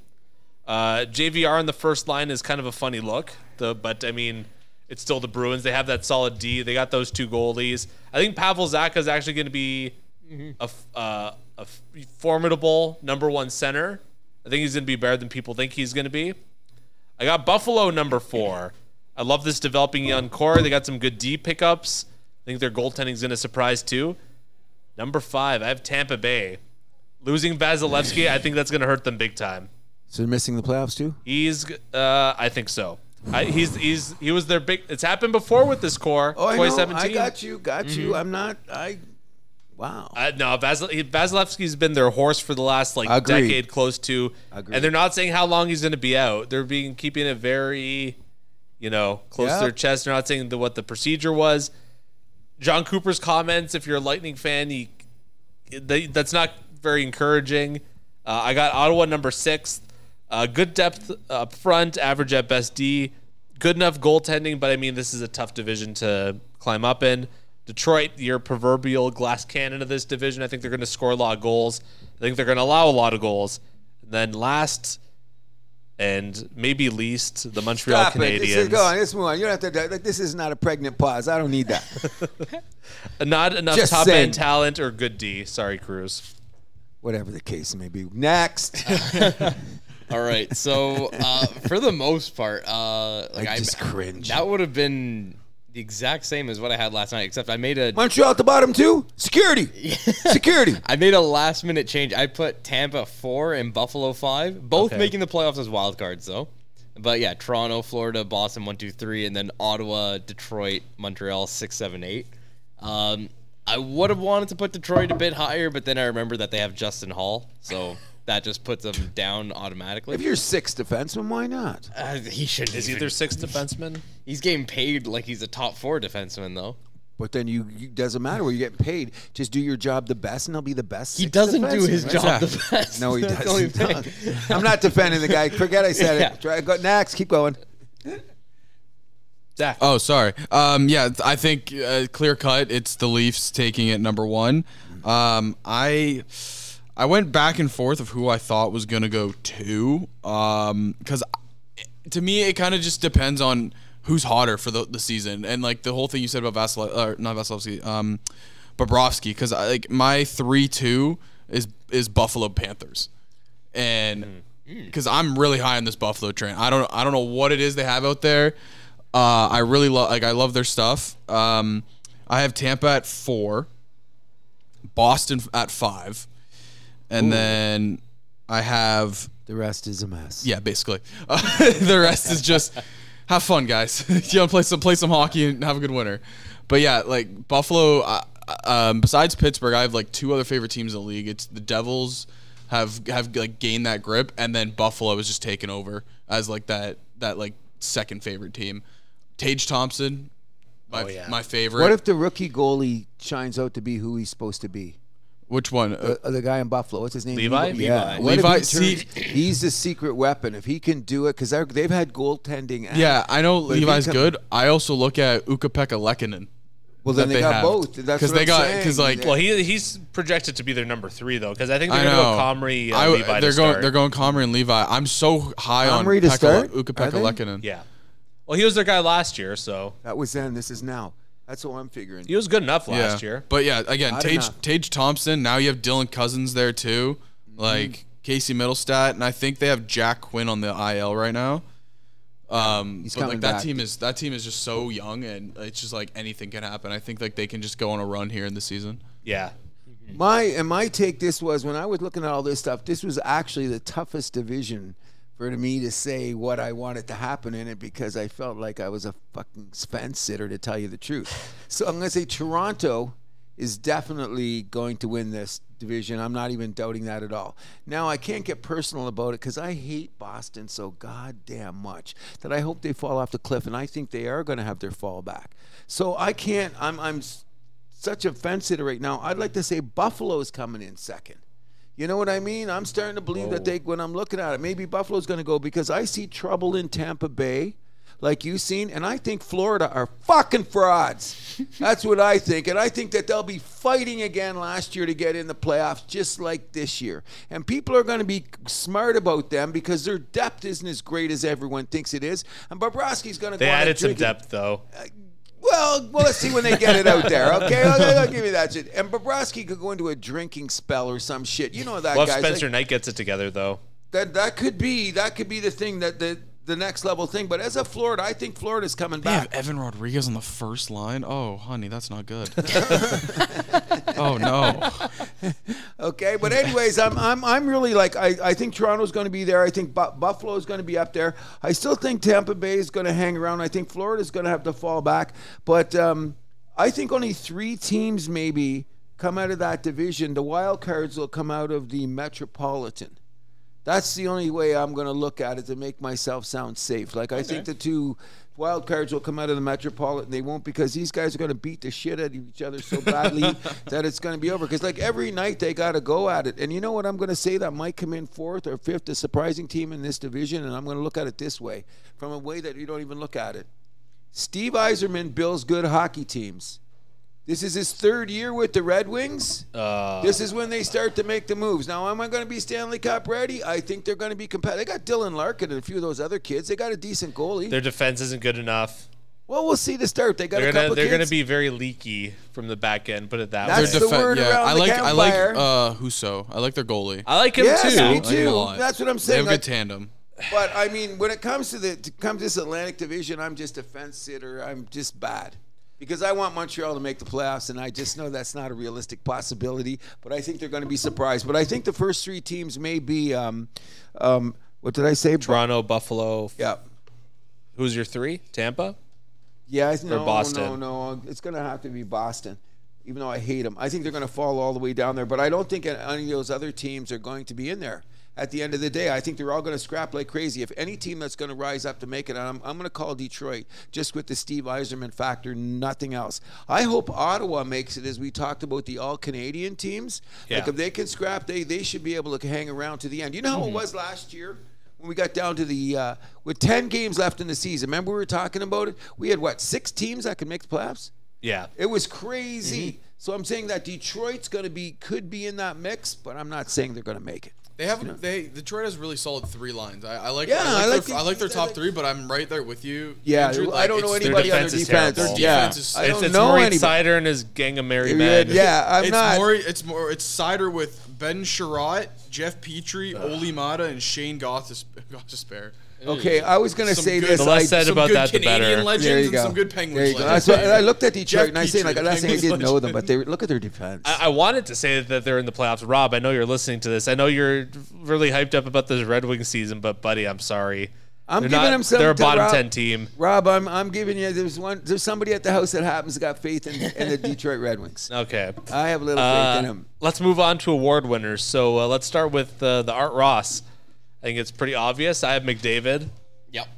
A: Uh, JVR in the first line is kind of a funny look, the, but I mean, it's still the Bruins. They have that solid D. They got those two goalies. I think Pavel Zaka is actually going to be a, f- uh, a f- formidable number one center. I think he's going to be better than people think he's going to be. I got Buffalo number four. I love this developing young core. They got some good D pickups. I think their goaltending is going to surprise too. Number five, I have Tampa Bay. Losing Vasilevsky, I think that's going to hurt them big time.
B: So they're missing the playoffs too.
A: He's, uh, I think so. I, he's he's he was their big. It's happened before with this core.
B: Oh, I know.
A: 2017.
B: I got you. Got
C: Mm-hmm.
B: you. I'm not. I. Wow.
A: Uh, no, Vasil- he- Vasilevsky's been their horse for the last like
B: Agreed.
A: decade, close to,
B: Agreed.
A: and they're not saying how long he's going to be out. They're being keeping it very, you know, close
B: Yeah.
A: to their chest. They're not saying the, what the procedure was. John Cooper's comments, if you're a Lightning fan, he, they, that's not very encouraging. Uh, I got Ottawa number six. Uh, good depth up front, average at best D. Good enough goaltending, but I mean, this is a tough division to climb up in. Detroit, your proverbial glass cannon of this division. I think they're going to score a lot of goals. I think they're going to allow a lot of goals. And then last and maybe least, the Montreal
B: Stop it.
A: Canadians.
B: This is, go on. Let's move on. You don't have to. Like, this is not a pregnant pause. I don't need that.
A: Not enough
B: Just
A: top
B: saying.
A: end talent or good D. Sorry, Cruz.
B: Whatever the case may be. Next.
C: All right. So uh, for the most part, uh, like
B: I
C: I
B: just cringe.
C: That would have been the exact same as what I had last night, except I made a
B: Montreal at the bottom too. Security. Security.
C: I made a last minute change. I put Tampa four and Buffalo five, both
A: Okay.
C: making the playoffs as wild cards though. But yeah, Toronto, Florida, Boston one, two, three, and then Ottawa, Detroit, Montreal six, seven, eight. Um, I would have wanted to put Detroit a bit higher, but then I remember that they have Justin Hall, so that just puts them down automatically.
B: If you're sixth defenseman, why not?
C: Uh, he shouldn't.
A: Is he
C: even-
A: their sixth defenseman?
C: He's getting paid like he's a top four defenseman though.
B: But then you, you doesn't matter where you get paid. Just do your job the best, and they'll be the best.
C: He
B: sixth
C: doesn't do
B: defenseman.
C: his job the best.
B: No, he
C: That's the only
B: doesn't.
C: thing.
B: I'm not defending the guy. Forget I said
C: Yeah.
B: it. Try, go, next. Keep going.
A: Zach.
D: Oh, sorry. Um, yeah, th- I think uh, clear cut. It's the Leafs taking it number one. Um, I I went back and forth of who I thought was gonna go two. Um, because to me, it kind of just depends on who's hotter for the, the season and like the whole thing you said about Vasilevsky, or not Vasilevsky, um, Bobrovsky. Because like my three two is is Buffalo Panthers and because I'm really high on this Buffalo train. I don't I don't know what it is they have out there. Uh, I really love like I love their stuff. Um, I have Tampa at four, Boston at five, and then I have
B: The rest is a mess.
D: yeah basically uh, the rest is just have fun guys. you know play some play some hockey and have a good winter. But yeah, like Buffalo. Uh, um, besides Pittsburgh, I have like two other favorite teams in the league. It's the Devils have have like gained that grip, and then Buffalo has just taken over as like that that like second favorite team. Tage Thompson, my, my favorite.
B: What if the rookie goalie shines out to be who he's supposed to be?
D: Which one? Uh,
B: Uh, the guy in Buffalo, what's his name?
A: Levi?
B: Yeah.
A: Levi.
B: What if
D: Levi,
B: he
D: see-
B: turns- he's the secret weapon. If he can do it, because they've had goaltending. and-
D: yeah, I know
B: if he
D: Levi's
B: come-
D: good. I also look at Ukapeka Lekkonen.
B: Well, then
D: that
B: they,
D: they
B: got
D: have.
B: both. That's
D: 'Cause
B: what
D: they
B: I'm
D: got-
B: saying.
D: 'cause, like,
A: Well, he he's projected to be their number three though, because I think they're
D: I
A: going
D: know.
A: to go Comrie. Uh,
D: I,
A: Levi to
D: they're going.
A: start.
D: They're going Comrie and Levi. I'm so high
B: Comrie
D: on
B: to
D: Pekka-
B: start? Are
D: Ukapeka
B: they?
D: Lekkonen.
A: Yeah. Well, he was their guy last year, so
B: that was then. This is now. That's what I'm figuring.
A: he was good enough last
D: yeah.
A: year.
D: But yeah, again,
B: Not Mm-hmm.
D: Tage,
B: enough.
D: Tage Thompson. Now you have Dylan Cousins there too, like Casey Middlestat, and I think they have Jack Quinn on the IL right now. Um,
B: He's
D: but
B: coming
D: like that
B: back.
D: team is that team is just so young, and it's just like anything can happen. I think like they can just go on a run here in the season.
A: Yeah.
B: My and my take this was when I was looking at all this stuff, this was actually the toughest division for me to say what I wanted to happen in it because I felt like I was a fucking fence sitter to tell you the truth. So I'm gonna say Toronto is definitely going to win this division. I'm not even doubting that at all. Now I can't get personal about it because I hate Boston so goddamn much that I hope they fall off the cliff, and I think they are going to have their fall back. So I can't. I'm. I'm s- such a fence sitter right now. I'd like to say Buffalo's coming in second. You know what I mean? I'm starting to believe
A: Oh.
B: that they, when I'm looking at it, maybe Buffalo's going to go because I see trouble in Tampa Bay, like you've seen, and I think Florida are fucking frauds. That's what I think. And I think that they'll be fighting again last year to get in the playoffs, just like this year. And people are going to be smart about them because their depth isn't as great as everyone thinks it is. And Bobrovsky's going to
A: They
B: go on a
A: added some
B: drinking-
A: depth though.
B: well, well, let's see when they get it out there. Okay, I'll, I'll give you that shit. And Bobrovsky could go into a drinking spell or some shit. You know that
A: Love
B: guy's like-
A: Spencer Knight gets it together though.
B: that that could be that could be the thing that the the next level thing. But as a Florida, I think Florida's coming
D: They have
B: back.
D: Evan Rodriguez on the first line. Oh, honey, that's not good. oh no.
B: Okay, but anyways, I'm I'm I'm really like I, I think Toronto's going to be there. I think Bu- Buffalo's going to be up there. I still think Tampa Bay is going to hang around. I think Florida's going to have to fall back. But um, I think only three teams maybe come out of that division. The wild cards will come out of the Metropolitan. That's the only way I'm going to look at it to make myself sound safe. Like I think the two wild cards will come out of the Metropolitan. They won't because these guys are going to beat the shit out of each other so badly that it's going to be over. Because like every night they got to go at it. And you know what I'm going to say that might come in fourth or fifth, a surprising team in this division. And I'm going to look at it this way, from a way that you don't even look at it. Steve Eiserman builds good hockey teams. This is his third year with the Red Wings.
A: Uh,
B: This is when they start to make the moves. Now, am I going to be Stanley Cup ready? I think they're going to be competitive. They got Dylan Larkin and a few of those other kids. They got a decent goalie.
A: their defense isn't good enough.
B: well, we'll see to start. They got
A: They're
B: a couple
A: gonna
B: of
A: they're gonna
B: kids.
A: be very leaky from the back end. Put it that
B: That's
A: way.
B: the word around
D: I
B: the
D: like I like
B: campfire.
D: uh Huso. I like their goalie.
A: I like him
B: Yes,
A: too.
B: me
D: I like him
B: too.
D: a lot.
B: That's what I'm
D: They
B: saying.
D: have a
B: Like,
D: good tandem.
B: but I mean, when it comes to the to come to this Atlantic Division, I'm just a fence sitter. I'm just bad. Because I want Montreal to make the playoffs, and I just know that's not a realistic possibility. But I think they're going to be surprised. But I think the first three teams may be, um, um, what did I say?
A: Toronto, Buffalo.
B: Yeah,
A: Who's your three? Tampa.
B: Yeah, I, no,
A: Boston?
B: no, no. It's going to have to be Boston, even though I hate them. I think they're going to fall all the way down there, but I don't think any of those other teams are going to be in there. At the end of the day, I think they're all going to scrap like crazy. If any team that's going to rise up to make it, and I'm, I'm going to call Detroit just with the Steve Eiserman factor, nothing else. I hope Ottawa makes it, as we talked about the all Canadian teams. Like
A: Yeah.
D: Mm-hmm.
B: if they can scrap, they they should be able to hang around to the end. You know how it was last year when we got down to the uh, with ten games left in the season. Remember we were talking about it? We had what six teams that could make the playoffs.
A: Yeah.
B: It was crazy.
D: Mm-hmm.
B: So I'm saying that Detroit's going to be could be in that mix, but I'm not saying they're going to make it.
D: They have they Detroit has really solid three lines. I, I like
B: Yeah,
D: I
B: I like
D: like, their,
B: the-
D: I like their
B: I
D: top
B: like-
D: three, but I'm right there with you.
B: Yeah, I
D: Andrew. Like,
B: don't know
D: it's-
B: anybody on their
A: defense is
B: defense.
A: terrible.
D: Their
B: yeah,
D: defense is-
B: I
D: It's-
B: don't
A: it's
B: know
A: Maurice
B: anybody.
A: Sider and his gang of merry men.
B: Yeah, I'm
D: it's
B: not.
D: More, it's more. It's Cider with Ben Sherratt, Jeff Petrie, Oli Mata, and Shane Gothis, Gothespierre.
B: Okay, I was gonna
D: Some
B: say
D: good-
B: this.
D: The
A: less
B: I-
A: said
D: Some
A: about
D: good
A: that, the
D: Canadian
A: better.
D: legends
B: there you
D: and
B: go.
D: some good
B: There
D: Penguins
B: you go.
D: legends.
B: That's what, I looked at Detroit
D: Jeff
B: and I say like
D: Petrie,
B: last thing I
D: Penguins
B: didn't know them,
D: legend.
B: but they look at their defense.
A: I I wanted to say that they're in the playoffs. Rob, I know you're listening to this. I know you're really hyped up about this Red Wing season, but buddy, I'm sorry.
B: I'm
A: they're
B: giving
A: not-
B: them some
A: They're a
B: to
A: bottom
B: Rob.
A: ten team.
B: Rob, I'm I'm giving you there's one there's somebody at the house that happens to got faith in, in the Detroit Red Wings.
A: Okay.
B: I have a little faith in
A: Uh,
B: him.
A: let's move on to award winners. So uh, let's start with uh, the Art Ross. I think it's pretty obvious. I have McDavid.
C: Yep.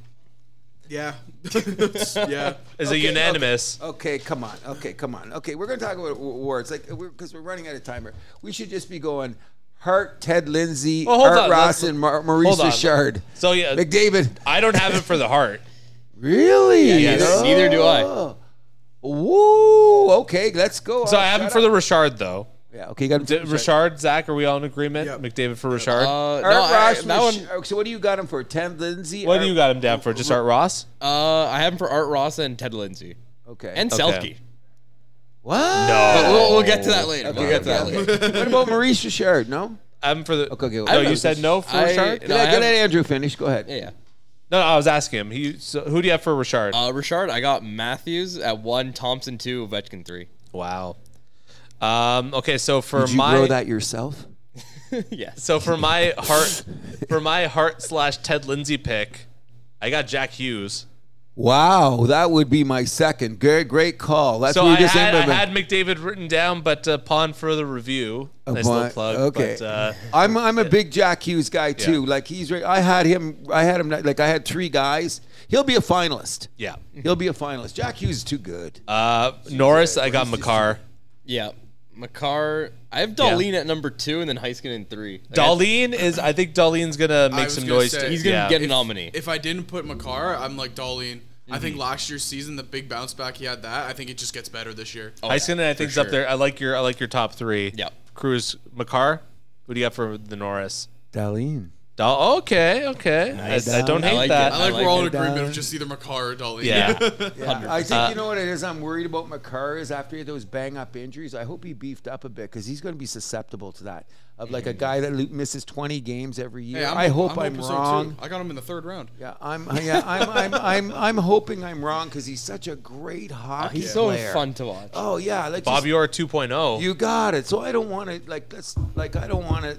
D: Yeah, yeah.
A: Is it unanimous?
B: Okay, come on. Okay, come on. Okay, we're gonna talk about w- awards, like because we're, running out of time here. We should just be going Hart, Ted Lindsay,
A: Well, hold
B: Hart
A: on,
B: Ross,
A: let's-
B: and Mar- Maurice
A: hold on.
B: Richard.
A: So yeah,
B: McDavid,
A: I don't have it for the heart.
B: really?
C: neither-
B: Oh.
C: neither do I.
B: Woo! Okay, let's go.
A: So I have him for the Richard though.
B: the. Yeah. Okay, you got him.
A: D-
B: for Richard.
A: Richard, Zach, are we all in agreement?
D: Yep.
A: McDavid for Richard.
C: Uh, no,
B: Hart
C: I,
B: Ross,
C: that one.
B: Richard- So what do you got him for? Ted Lindsay.
A: what do
B: Hart-
A: you got him down for? Just Art Ross?
C: Uh, I have him for Art Ross and Ted Lindsay
B: Okay.
C: and
A: Okay.
C: Selke.
B: what?
C: But we'll, we'll get to that later.
B: Oh. Okay,
C: we'll get to that
B: okay,
C: later.
B: okay. what about Maurice Richard? No.
A: I'm for the.
B: Okay, okay,
A: no,
B: okay.
A: you said no for
C: I-
A: Richard.
C: no,
B: Good let,
C: have-
B: let Andrew finish. Go ahead.
C: Yeah, yeah.
A: No, no, I was asking him. He, so who do you have for Richard?
C: Uh, Richard, I got Matthews at one, Thompson two, Ovechkin three.
A: wow. Um, okay, so for
B: Did you
A: my
B: grow that yourself?
C: yes.
A: so for my heart for my heart slash Ted Lindsay pick, I got Jack Hughes.
B: Wow, that would be my second. Good, great call. That's
A: So
B: what we
A: I
B: just
A: had, I
B: ended
A: had McDavid written down, but upon further review, nice little
B: Upon-
A: plug.
B: okay.
A: But, uh,
B: I'm I'm a big Jack Hughes guy too.
A: Yeah.
B: Like he's re- I had him I had him like I had three guys. He'll be a finalist.
A: yeah.
B: He'll be a finalist. Jack Hughes is too good.
A: Uh, Norris, I got McCarr.
C: Yeah. Makar, I have Darlene at number two, and then Heiskin in three. Like, I-
A: Darlene is. I think Darlene's gonna make
D: was
A: some
D: gonna
A: noise.
D: say-
A: too.
D: He's
C: gonna
A: yeah.
C: get-
D: If-
C: nominee.
D: If I didn't put Makar, I'm like Darlene. I think last year's season, the big bounce back he had that. I think it just gets better this year.
C: Oh,
A: Heiskin,
C: yeah,
A: I
C: for
A: think's up
C: sure.
A: there. I like your I like your top three.
C: Yep.
A: Cruz, McCarr. Who do you got for the Norris?
B: Darlene.
A: Dal- Oh, okay, okay. I, I don't
C: I
A: hate
C: like
A: that.
D: I
C: it. I
D: like,
C: like
D: we're all in
B: it.
D: agreement of
B: Uh,
D: just either Makar or Darlene.
A: Yeah.
B: Yeah, I think you know what it is. I'm worried about McCarr is after he had those bang up injuries. I hope he beefed up a bit because he's going to be susceptible to that. Of like
A: Mm.
B: a guy that lo- misses 20 games every year.
D: Hey, I'm-
B: I hope I'm,
D: hoping so, too.
B: wrong.
D: I got him in the third round.
B: Yeah, I'm. Yeah, I'm. I'm. I'm. I'm hoping I'm wrong because he's such a great hockey
C: Uh, He's so
B: player.
C: fun to watch.
B: Oh yeah, like
A: Bob
B: just,
A: Orr 2.0.
B: you got it. So I don't want to like that's like I don't want to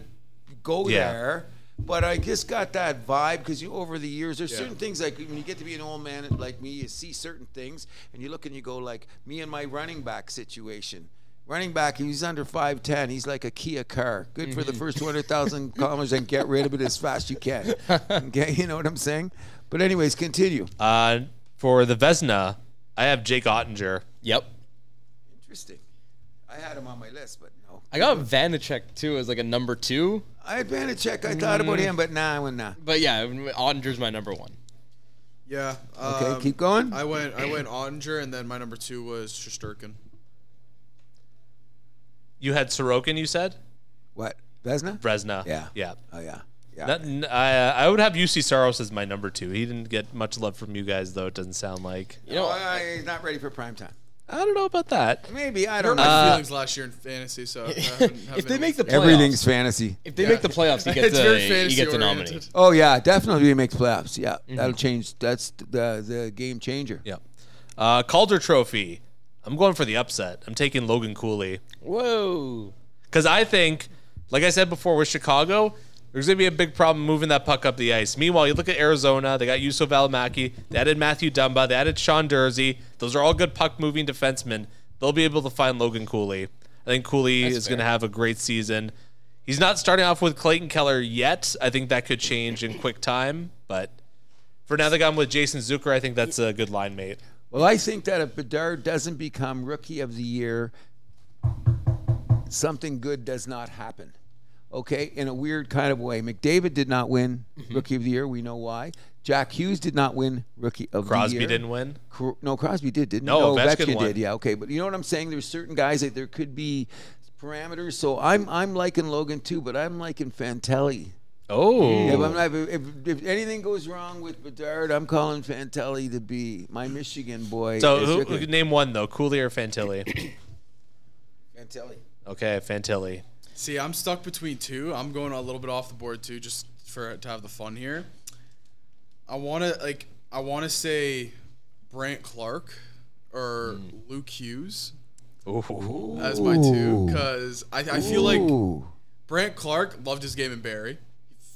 B: go
A: Yeah.
B: there. But I just got that vibe because you over the years there's
D: Yeah.
B: certain things like when you get to be an old man like me, you see certain things and you look and you go like me and my running back situation. Running back, he's under five ten. He's like a Kia car, good for the first two hundred thousand kilometers and get rid of it as fast you can. Okay, you know what I'm saying? But anyways, continue.
A: uh, for the Vesna, I have Jake Ottinger.
C: Yep.
B: Interesting. I had him on my list, but no.
C: I got Vanacek too as like a number two,
B: I had Vanacek. I thought about him, but nah, I went nah.
C: but yeah, Ottinger's my number one.
D: Yeah.
B: Okay,
D: um,
B: keep going.
D: I went. I went Ottinger, and then my number two was Shosturkin.
A: You had Sorokin, you said?
B: What? Vesna?
A: Vesna.
B: Yeah.
A: Yeah.
B: Oh yeah. Yeah.
A: Not- n- I, I would have UC Saros as my number two. He didn't get much love from you guys, though, it doesn't sound like.
C: You know,
B: Oh, uh, he's not ready for prime time.
A: I don't know about that.
B: Maybe I
D: Hurt
B: don't
D: my
B: know. Uh,
D: feelings last year in fantasy. So I haven't- haven't
C: if they
D: been
C: make the
D: able
C: playoffs,
B: fantasy.
C: if they make the playoffs, he
D: to-
C: gets
D: It's
C: a
D: very
C: he gets a
D: fantasy
C: nominee.
D: oriented.
B: Oh yeah, definitely we make playoffs. Yeah, that'll change. That's the the game changer.
A: Mm-hmm. Yeah. Uh, Calder Trophy. I'm going for the upset. I'm taking Logan Cooley.
C: Whoa!
A: Because I think, like I said before, with Chicago, there's going to be a big problem moving that puck up the ice. Meanwhile, you look at Arizona, they got Yusuf Alamaki, they added Matthew Dumba, they added Sean Dursey. Those are all good puck moving defensemen. They'll be able to find Logan Cooley. I think Cooley is going to have a great season. He's not starting off with Clayton Keller yet. I think that could change in quick time, but for now they got him with Jason Zucker. I think that's a good line mate.
B: Well, I think that if Bedard doesn't become rookie of the year, something good does not happen. okay, in a weird kind of way. McDavid did not win
A: Mm-hmm.
B: Rookie of the Year. We know why. Jack Hughes did not win Rookie of the
A: Crosby
B: Year.
A: didn't win.
B: Cro- no, Crosby did, didn't
A: No,
B: he?
A: Ovechkin won.
B: did. Yeah, okay. But you know what I'm saying? There's certain guys that there could be parameters. So I'm I'm liking Logan too, but I'm liking Fantelli.
A: Oh,
B: If, I'm not, if, if anything goes wrong with Bedard, I'm calling Fantelli to be my Michigan boy.
A: so
B: is
A: who,
B: Ricky
A: who- name one though? Cooley or Fantilli?
B: Fantelli.
A: okay, Fantilli.
E: See, I'm stuck between two. I'm going a little bit off the board too, just for to have the fun here. I want to like I want to say Brant Clark or Luke Hughes as my two because I, I feel like
B: Ooh.
E: Brant Clark loved his game in Barry.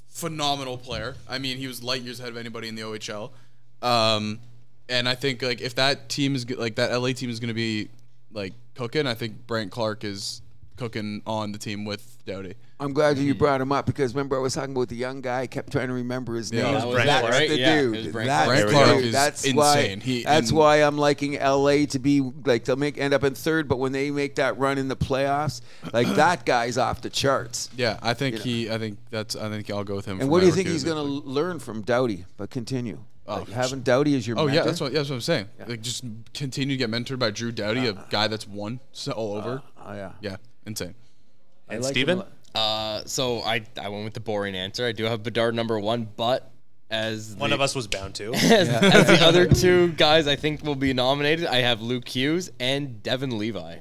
E: Phenomenal player. I mean, he was light years ahead of anybody in the OHL.
D: Um, and I think like if that team is go- like that LA team is going to be like cooking, I think Brant Clark is cooking on the team with Doughty.
B: I'm glad you brought him up because remember I was talking about the young guy. I kept trying to remember his name.
D: that
B: That's
C: was Brant Clark,
B: the
C: right? Yeah,
B: dude.
C: it was Brant
B: That's
D: Clark.
B: the
D: Brant Clark
B: dude.
D: is
B: that's
D: insane.
B: Why,
D: He-
B: that's
D: and-
B: why I'm liking LA to be like they'll make end up in third, but when they make that run in the playoffs, like that guy's off the charts.
D: Yeah, I think he. I think that's. I think I'll go with him.
B: And
D: for
B: what do
D: my
B: you think
D: rookie
B: he's
D: of the-
B: going to learn from Doughty? But continue.
D: Oh,
B: Like, having Doughty as your
D: Oh yeah,
B: mentor?
D: that's what. Yeah, that's what I'm saying. Like just continue to get mentored by Drew Doughty,
B: Uh,
D: a guy that's won so all over.
B: Oh yeah.
D: yeah, insane.
A: And
B: like him
A: Steven?
B: a lot.
C: Uh, so I I went with the boring answer. I do have Bedard number one, but as
A: One
C: the,
A: of us was bound to.
C: as, as the other two guys I think will be nominated, I have Luke Hughes and Devin Levi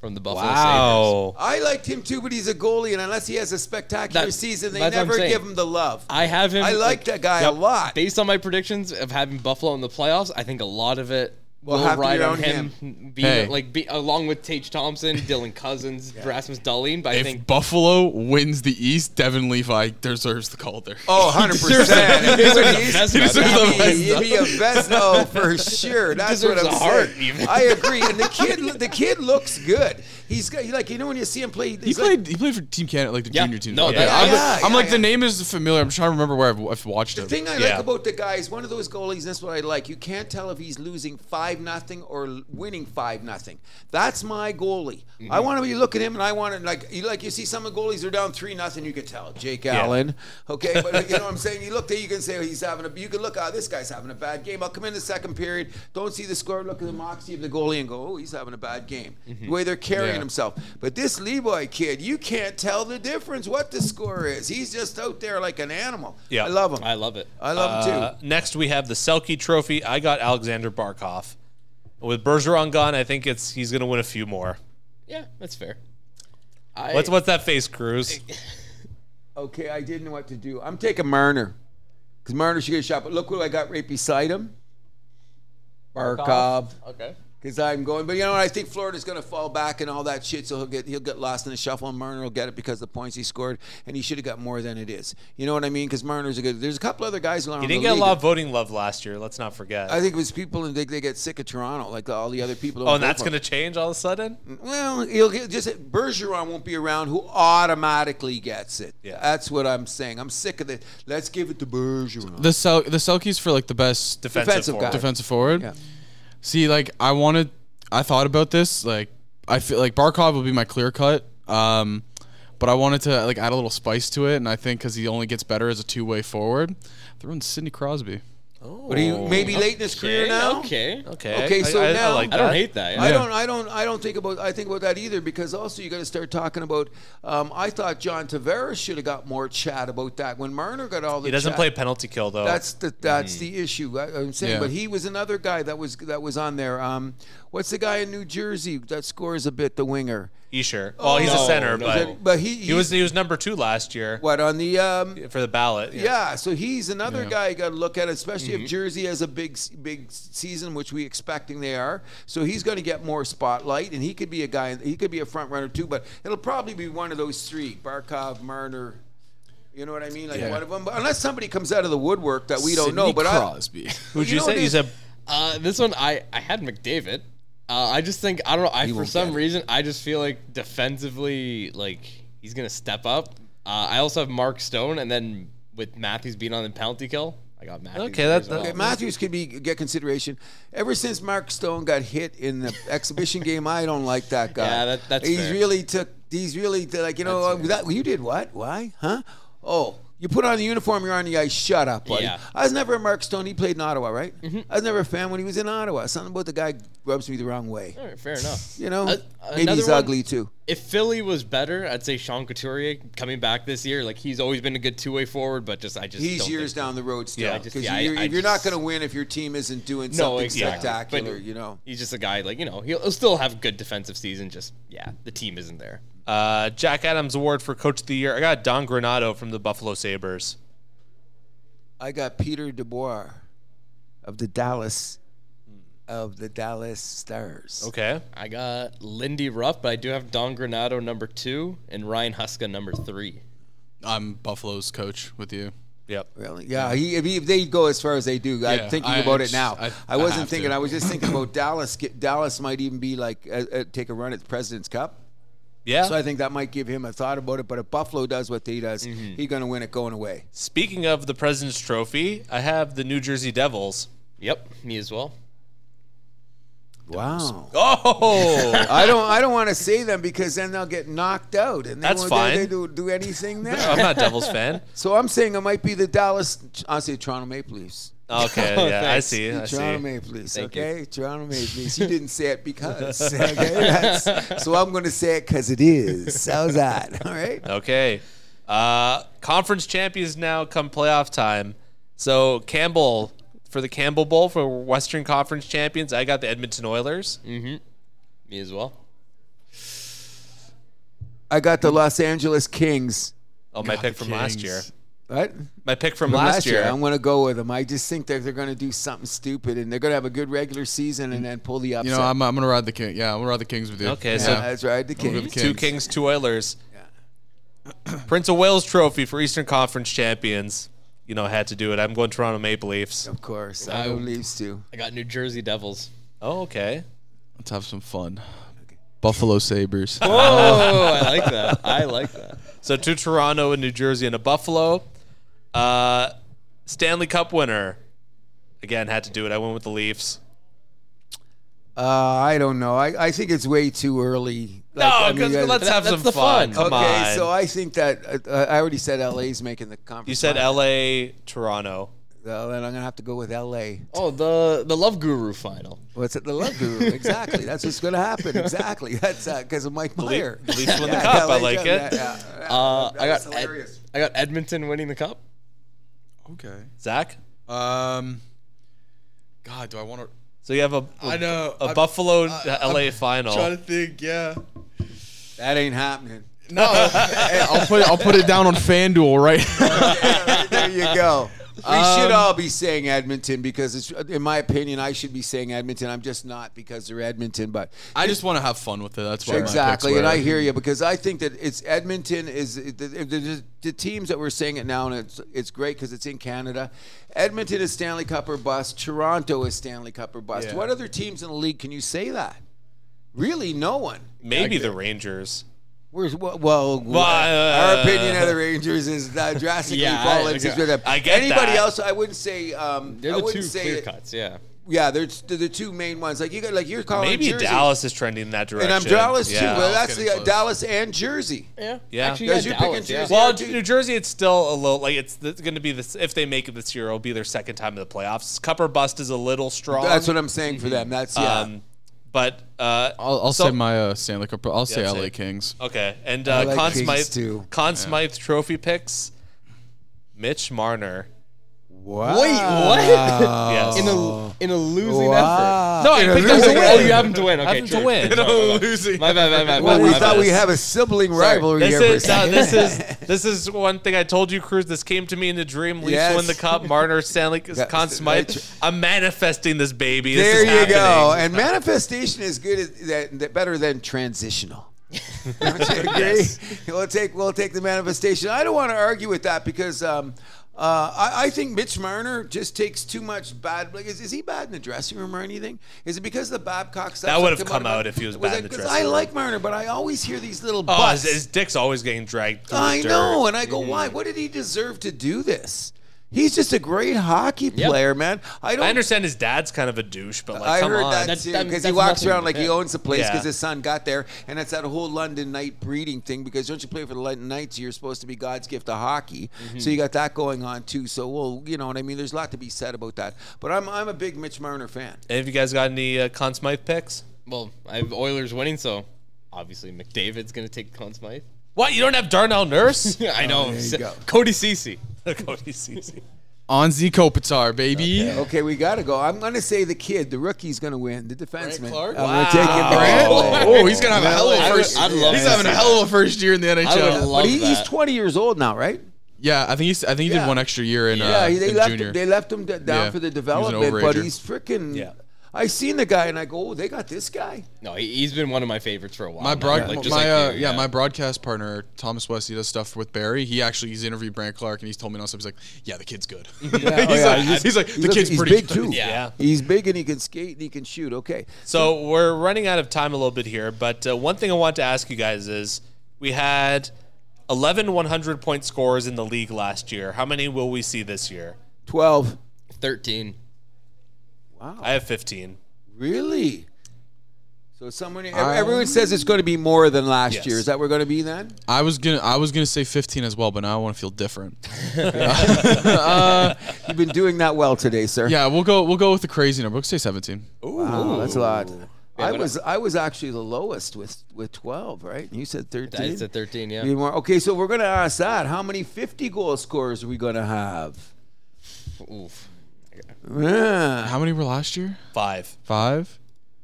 C: from the Buffalo Sabres.
B: I liked him too, but he's a goalie, and unless he has a spectacular
C: That-
B: season, they
C: that's what I'm
B: never
C: saying.
B: give him the love. I,
C: I have him.
B: like that guy a
C: yep,
B: lot.
C: Based on my predictions of having Buffalo in the playoffs, I think a lot of it
B: Will
C: will,
B: have to
C: ride
B: be
C: on
B: on
C: him. Be,
D: Hey.
C: like be, along with Tage Thompson, Dylan Cousins, Rasmus Dahlin. But I
D: If
C: think
D: Buffalo wins the East, Devin Levi deserves the Calder.
B: Oh, 100%.
C: He deserves a- he deserves a
B: He's-
C: Vesna.
B: He'd be a Vesno for sure. That's what
C: deserves
B: I'm
C: a heart,
B: saying.
C: even.
B: I agree. And the kid, the kid looks good. He's got, like you know when you see him play. He's like,
D: He played. He played for Team Canada, like the
C: Yeah.
D: junior team.
C: No,
D: Okay,
C: that-
D: I'm,
B: yeah,
D: I'm
B: yeah,
D: like
B: yeah.
D: the name is familiar. I'm trying to remember where I've, I've watched
B: The
D: him.
B: thing I like
A: Yeah.
B: about the guy is one of those goalies. That's what I like. You can't tell if he's losing five nothing or l- winning five nothing. That's my goalie. I
D: Mm-hmm.
B: want to be looking at him, and I want to like you like you see some of the goalies are down three nothing. You can tell Jake Allen, okay, but you know what I'm saying. You look there, you can say oh, he's having a. You can look, oh, this guy's having a bad game. I'll come in the second period, don't see the score, look at the moxie of the goalie, and go, oh, he's having a bad game. The way they're carrying
D: Mm-hmm. Yeah.
B: himself. But this Levi kid, you can't tell the difference what the score is. He's just out there like an animal.
A: Yeah.
B: I love him.
C: I love it.
B: I love
A: Uh,
B: him too.
A: next, we have the Selkie Trophy. I got Alexander Barkov. With Bergeron gone, I think it's he's going to win a few more.
C: Yeah, that's fair. I,
A: What's what's that face, Cruz?
B: Okay, I didn't know what to do. I'm taking Marner because Marner should get a shot. But look who I got right beside him, Barkov.
C: Okay.
B: Because I'm going, but you know what? I think Florida's going to fall back and all that shit. So he'll get he'll get lost in the shuffle, and Marner will get it because of the points he scored, and he should have got more than it is. You know what I mean? Because Marner's a good. There's a couple other guys along.
A: He didn't
B: the
A: get a
B: league.
A: lot of voting love last year. Let's not forget.
B: I think it was people and they, they get sick of Toronto, like all the other people.
A: oh, and that's going to change all of a sudden.
B: Mm, Well, he'll get just Bergeron won't be around who automatically gets it.
A: Yeah.
B: That's what I'm saying. I'm sick of it. Let's give it to Bergeron.
D: the Sel- the Selkies for like the best
A: Defensive,
B: Defensive
A: forward.
B: guy.
D: defensive forward.
B: Yeah.
D: See, like I wanted, I thought about this. Like I feel like Barkov will be my clear cut. Um, but I wanted to like add a little spice to it, and I think because he only gets better as a two way forward, throw in Sidney Crosby.
B: But he may be late in his career
C: Okay,
B: now.
C: Okay.
A: Oh, Okay.
B: Okay,
A: I-
B: so
A: I- I
B: now-
A: like
C: I don't
A: that.
C: hate that.
B: I
D: Yeah.
B: don't, I don't, I don't think about, I think about that either because also you got to start talking about. Um, I thought John Tavares should have got more chat about that when Marner got all the.
A: He doesn't
B: chat.
A: play penalty kill though.
B: That's the that's the issue. I, I'm saying,
D: Yeah.
B: but he was another guy that was that was on there. Um, what's the guy in New Jersey that scores a bit? The winger.
A: Esher. Well, Oh, he's
C: no,
A: a center,
C: no.
A: but
B: But he
A: he was he was number two last year
B: what on the um
A: for the ballot.
B: Yeah, so he's another guy you got to look at, especially if Jersey has a big, big season, which we expecting they are. So he's going to get more spotlight, and he could be a guy. He could be a front runner too, but it'll probably be one of those three: Barkov, Marner. You know what I mean? Like one of them, but unless somebody comes out of the woodwork that we don't know. But I,
D: Crosby.
A: Who'd
B: You
A: you,
B: know
A: say?
B: what
A: You
B: is-
A: said
C: Uh, this one I I had McDavid. Uh, I just think I don't know. I for
B: won't
C: some
B: get it.
C: reason I just feel like defensively like he's gonna step up. Uh, I also have Mark Stone, and then with Matthews being on the penalty kill, I got Matthews.
A: Okay,
C: there
A: that-
C: as well.
B: Okay, Matthews could be get consideration. Ever since Mark Stone got hit in the exhibition game, I don't like that guy.
C: Yeah, that- that's
B: he's
C: fair.
B: really took These really, they're like, you know, uh, that, you did what? Why? Huh? Oh, you put on the uniform, you're on the ice. Shut up, buddy.
C: Yeah. Mm-hmm.
B: I was never a Mark Stone. He played in Ottawa, right? I was never a fan when he was in Ottawa. Something about the guy rubs me the wrong way.
C: All right, fair enough.
B: You know,
C: Hmm. Uh,
B: maybe he's
C: another one-
B: ugly too.
C: If Philly was better, I'd say Sean Couturier coming back this year. Like he's always been a good two way forward, but just I just
B: He's
C: don't
B: years
C: think-
B: down the road still.
C: I
B: Because
C: just- yeah, I-
B: you're,
C: I
B: you're
C: just-
B: not going to win if your team isn't doing something
C: exactly.
B: spectacular.
C: But-
B: you know,
C: He's just a guy like you know he'll, he'll still have good defensive season. Just yeah, the team isn't there.
A: Uh, Jack Adams Award for Coach of the Year. I got Don Granado from the Buffalo Sabers.
B: I got Peter DeBoer of the Dallas of the Dallas Stars.
A: Okay.
C: I got Lindy Ruff, but I do have Don Granado number two and Ryan Huska number three.
D: I'm Buffalo's coach with you.
A: Yep.
B: Really? Yeah. He, if, he, if they go as far as they do,
D: Yeah,
B: I'm thinking
D: I-
B: about
D: it's-
B: it now.
D: I-
B: I,
D: I
B: wasn't
D: have
B: thinking.
D: to.
B: I was just thinking about Dallas. Get, Dallas might even be like uh, uh, take a run at the President's Cup.
A: Yeah.
B: So I think that might give him a thought about it. But if Buffalo does what they does, he's going to win it going away.
A: Speaking of the President's Trophy, I have the New Jersey Devils.
C: Yep, me as well.
B: Wow.
A: Oh,
B: I don't. I don't want to say them because then they'll get knocked out, and they
A: That's
B: won't
A: fine.
B: They, they do, do anything
A: I'm
B: there.
A: not a Devils fan.
B: so I'm saying it might be the Dallas. I say Toronto Maple Leafs.
A: Okay,
C: Oh,
A: yeah, I
C: thanks.
A: see. I
B: Toronto
A: see.
B: Maple Leafs.
C: Thank you.
B: okay, Toronto Maple Leafs. You didn't say it because. Okay, That's- so I'm going to say it because it is. How's that? All right.
A: Okay. Uh, conference champions now come playoff time. So Campbell for the Campbell Bowl for Western Conference champions, I got the Edmonton Oilers.
C: Me as well.
B: I got the Los Angeles Kings.
A: Oh, my pick from last year.
B: What?
A: My pick from,
B: From
A: last, year.
B: I'm going to go with them. I just think that they're going to do something stupid, and they're going to have a good regular season, and then pull the upset.
D: You know, I'm, I'm gonna ride the king. Yeah, I'm gonna ride the Kings with you.
A: Okay,
D: yeah.
A: so-
B: that's right. The
D: I'll go
B: Kings.
D: with the
A: Two Kings, two Oilers. Prince of Wales Trophy for Eastern Conference champions. You know, I had to do it. I'm going Toronto Maple Leafs.
B: Of course, I
C: Wow.
B: Leafs too.
C: I got New Jersey Devils.
A: Oh, okay.
D: Let's have some fun. Buffalo Sabers.
C: Oh, I like that. I like that.
A: So two Toronto and New Jersey and a Buffalo. Uh, Stanley Cup winner. Again, had to do it. I went with the Leafs.
B: Uh, I don't know. I, I think it's way too early. Like,
A: No,
B: I
A: 'cause
B: I-
A: let's
C: that-
A: have
C: that's
A: some
C: the
A: fun.
C: fun.
A: Come
B: okay,
A: on.
B: so I think that uh, I already said LA's making the conference.
A: you said
B: final.
A: L.A., Toronto.
B: Well, then I'm gonna have to go with LA.
C: Oh, the the Love Guru final.
B: What's it? The Love Guru. exactly. That's what's gonna happen. Exactly. That's because of Mike Meyer.
A: the Leafs win the cup. I like it.
C: Uh, I
B: was
C: got Ed-
B: hilarious.
C: I got Edmonton winning the cup.
E: Okay.
A: Zach.
E: Um. God, do I want to?
A: So you have a
E: I know.
A: a
E: I'm
A: Buffalo
E: I-
A: uh, L.A. final.
E: trying to think. Yeah.
B: That ain't happening.
E: No.
D: I'll put it, I'll put it down on FanDuel right.
B: there you go. We
A: Um,
B: should all be saying Edmonton because it's, in my opinion, I should be saying Edmonton. I'm just not because they're Edmonton, but
D: I just want to have fun with it. That's why my picks
B: Exactly, and
D: were.
B: I hear you because I think that it's Edmonton is the, the, the teams that we're saying it now, and it's it's great because it's in Canada. Edmonton is Stanley Cup or bust. Toronto is Stanley Cup or bust.
D: Yeah.
B: What other teams in the league can you say that? Really, no one.
A: Maybe the Rangers.
B: Where's well, well,
A: uh,
B: our opinion of the Rangers is uh, drastically
C: Yeah, I-
B: fallen.
C: I
B: since
C: get-
B: we're the-
A: I get
B: anybody
A: that.
B: else. I wouldn't say. Um,
C: They're
B: I
C: the
B: wouldn't
C: two
B: say
C: clear
B: it-
C: cuts. Yeah.
B: Yeah, they're they're the two main ones. Like you got like you're
E: Oh,
B: calling
A: Maybe
B: Jersey.
A: Dallas is trending in that direction.
B: And I'm Dallas
A: yeah.
B: too. Well,
D: Dallas
B: that's the uh,
D: getting close.
B: Dallas and Jersey.
C: Yeah.
A: Yeah.
C: Actually,
B: Guys,
C: yeah,
B: you're picking
C: Dallas, yeah.
B: Jersey.
A: Well,
B: Yeah, dude.
A: New Jersey, it's still a little like it's, it's going to be this. If they make it this year, it'll be their second time in the playoffs. Cup or bust is a little strong.
B: That's what I'm saying for them. That's yeah.
A: Um, but uh,
D: I'll, I'll
A: so-
D: say my uh, Stanley Cup. I'll say
A: Yeah,
D: LA
A: say-
D: Kings.
A: okay. And uh,
B: like
A: Conn
B: Kings,
A: Smythe,
B: too.
A: Conn Smythe trophy picks. Mitch Marner.
B: wow.
C: Wait, what?
A: Yes.
C: in a in a losing effort.
A: no, I picked
B: losing
A: them to
B: effort.
A: win.
C: Oh, you have them to win. Okay,
A: I have them
C: true.
A: to win.
C: Sorry, my bad. My bad, my bad. my
B: Well,
C: bad,
B: we
C: my
B: thought
C: bad.
B: we have a sibling rivalry
A: This
B: here. for a
A: is uh,
B: second.
A: this is this is one thing I told you, Cruz. This came to me in a dream. Leafs
B: Yes.
A: win the cup. Marner, Stanley, Conn
B: that's
A: Smythe.
B: right.
A: I'm manifesting this baby. This
B: there
A: is
B: you go.
A: happening.
B: And manifestation is good as, that, that better than transitional. Don't you agree? We'll take we'll take the manifestation. I don't want to argue with that because um, uh, I, I think Mitch Marner just takes too much bad. Like, is, is he bad in the dressing room or anything? Is it because of the Babcock stuff?
A: That would have come
B: about-
A: out if he was bad
B: that-
A: in the
B: 'cause
A: dressing
B: I
A: room.
B: like Marner, but I always hear these little
A: Oh, his,
B: buts.
A: his dick's always getting dragged. Through the
B: I
A: dirt. Mm-hmm.
B: know, and I go, why? What did he deserve to do this? He's just a great hockey player, man. I don't.
A: I understand his dad's kind of a douche, but like,
B: I
A: come
B: heard
A: on.
B: that
C: That's-
B: too
C: that-
B: because he
C: that's
B: walks
C: nothing.
B: around like he
C: Yeah.
B: owns the place
A: Yeah.
B: because his son got there, and it's that whole London night breeding thing. Because don't you play for the London Knights? You're supposed to be God's gift to hockey, so you got that going on too. So, well, you know what I mean. There's a lot to be said about that. But I'm I'm a big Mitch Marner fan.
A: Have you guys got any uh, Conn Smythe picks?
C: Well, I have Oilers winning, so obviously McDavid's going to take Conn Smythe.
A: What? You don't have Darnell Nurse?
C: Yeah,
D: Oh,
C: I know.
B: there you go.
C: Cody Ceci.
A: Cody Ceci.
D: Anzi Kopitar, baby.
B: Okay, we gotta go. I'm gonna say the kid, the rookie's gonna win, the defenseman.
D: Clark?
B: I'm gonna take him.
C: Brant?
B: all the way.
D: Oh, he's gonna have a hell of a
C: I would-
D: first.
C: I'd love
D: he's
C: to
D: having a
C: see
D: hell of a first year in the
C: I would
D: NHL.
C: love-
B: But he, he's
C: that.
B: 20 years old now, right?
D: Yeah, I think he's. I think he
B: Yeah.
D: did one extra year in,
B: Yeah,
D: uh,
B: he- they
D: in
B: left
D: junior.
B: him, they left him d- down
D: Yeah.
B: for
D: He
B: the
D: was an
B: development, but
D: overager.
B: he's freaking.
A: Yeah.
B: I seen the guy and I go, oh, they got this guy.
C: No, he- he's been one of my favorites for a while.
D: my
C: now,
D: broad,
C: like, just
D: my
C: like
D: uh,
C: you,
D: yeah, my broadcast partner Thomas West. He does stuff with Barry. He actually he's interviewed Brant Clark, and he's told me also he's like, yeah, the kid's good. he's,
B: yeah,
D: like, he's, like, the
B: Look,
D: kid's
B: he's
D: pretty
B: big
D: good.
B: too.
C: Yeah.
A: Yeah.
B: He's big and he can skate and he can shoot. Okay.
A: So we're running out of time a little bit here, but uh, one thing I want to ask you guys is we had 11 100 point scores in the league last year. How many will we see this year?
B: 12.
C: 13.
A: I have 15.
B: Really? So someone ev- everyone says it's going to be more than last
A: Yes.
B: year. Is that where we're going to be then?
D: I was gonna I was gonna say 15 as well, but now I want to feel different.
B: You've been doing that well today, sir.
D: yeah, we'll go we'll go with the crazy number. We'll say 17.
B: Wow, that's a lot. I was I was actually the lowest with with 12, right? And you said 13.
C: I said 13, yeah.
B: Need more. Okay, so we're going to ask that. How many 50 goal scorers are we going to have?
C: Oof.
B: Yeah.
D: How many were last year?
A: Five.
D: Five.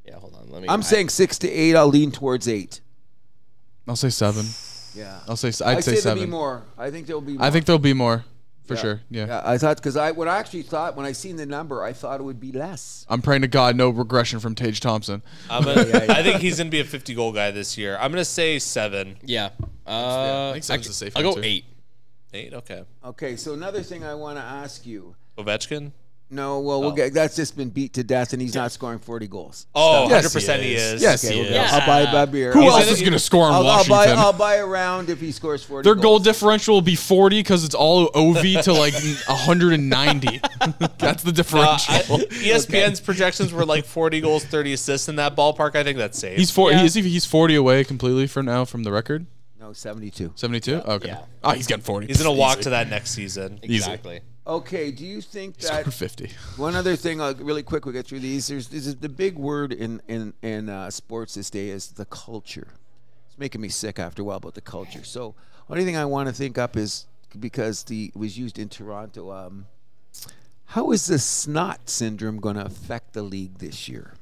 C: Yeah, hold on. Let me.
B: I'm
C: I-
B: saying 6 to 8. I'll lean towards 8.
D: I'll say seven.
B: Yeah.
D: I'll say I'd,
B: I'd
D: say,
B: there'll
D: seven.
B: be more. I think there'll be more.
D: I think there'll be more, for sure. Yeah.
B: Yeah, I thought because I what I actually thought when I seen the number, I thought it would be less.
D: I'm praying to God no regression from Tage Thompson.
A: I'm gonna, I think he's going to be a 50 goal guy this year. I'm going to say seven.
C: Yeah. Uh,
D: I think seven's a safe
C: I'll go
D: answer.
C: eight.
A: Eight? Okay.
B: Okay, so another thing I want to ask you.
A: Ovechkin?
B: No, well, we'll
A: Oh.
B: get that's just been beat to death, and he's not scoring forty goals.
A: Oh,
D: Yes,
A: 100% he
D: he
A: is.
D: is. Yes,
B: Okay,
D: he
B: we'll
D: is.
B: go. I'll buy my beer.
D: Who
B: I'll,
D: else
B: buy-
D: is going to score on
B: I'll, I'll
D: Washington?
B: buy. I'll buy a round if he scores forty.
D: Their goal
B: goals.
D: differential will be 40 because it's all OV to like 190. That's the
A: Uh,
D: differential.
A: I- ESPN's projections were like 40 goals, 30 assists in that ballpark. I think that's safe.
D: he's 40.
C: Yeah.
D: Is he, he's 40 away completely for now from the record.
B: No, seventy-two.
D: 72. Okay.
C: Yeah.
D: Oh, he's getting 40.
A: He's going to walk to that next season.
C: Exactly.
B: Okay, do you think
D: Scored
B: that
D: 50.
B: One other thing, I'll, really quick, we'll get through these. There's, this is the big word in in in uh, sports this day is the culture. It's making me sick after a while about the culture. So, only thing I want to think up is because the it was used in Toronto. Um, how is the snot syndrome going to affect the league this year?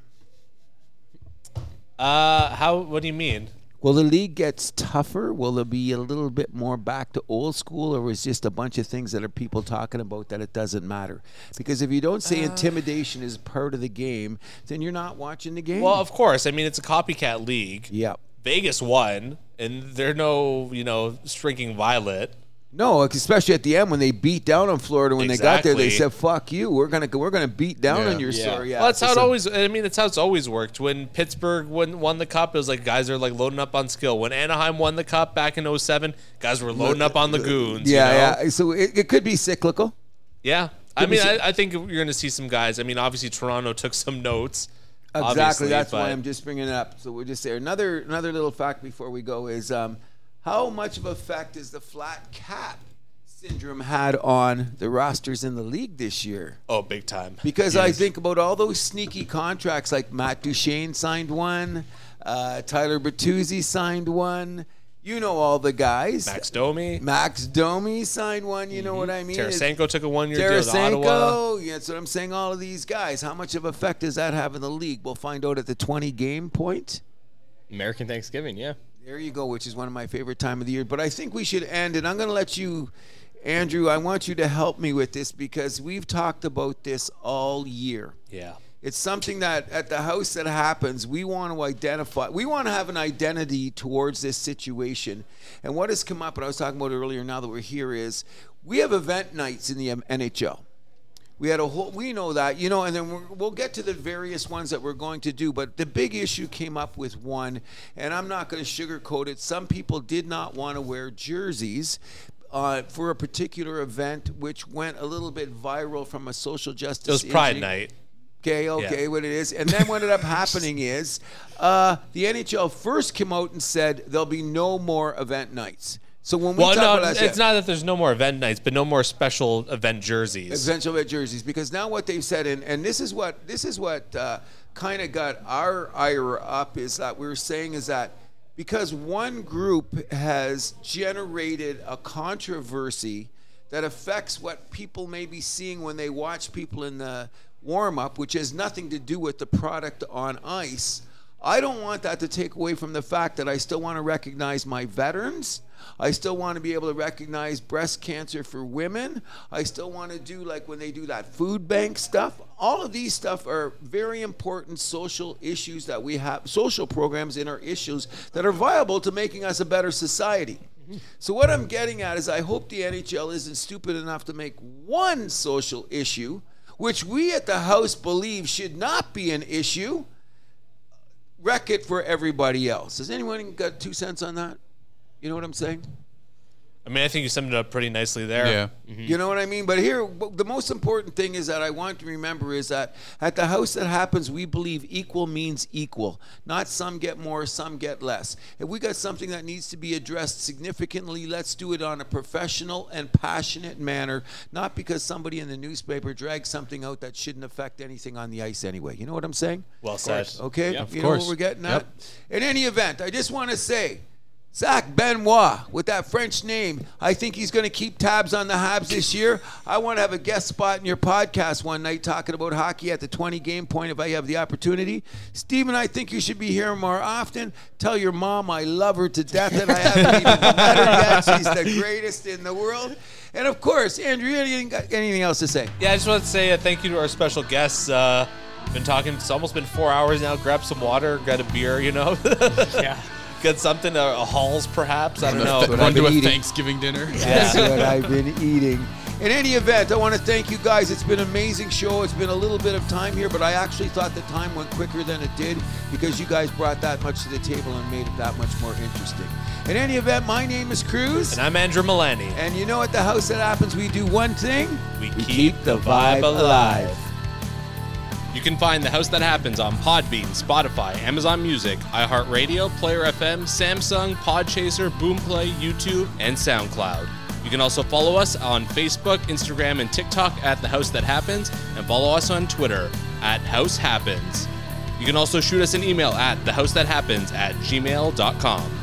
A: Uh, how? What do you mean?
B: Will the league gets tougher? Will it be a little bit more back to old school, or is just a bunch of things that are people talking about that it doesn't matter? Because if you don't say
A: Uh.
B: intimidation is part of the game, then you're not watching the game.
A: Well, of course. I mean, it's a copycat league.
B: yeah.
A: Vegas won, and they're no, you know, shrinking violet.
B: No, especially at the end when they beat down on Florida when they got there, they
A: Exactly.
B: said, "Fuck you, we're gonna we're gonna beat down
D: Yeah.
B: on your
C: Yeah.
B: sorry
A: Well, that's
B: asses."
A: how it always. I mean, that's how it's always worked. When Pittsburgh won, won the cup, it was like guys are like loading up on skill. When Anaheim won the cup back in 07, guys were loading up on the goons. you
B: Uh, Yeah,
A: know?
B: yeah. So it, it could be cyclical.
A: Yeah. I mean, I, I think you're going to see some guys. I mean, obviously Toronto took some notes.
B: Exactly.
A: obviously,
B: That's
A: but-
B: why I'm just bringing it up. So we're just there. Another another little fact before we go is um, how much of effect is the flat cap syndrome had on the rosters in the league this year?
A: Oh, big time.
B: Because I think about all those sneaky contracts, like Matt Duchene signed one, uh, Tyler Bertuzzi signed one. You know all the guys.
A: Max Domi,
B: Max Domi signed one. You know what I mean? It's-
A: Tarasenko took a one-year deal to Ottawa.
B: Tarasenko. Yeah, that's what I'm saying. All of these guys. How much of effect does that have in the league? We'll find out at the 20 game point.
C: American Thanksgiving, yeah.
B: There you go, which is one of my favorite time of the year. But I think we should end it. I'm going to let you, Andrew. I want you to help me with this because we've talked about this all year.
A: Yeah.
B: It's something that at the house that happens, we want to identify. We want to have an identity towards this situation. And what has come up, and I was talking about it earlier now that we're here, is we have event nights in the um, NHL. We had a whole, we know that, you know, and then we're, we'll get to the various ones that we're going to do. But the big issue came up with one, and I'm not going to sugarcoat it. Some people did not want to wear jerseys uh, for a particular event, which went a little bit viral from a social justice.
A: It was Pride
B: issue.
A: Night.
B: Okay, okay, what it is. And then what ended up happening is uh, the NHL first came out and said there'll be no more event nights. So when we
A: Well,
B: talk
A: no,
B: about
A: it's
B: yeah.
A: not that there's no more event nights, but no more special event jerseys.
B: essential red jerseys because now what they've said and, and this is what this is what uh, kind of got our ire up is that we were saying is that because one group has generated a controversy that affects what people may be seeing when they watch people in the warm up which has nothing to do with the product on ice I don't want that to take away from the fact that I still want to recognize my veterans. I still want to be able to recognize breast cancer for women. I still want to do like when they do that food bank stuff. All of these stuff are very important social issues that we have, social programs in our issues that are viable to making us a better society. So what I'm getting at is I hope the NHL isn't stupid enough to make one social issue, which we at the house believe should not be an issue wreck it for everybody else. Has anyone got two cents on that? You know what I'm saying?
A: I mean, I think you summed it up pretty nicely there.
D: Yeah.
B: You know what I mean? But here, but the most important thing is that I want to remember is that at the house that happens, we believe equal means equal, not some get more, some get less. If we got something that needs to be addressed significantly, let's do it on a professional and passionate manner, not because somebody in the newspaper dragged something out that shouldn't affect anything on the ice anyway. You know what I'm saying?
A: Well said.
B: Okay,
C: Of
B: you know
D: course.
B: what we're getting at. In
D: Yep.
B: any event, I just want to say, Zach Benoit with that French name, I think he's going to keep tabs on the Habs this year. I want to have a guest spot in your podcast one night talking about hockey at the 20 game point if I have the opportunity. Steven, I think you should be here more often. Tell your mom I love her to death and I haven't even met her yet. She's the greatest in the world. And of course, Andrew, you ain't got anything else to say?
A: Yeah, I just want to say a thank you to our special guests. Uh, been talking. It's almost been four hours now. Grab some water. Grab a beer. You know. yeah. Get something. A, a Halls, perhaps. I don't know.
B: But
D: Run
B: I've
D: to
B: been
D: a
B: eating.
D: Thanksgiving dinner.
B: That's what I've been eating. In any event, I want to thank you guys. It's been an amazing show. It's been a little bit of time here, but I actually thought the time went quicker than it did because you guys brought that much to the table and made it that much more interesting. In any event, my name is Cruz.
A: And I'm Andrew Milani.
B: And you know at the house that happens, we do one thing.
A: We keep the vibe alive. You can find The House That Happens on Podbean, Spotify, Amazon Music, iHeartRadio, Player FM, Samsung, Podchaser, Boomplay, YouTube, and SoundCloud. You can also follow us on Facebook, Instagram, and TikTok at The House That Happens, and follow us on Twitter at House Happens. You can also shoot us an email at thehousethathappens at gmail.com.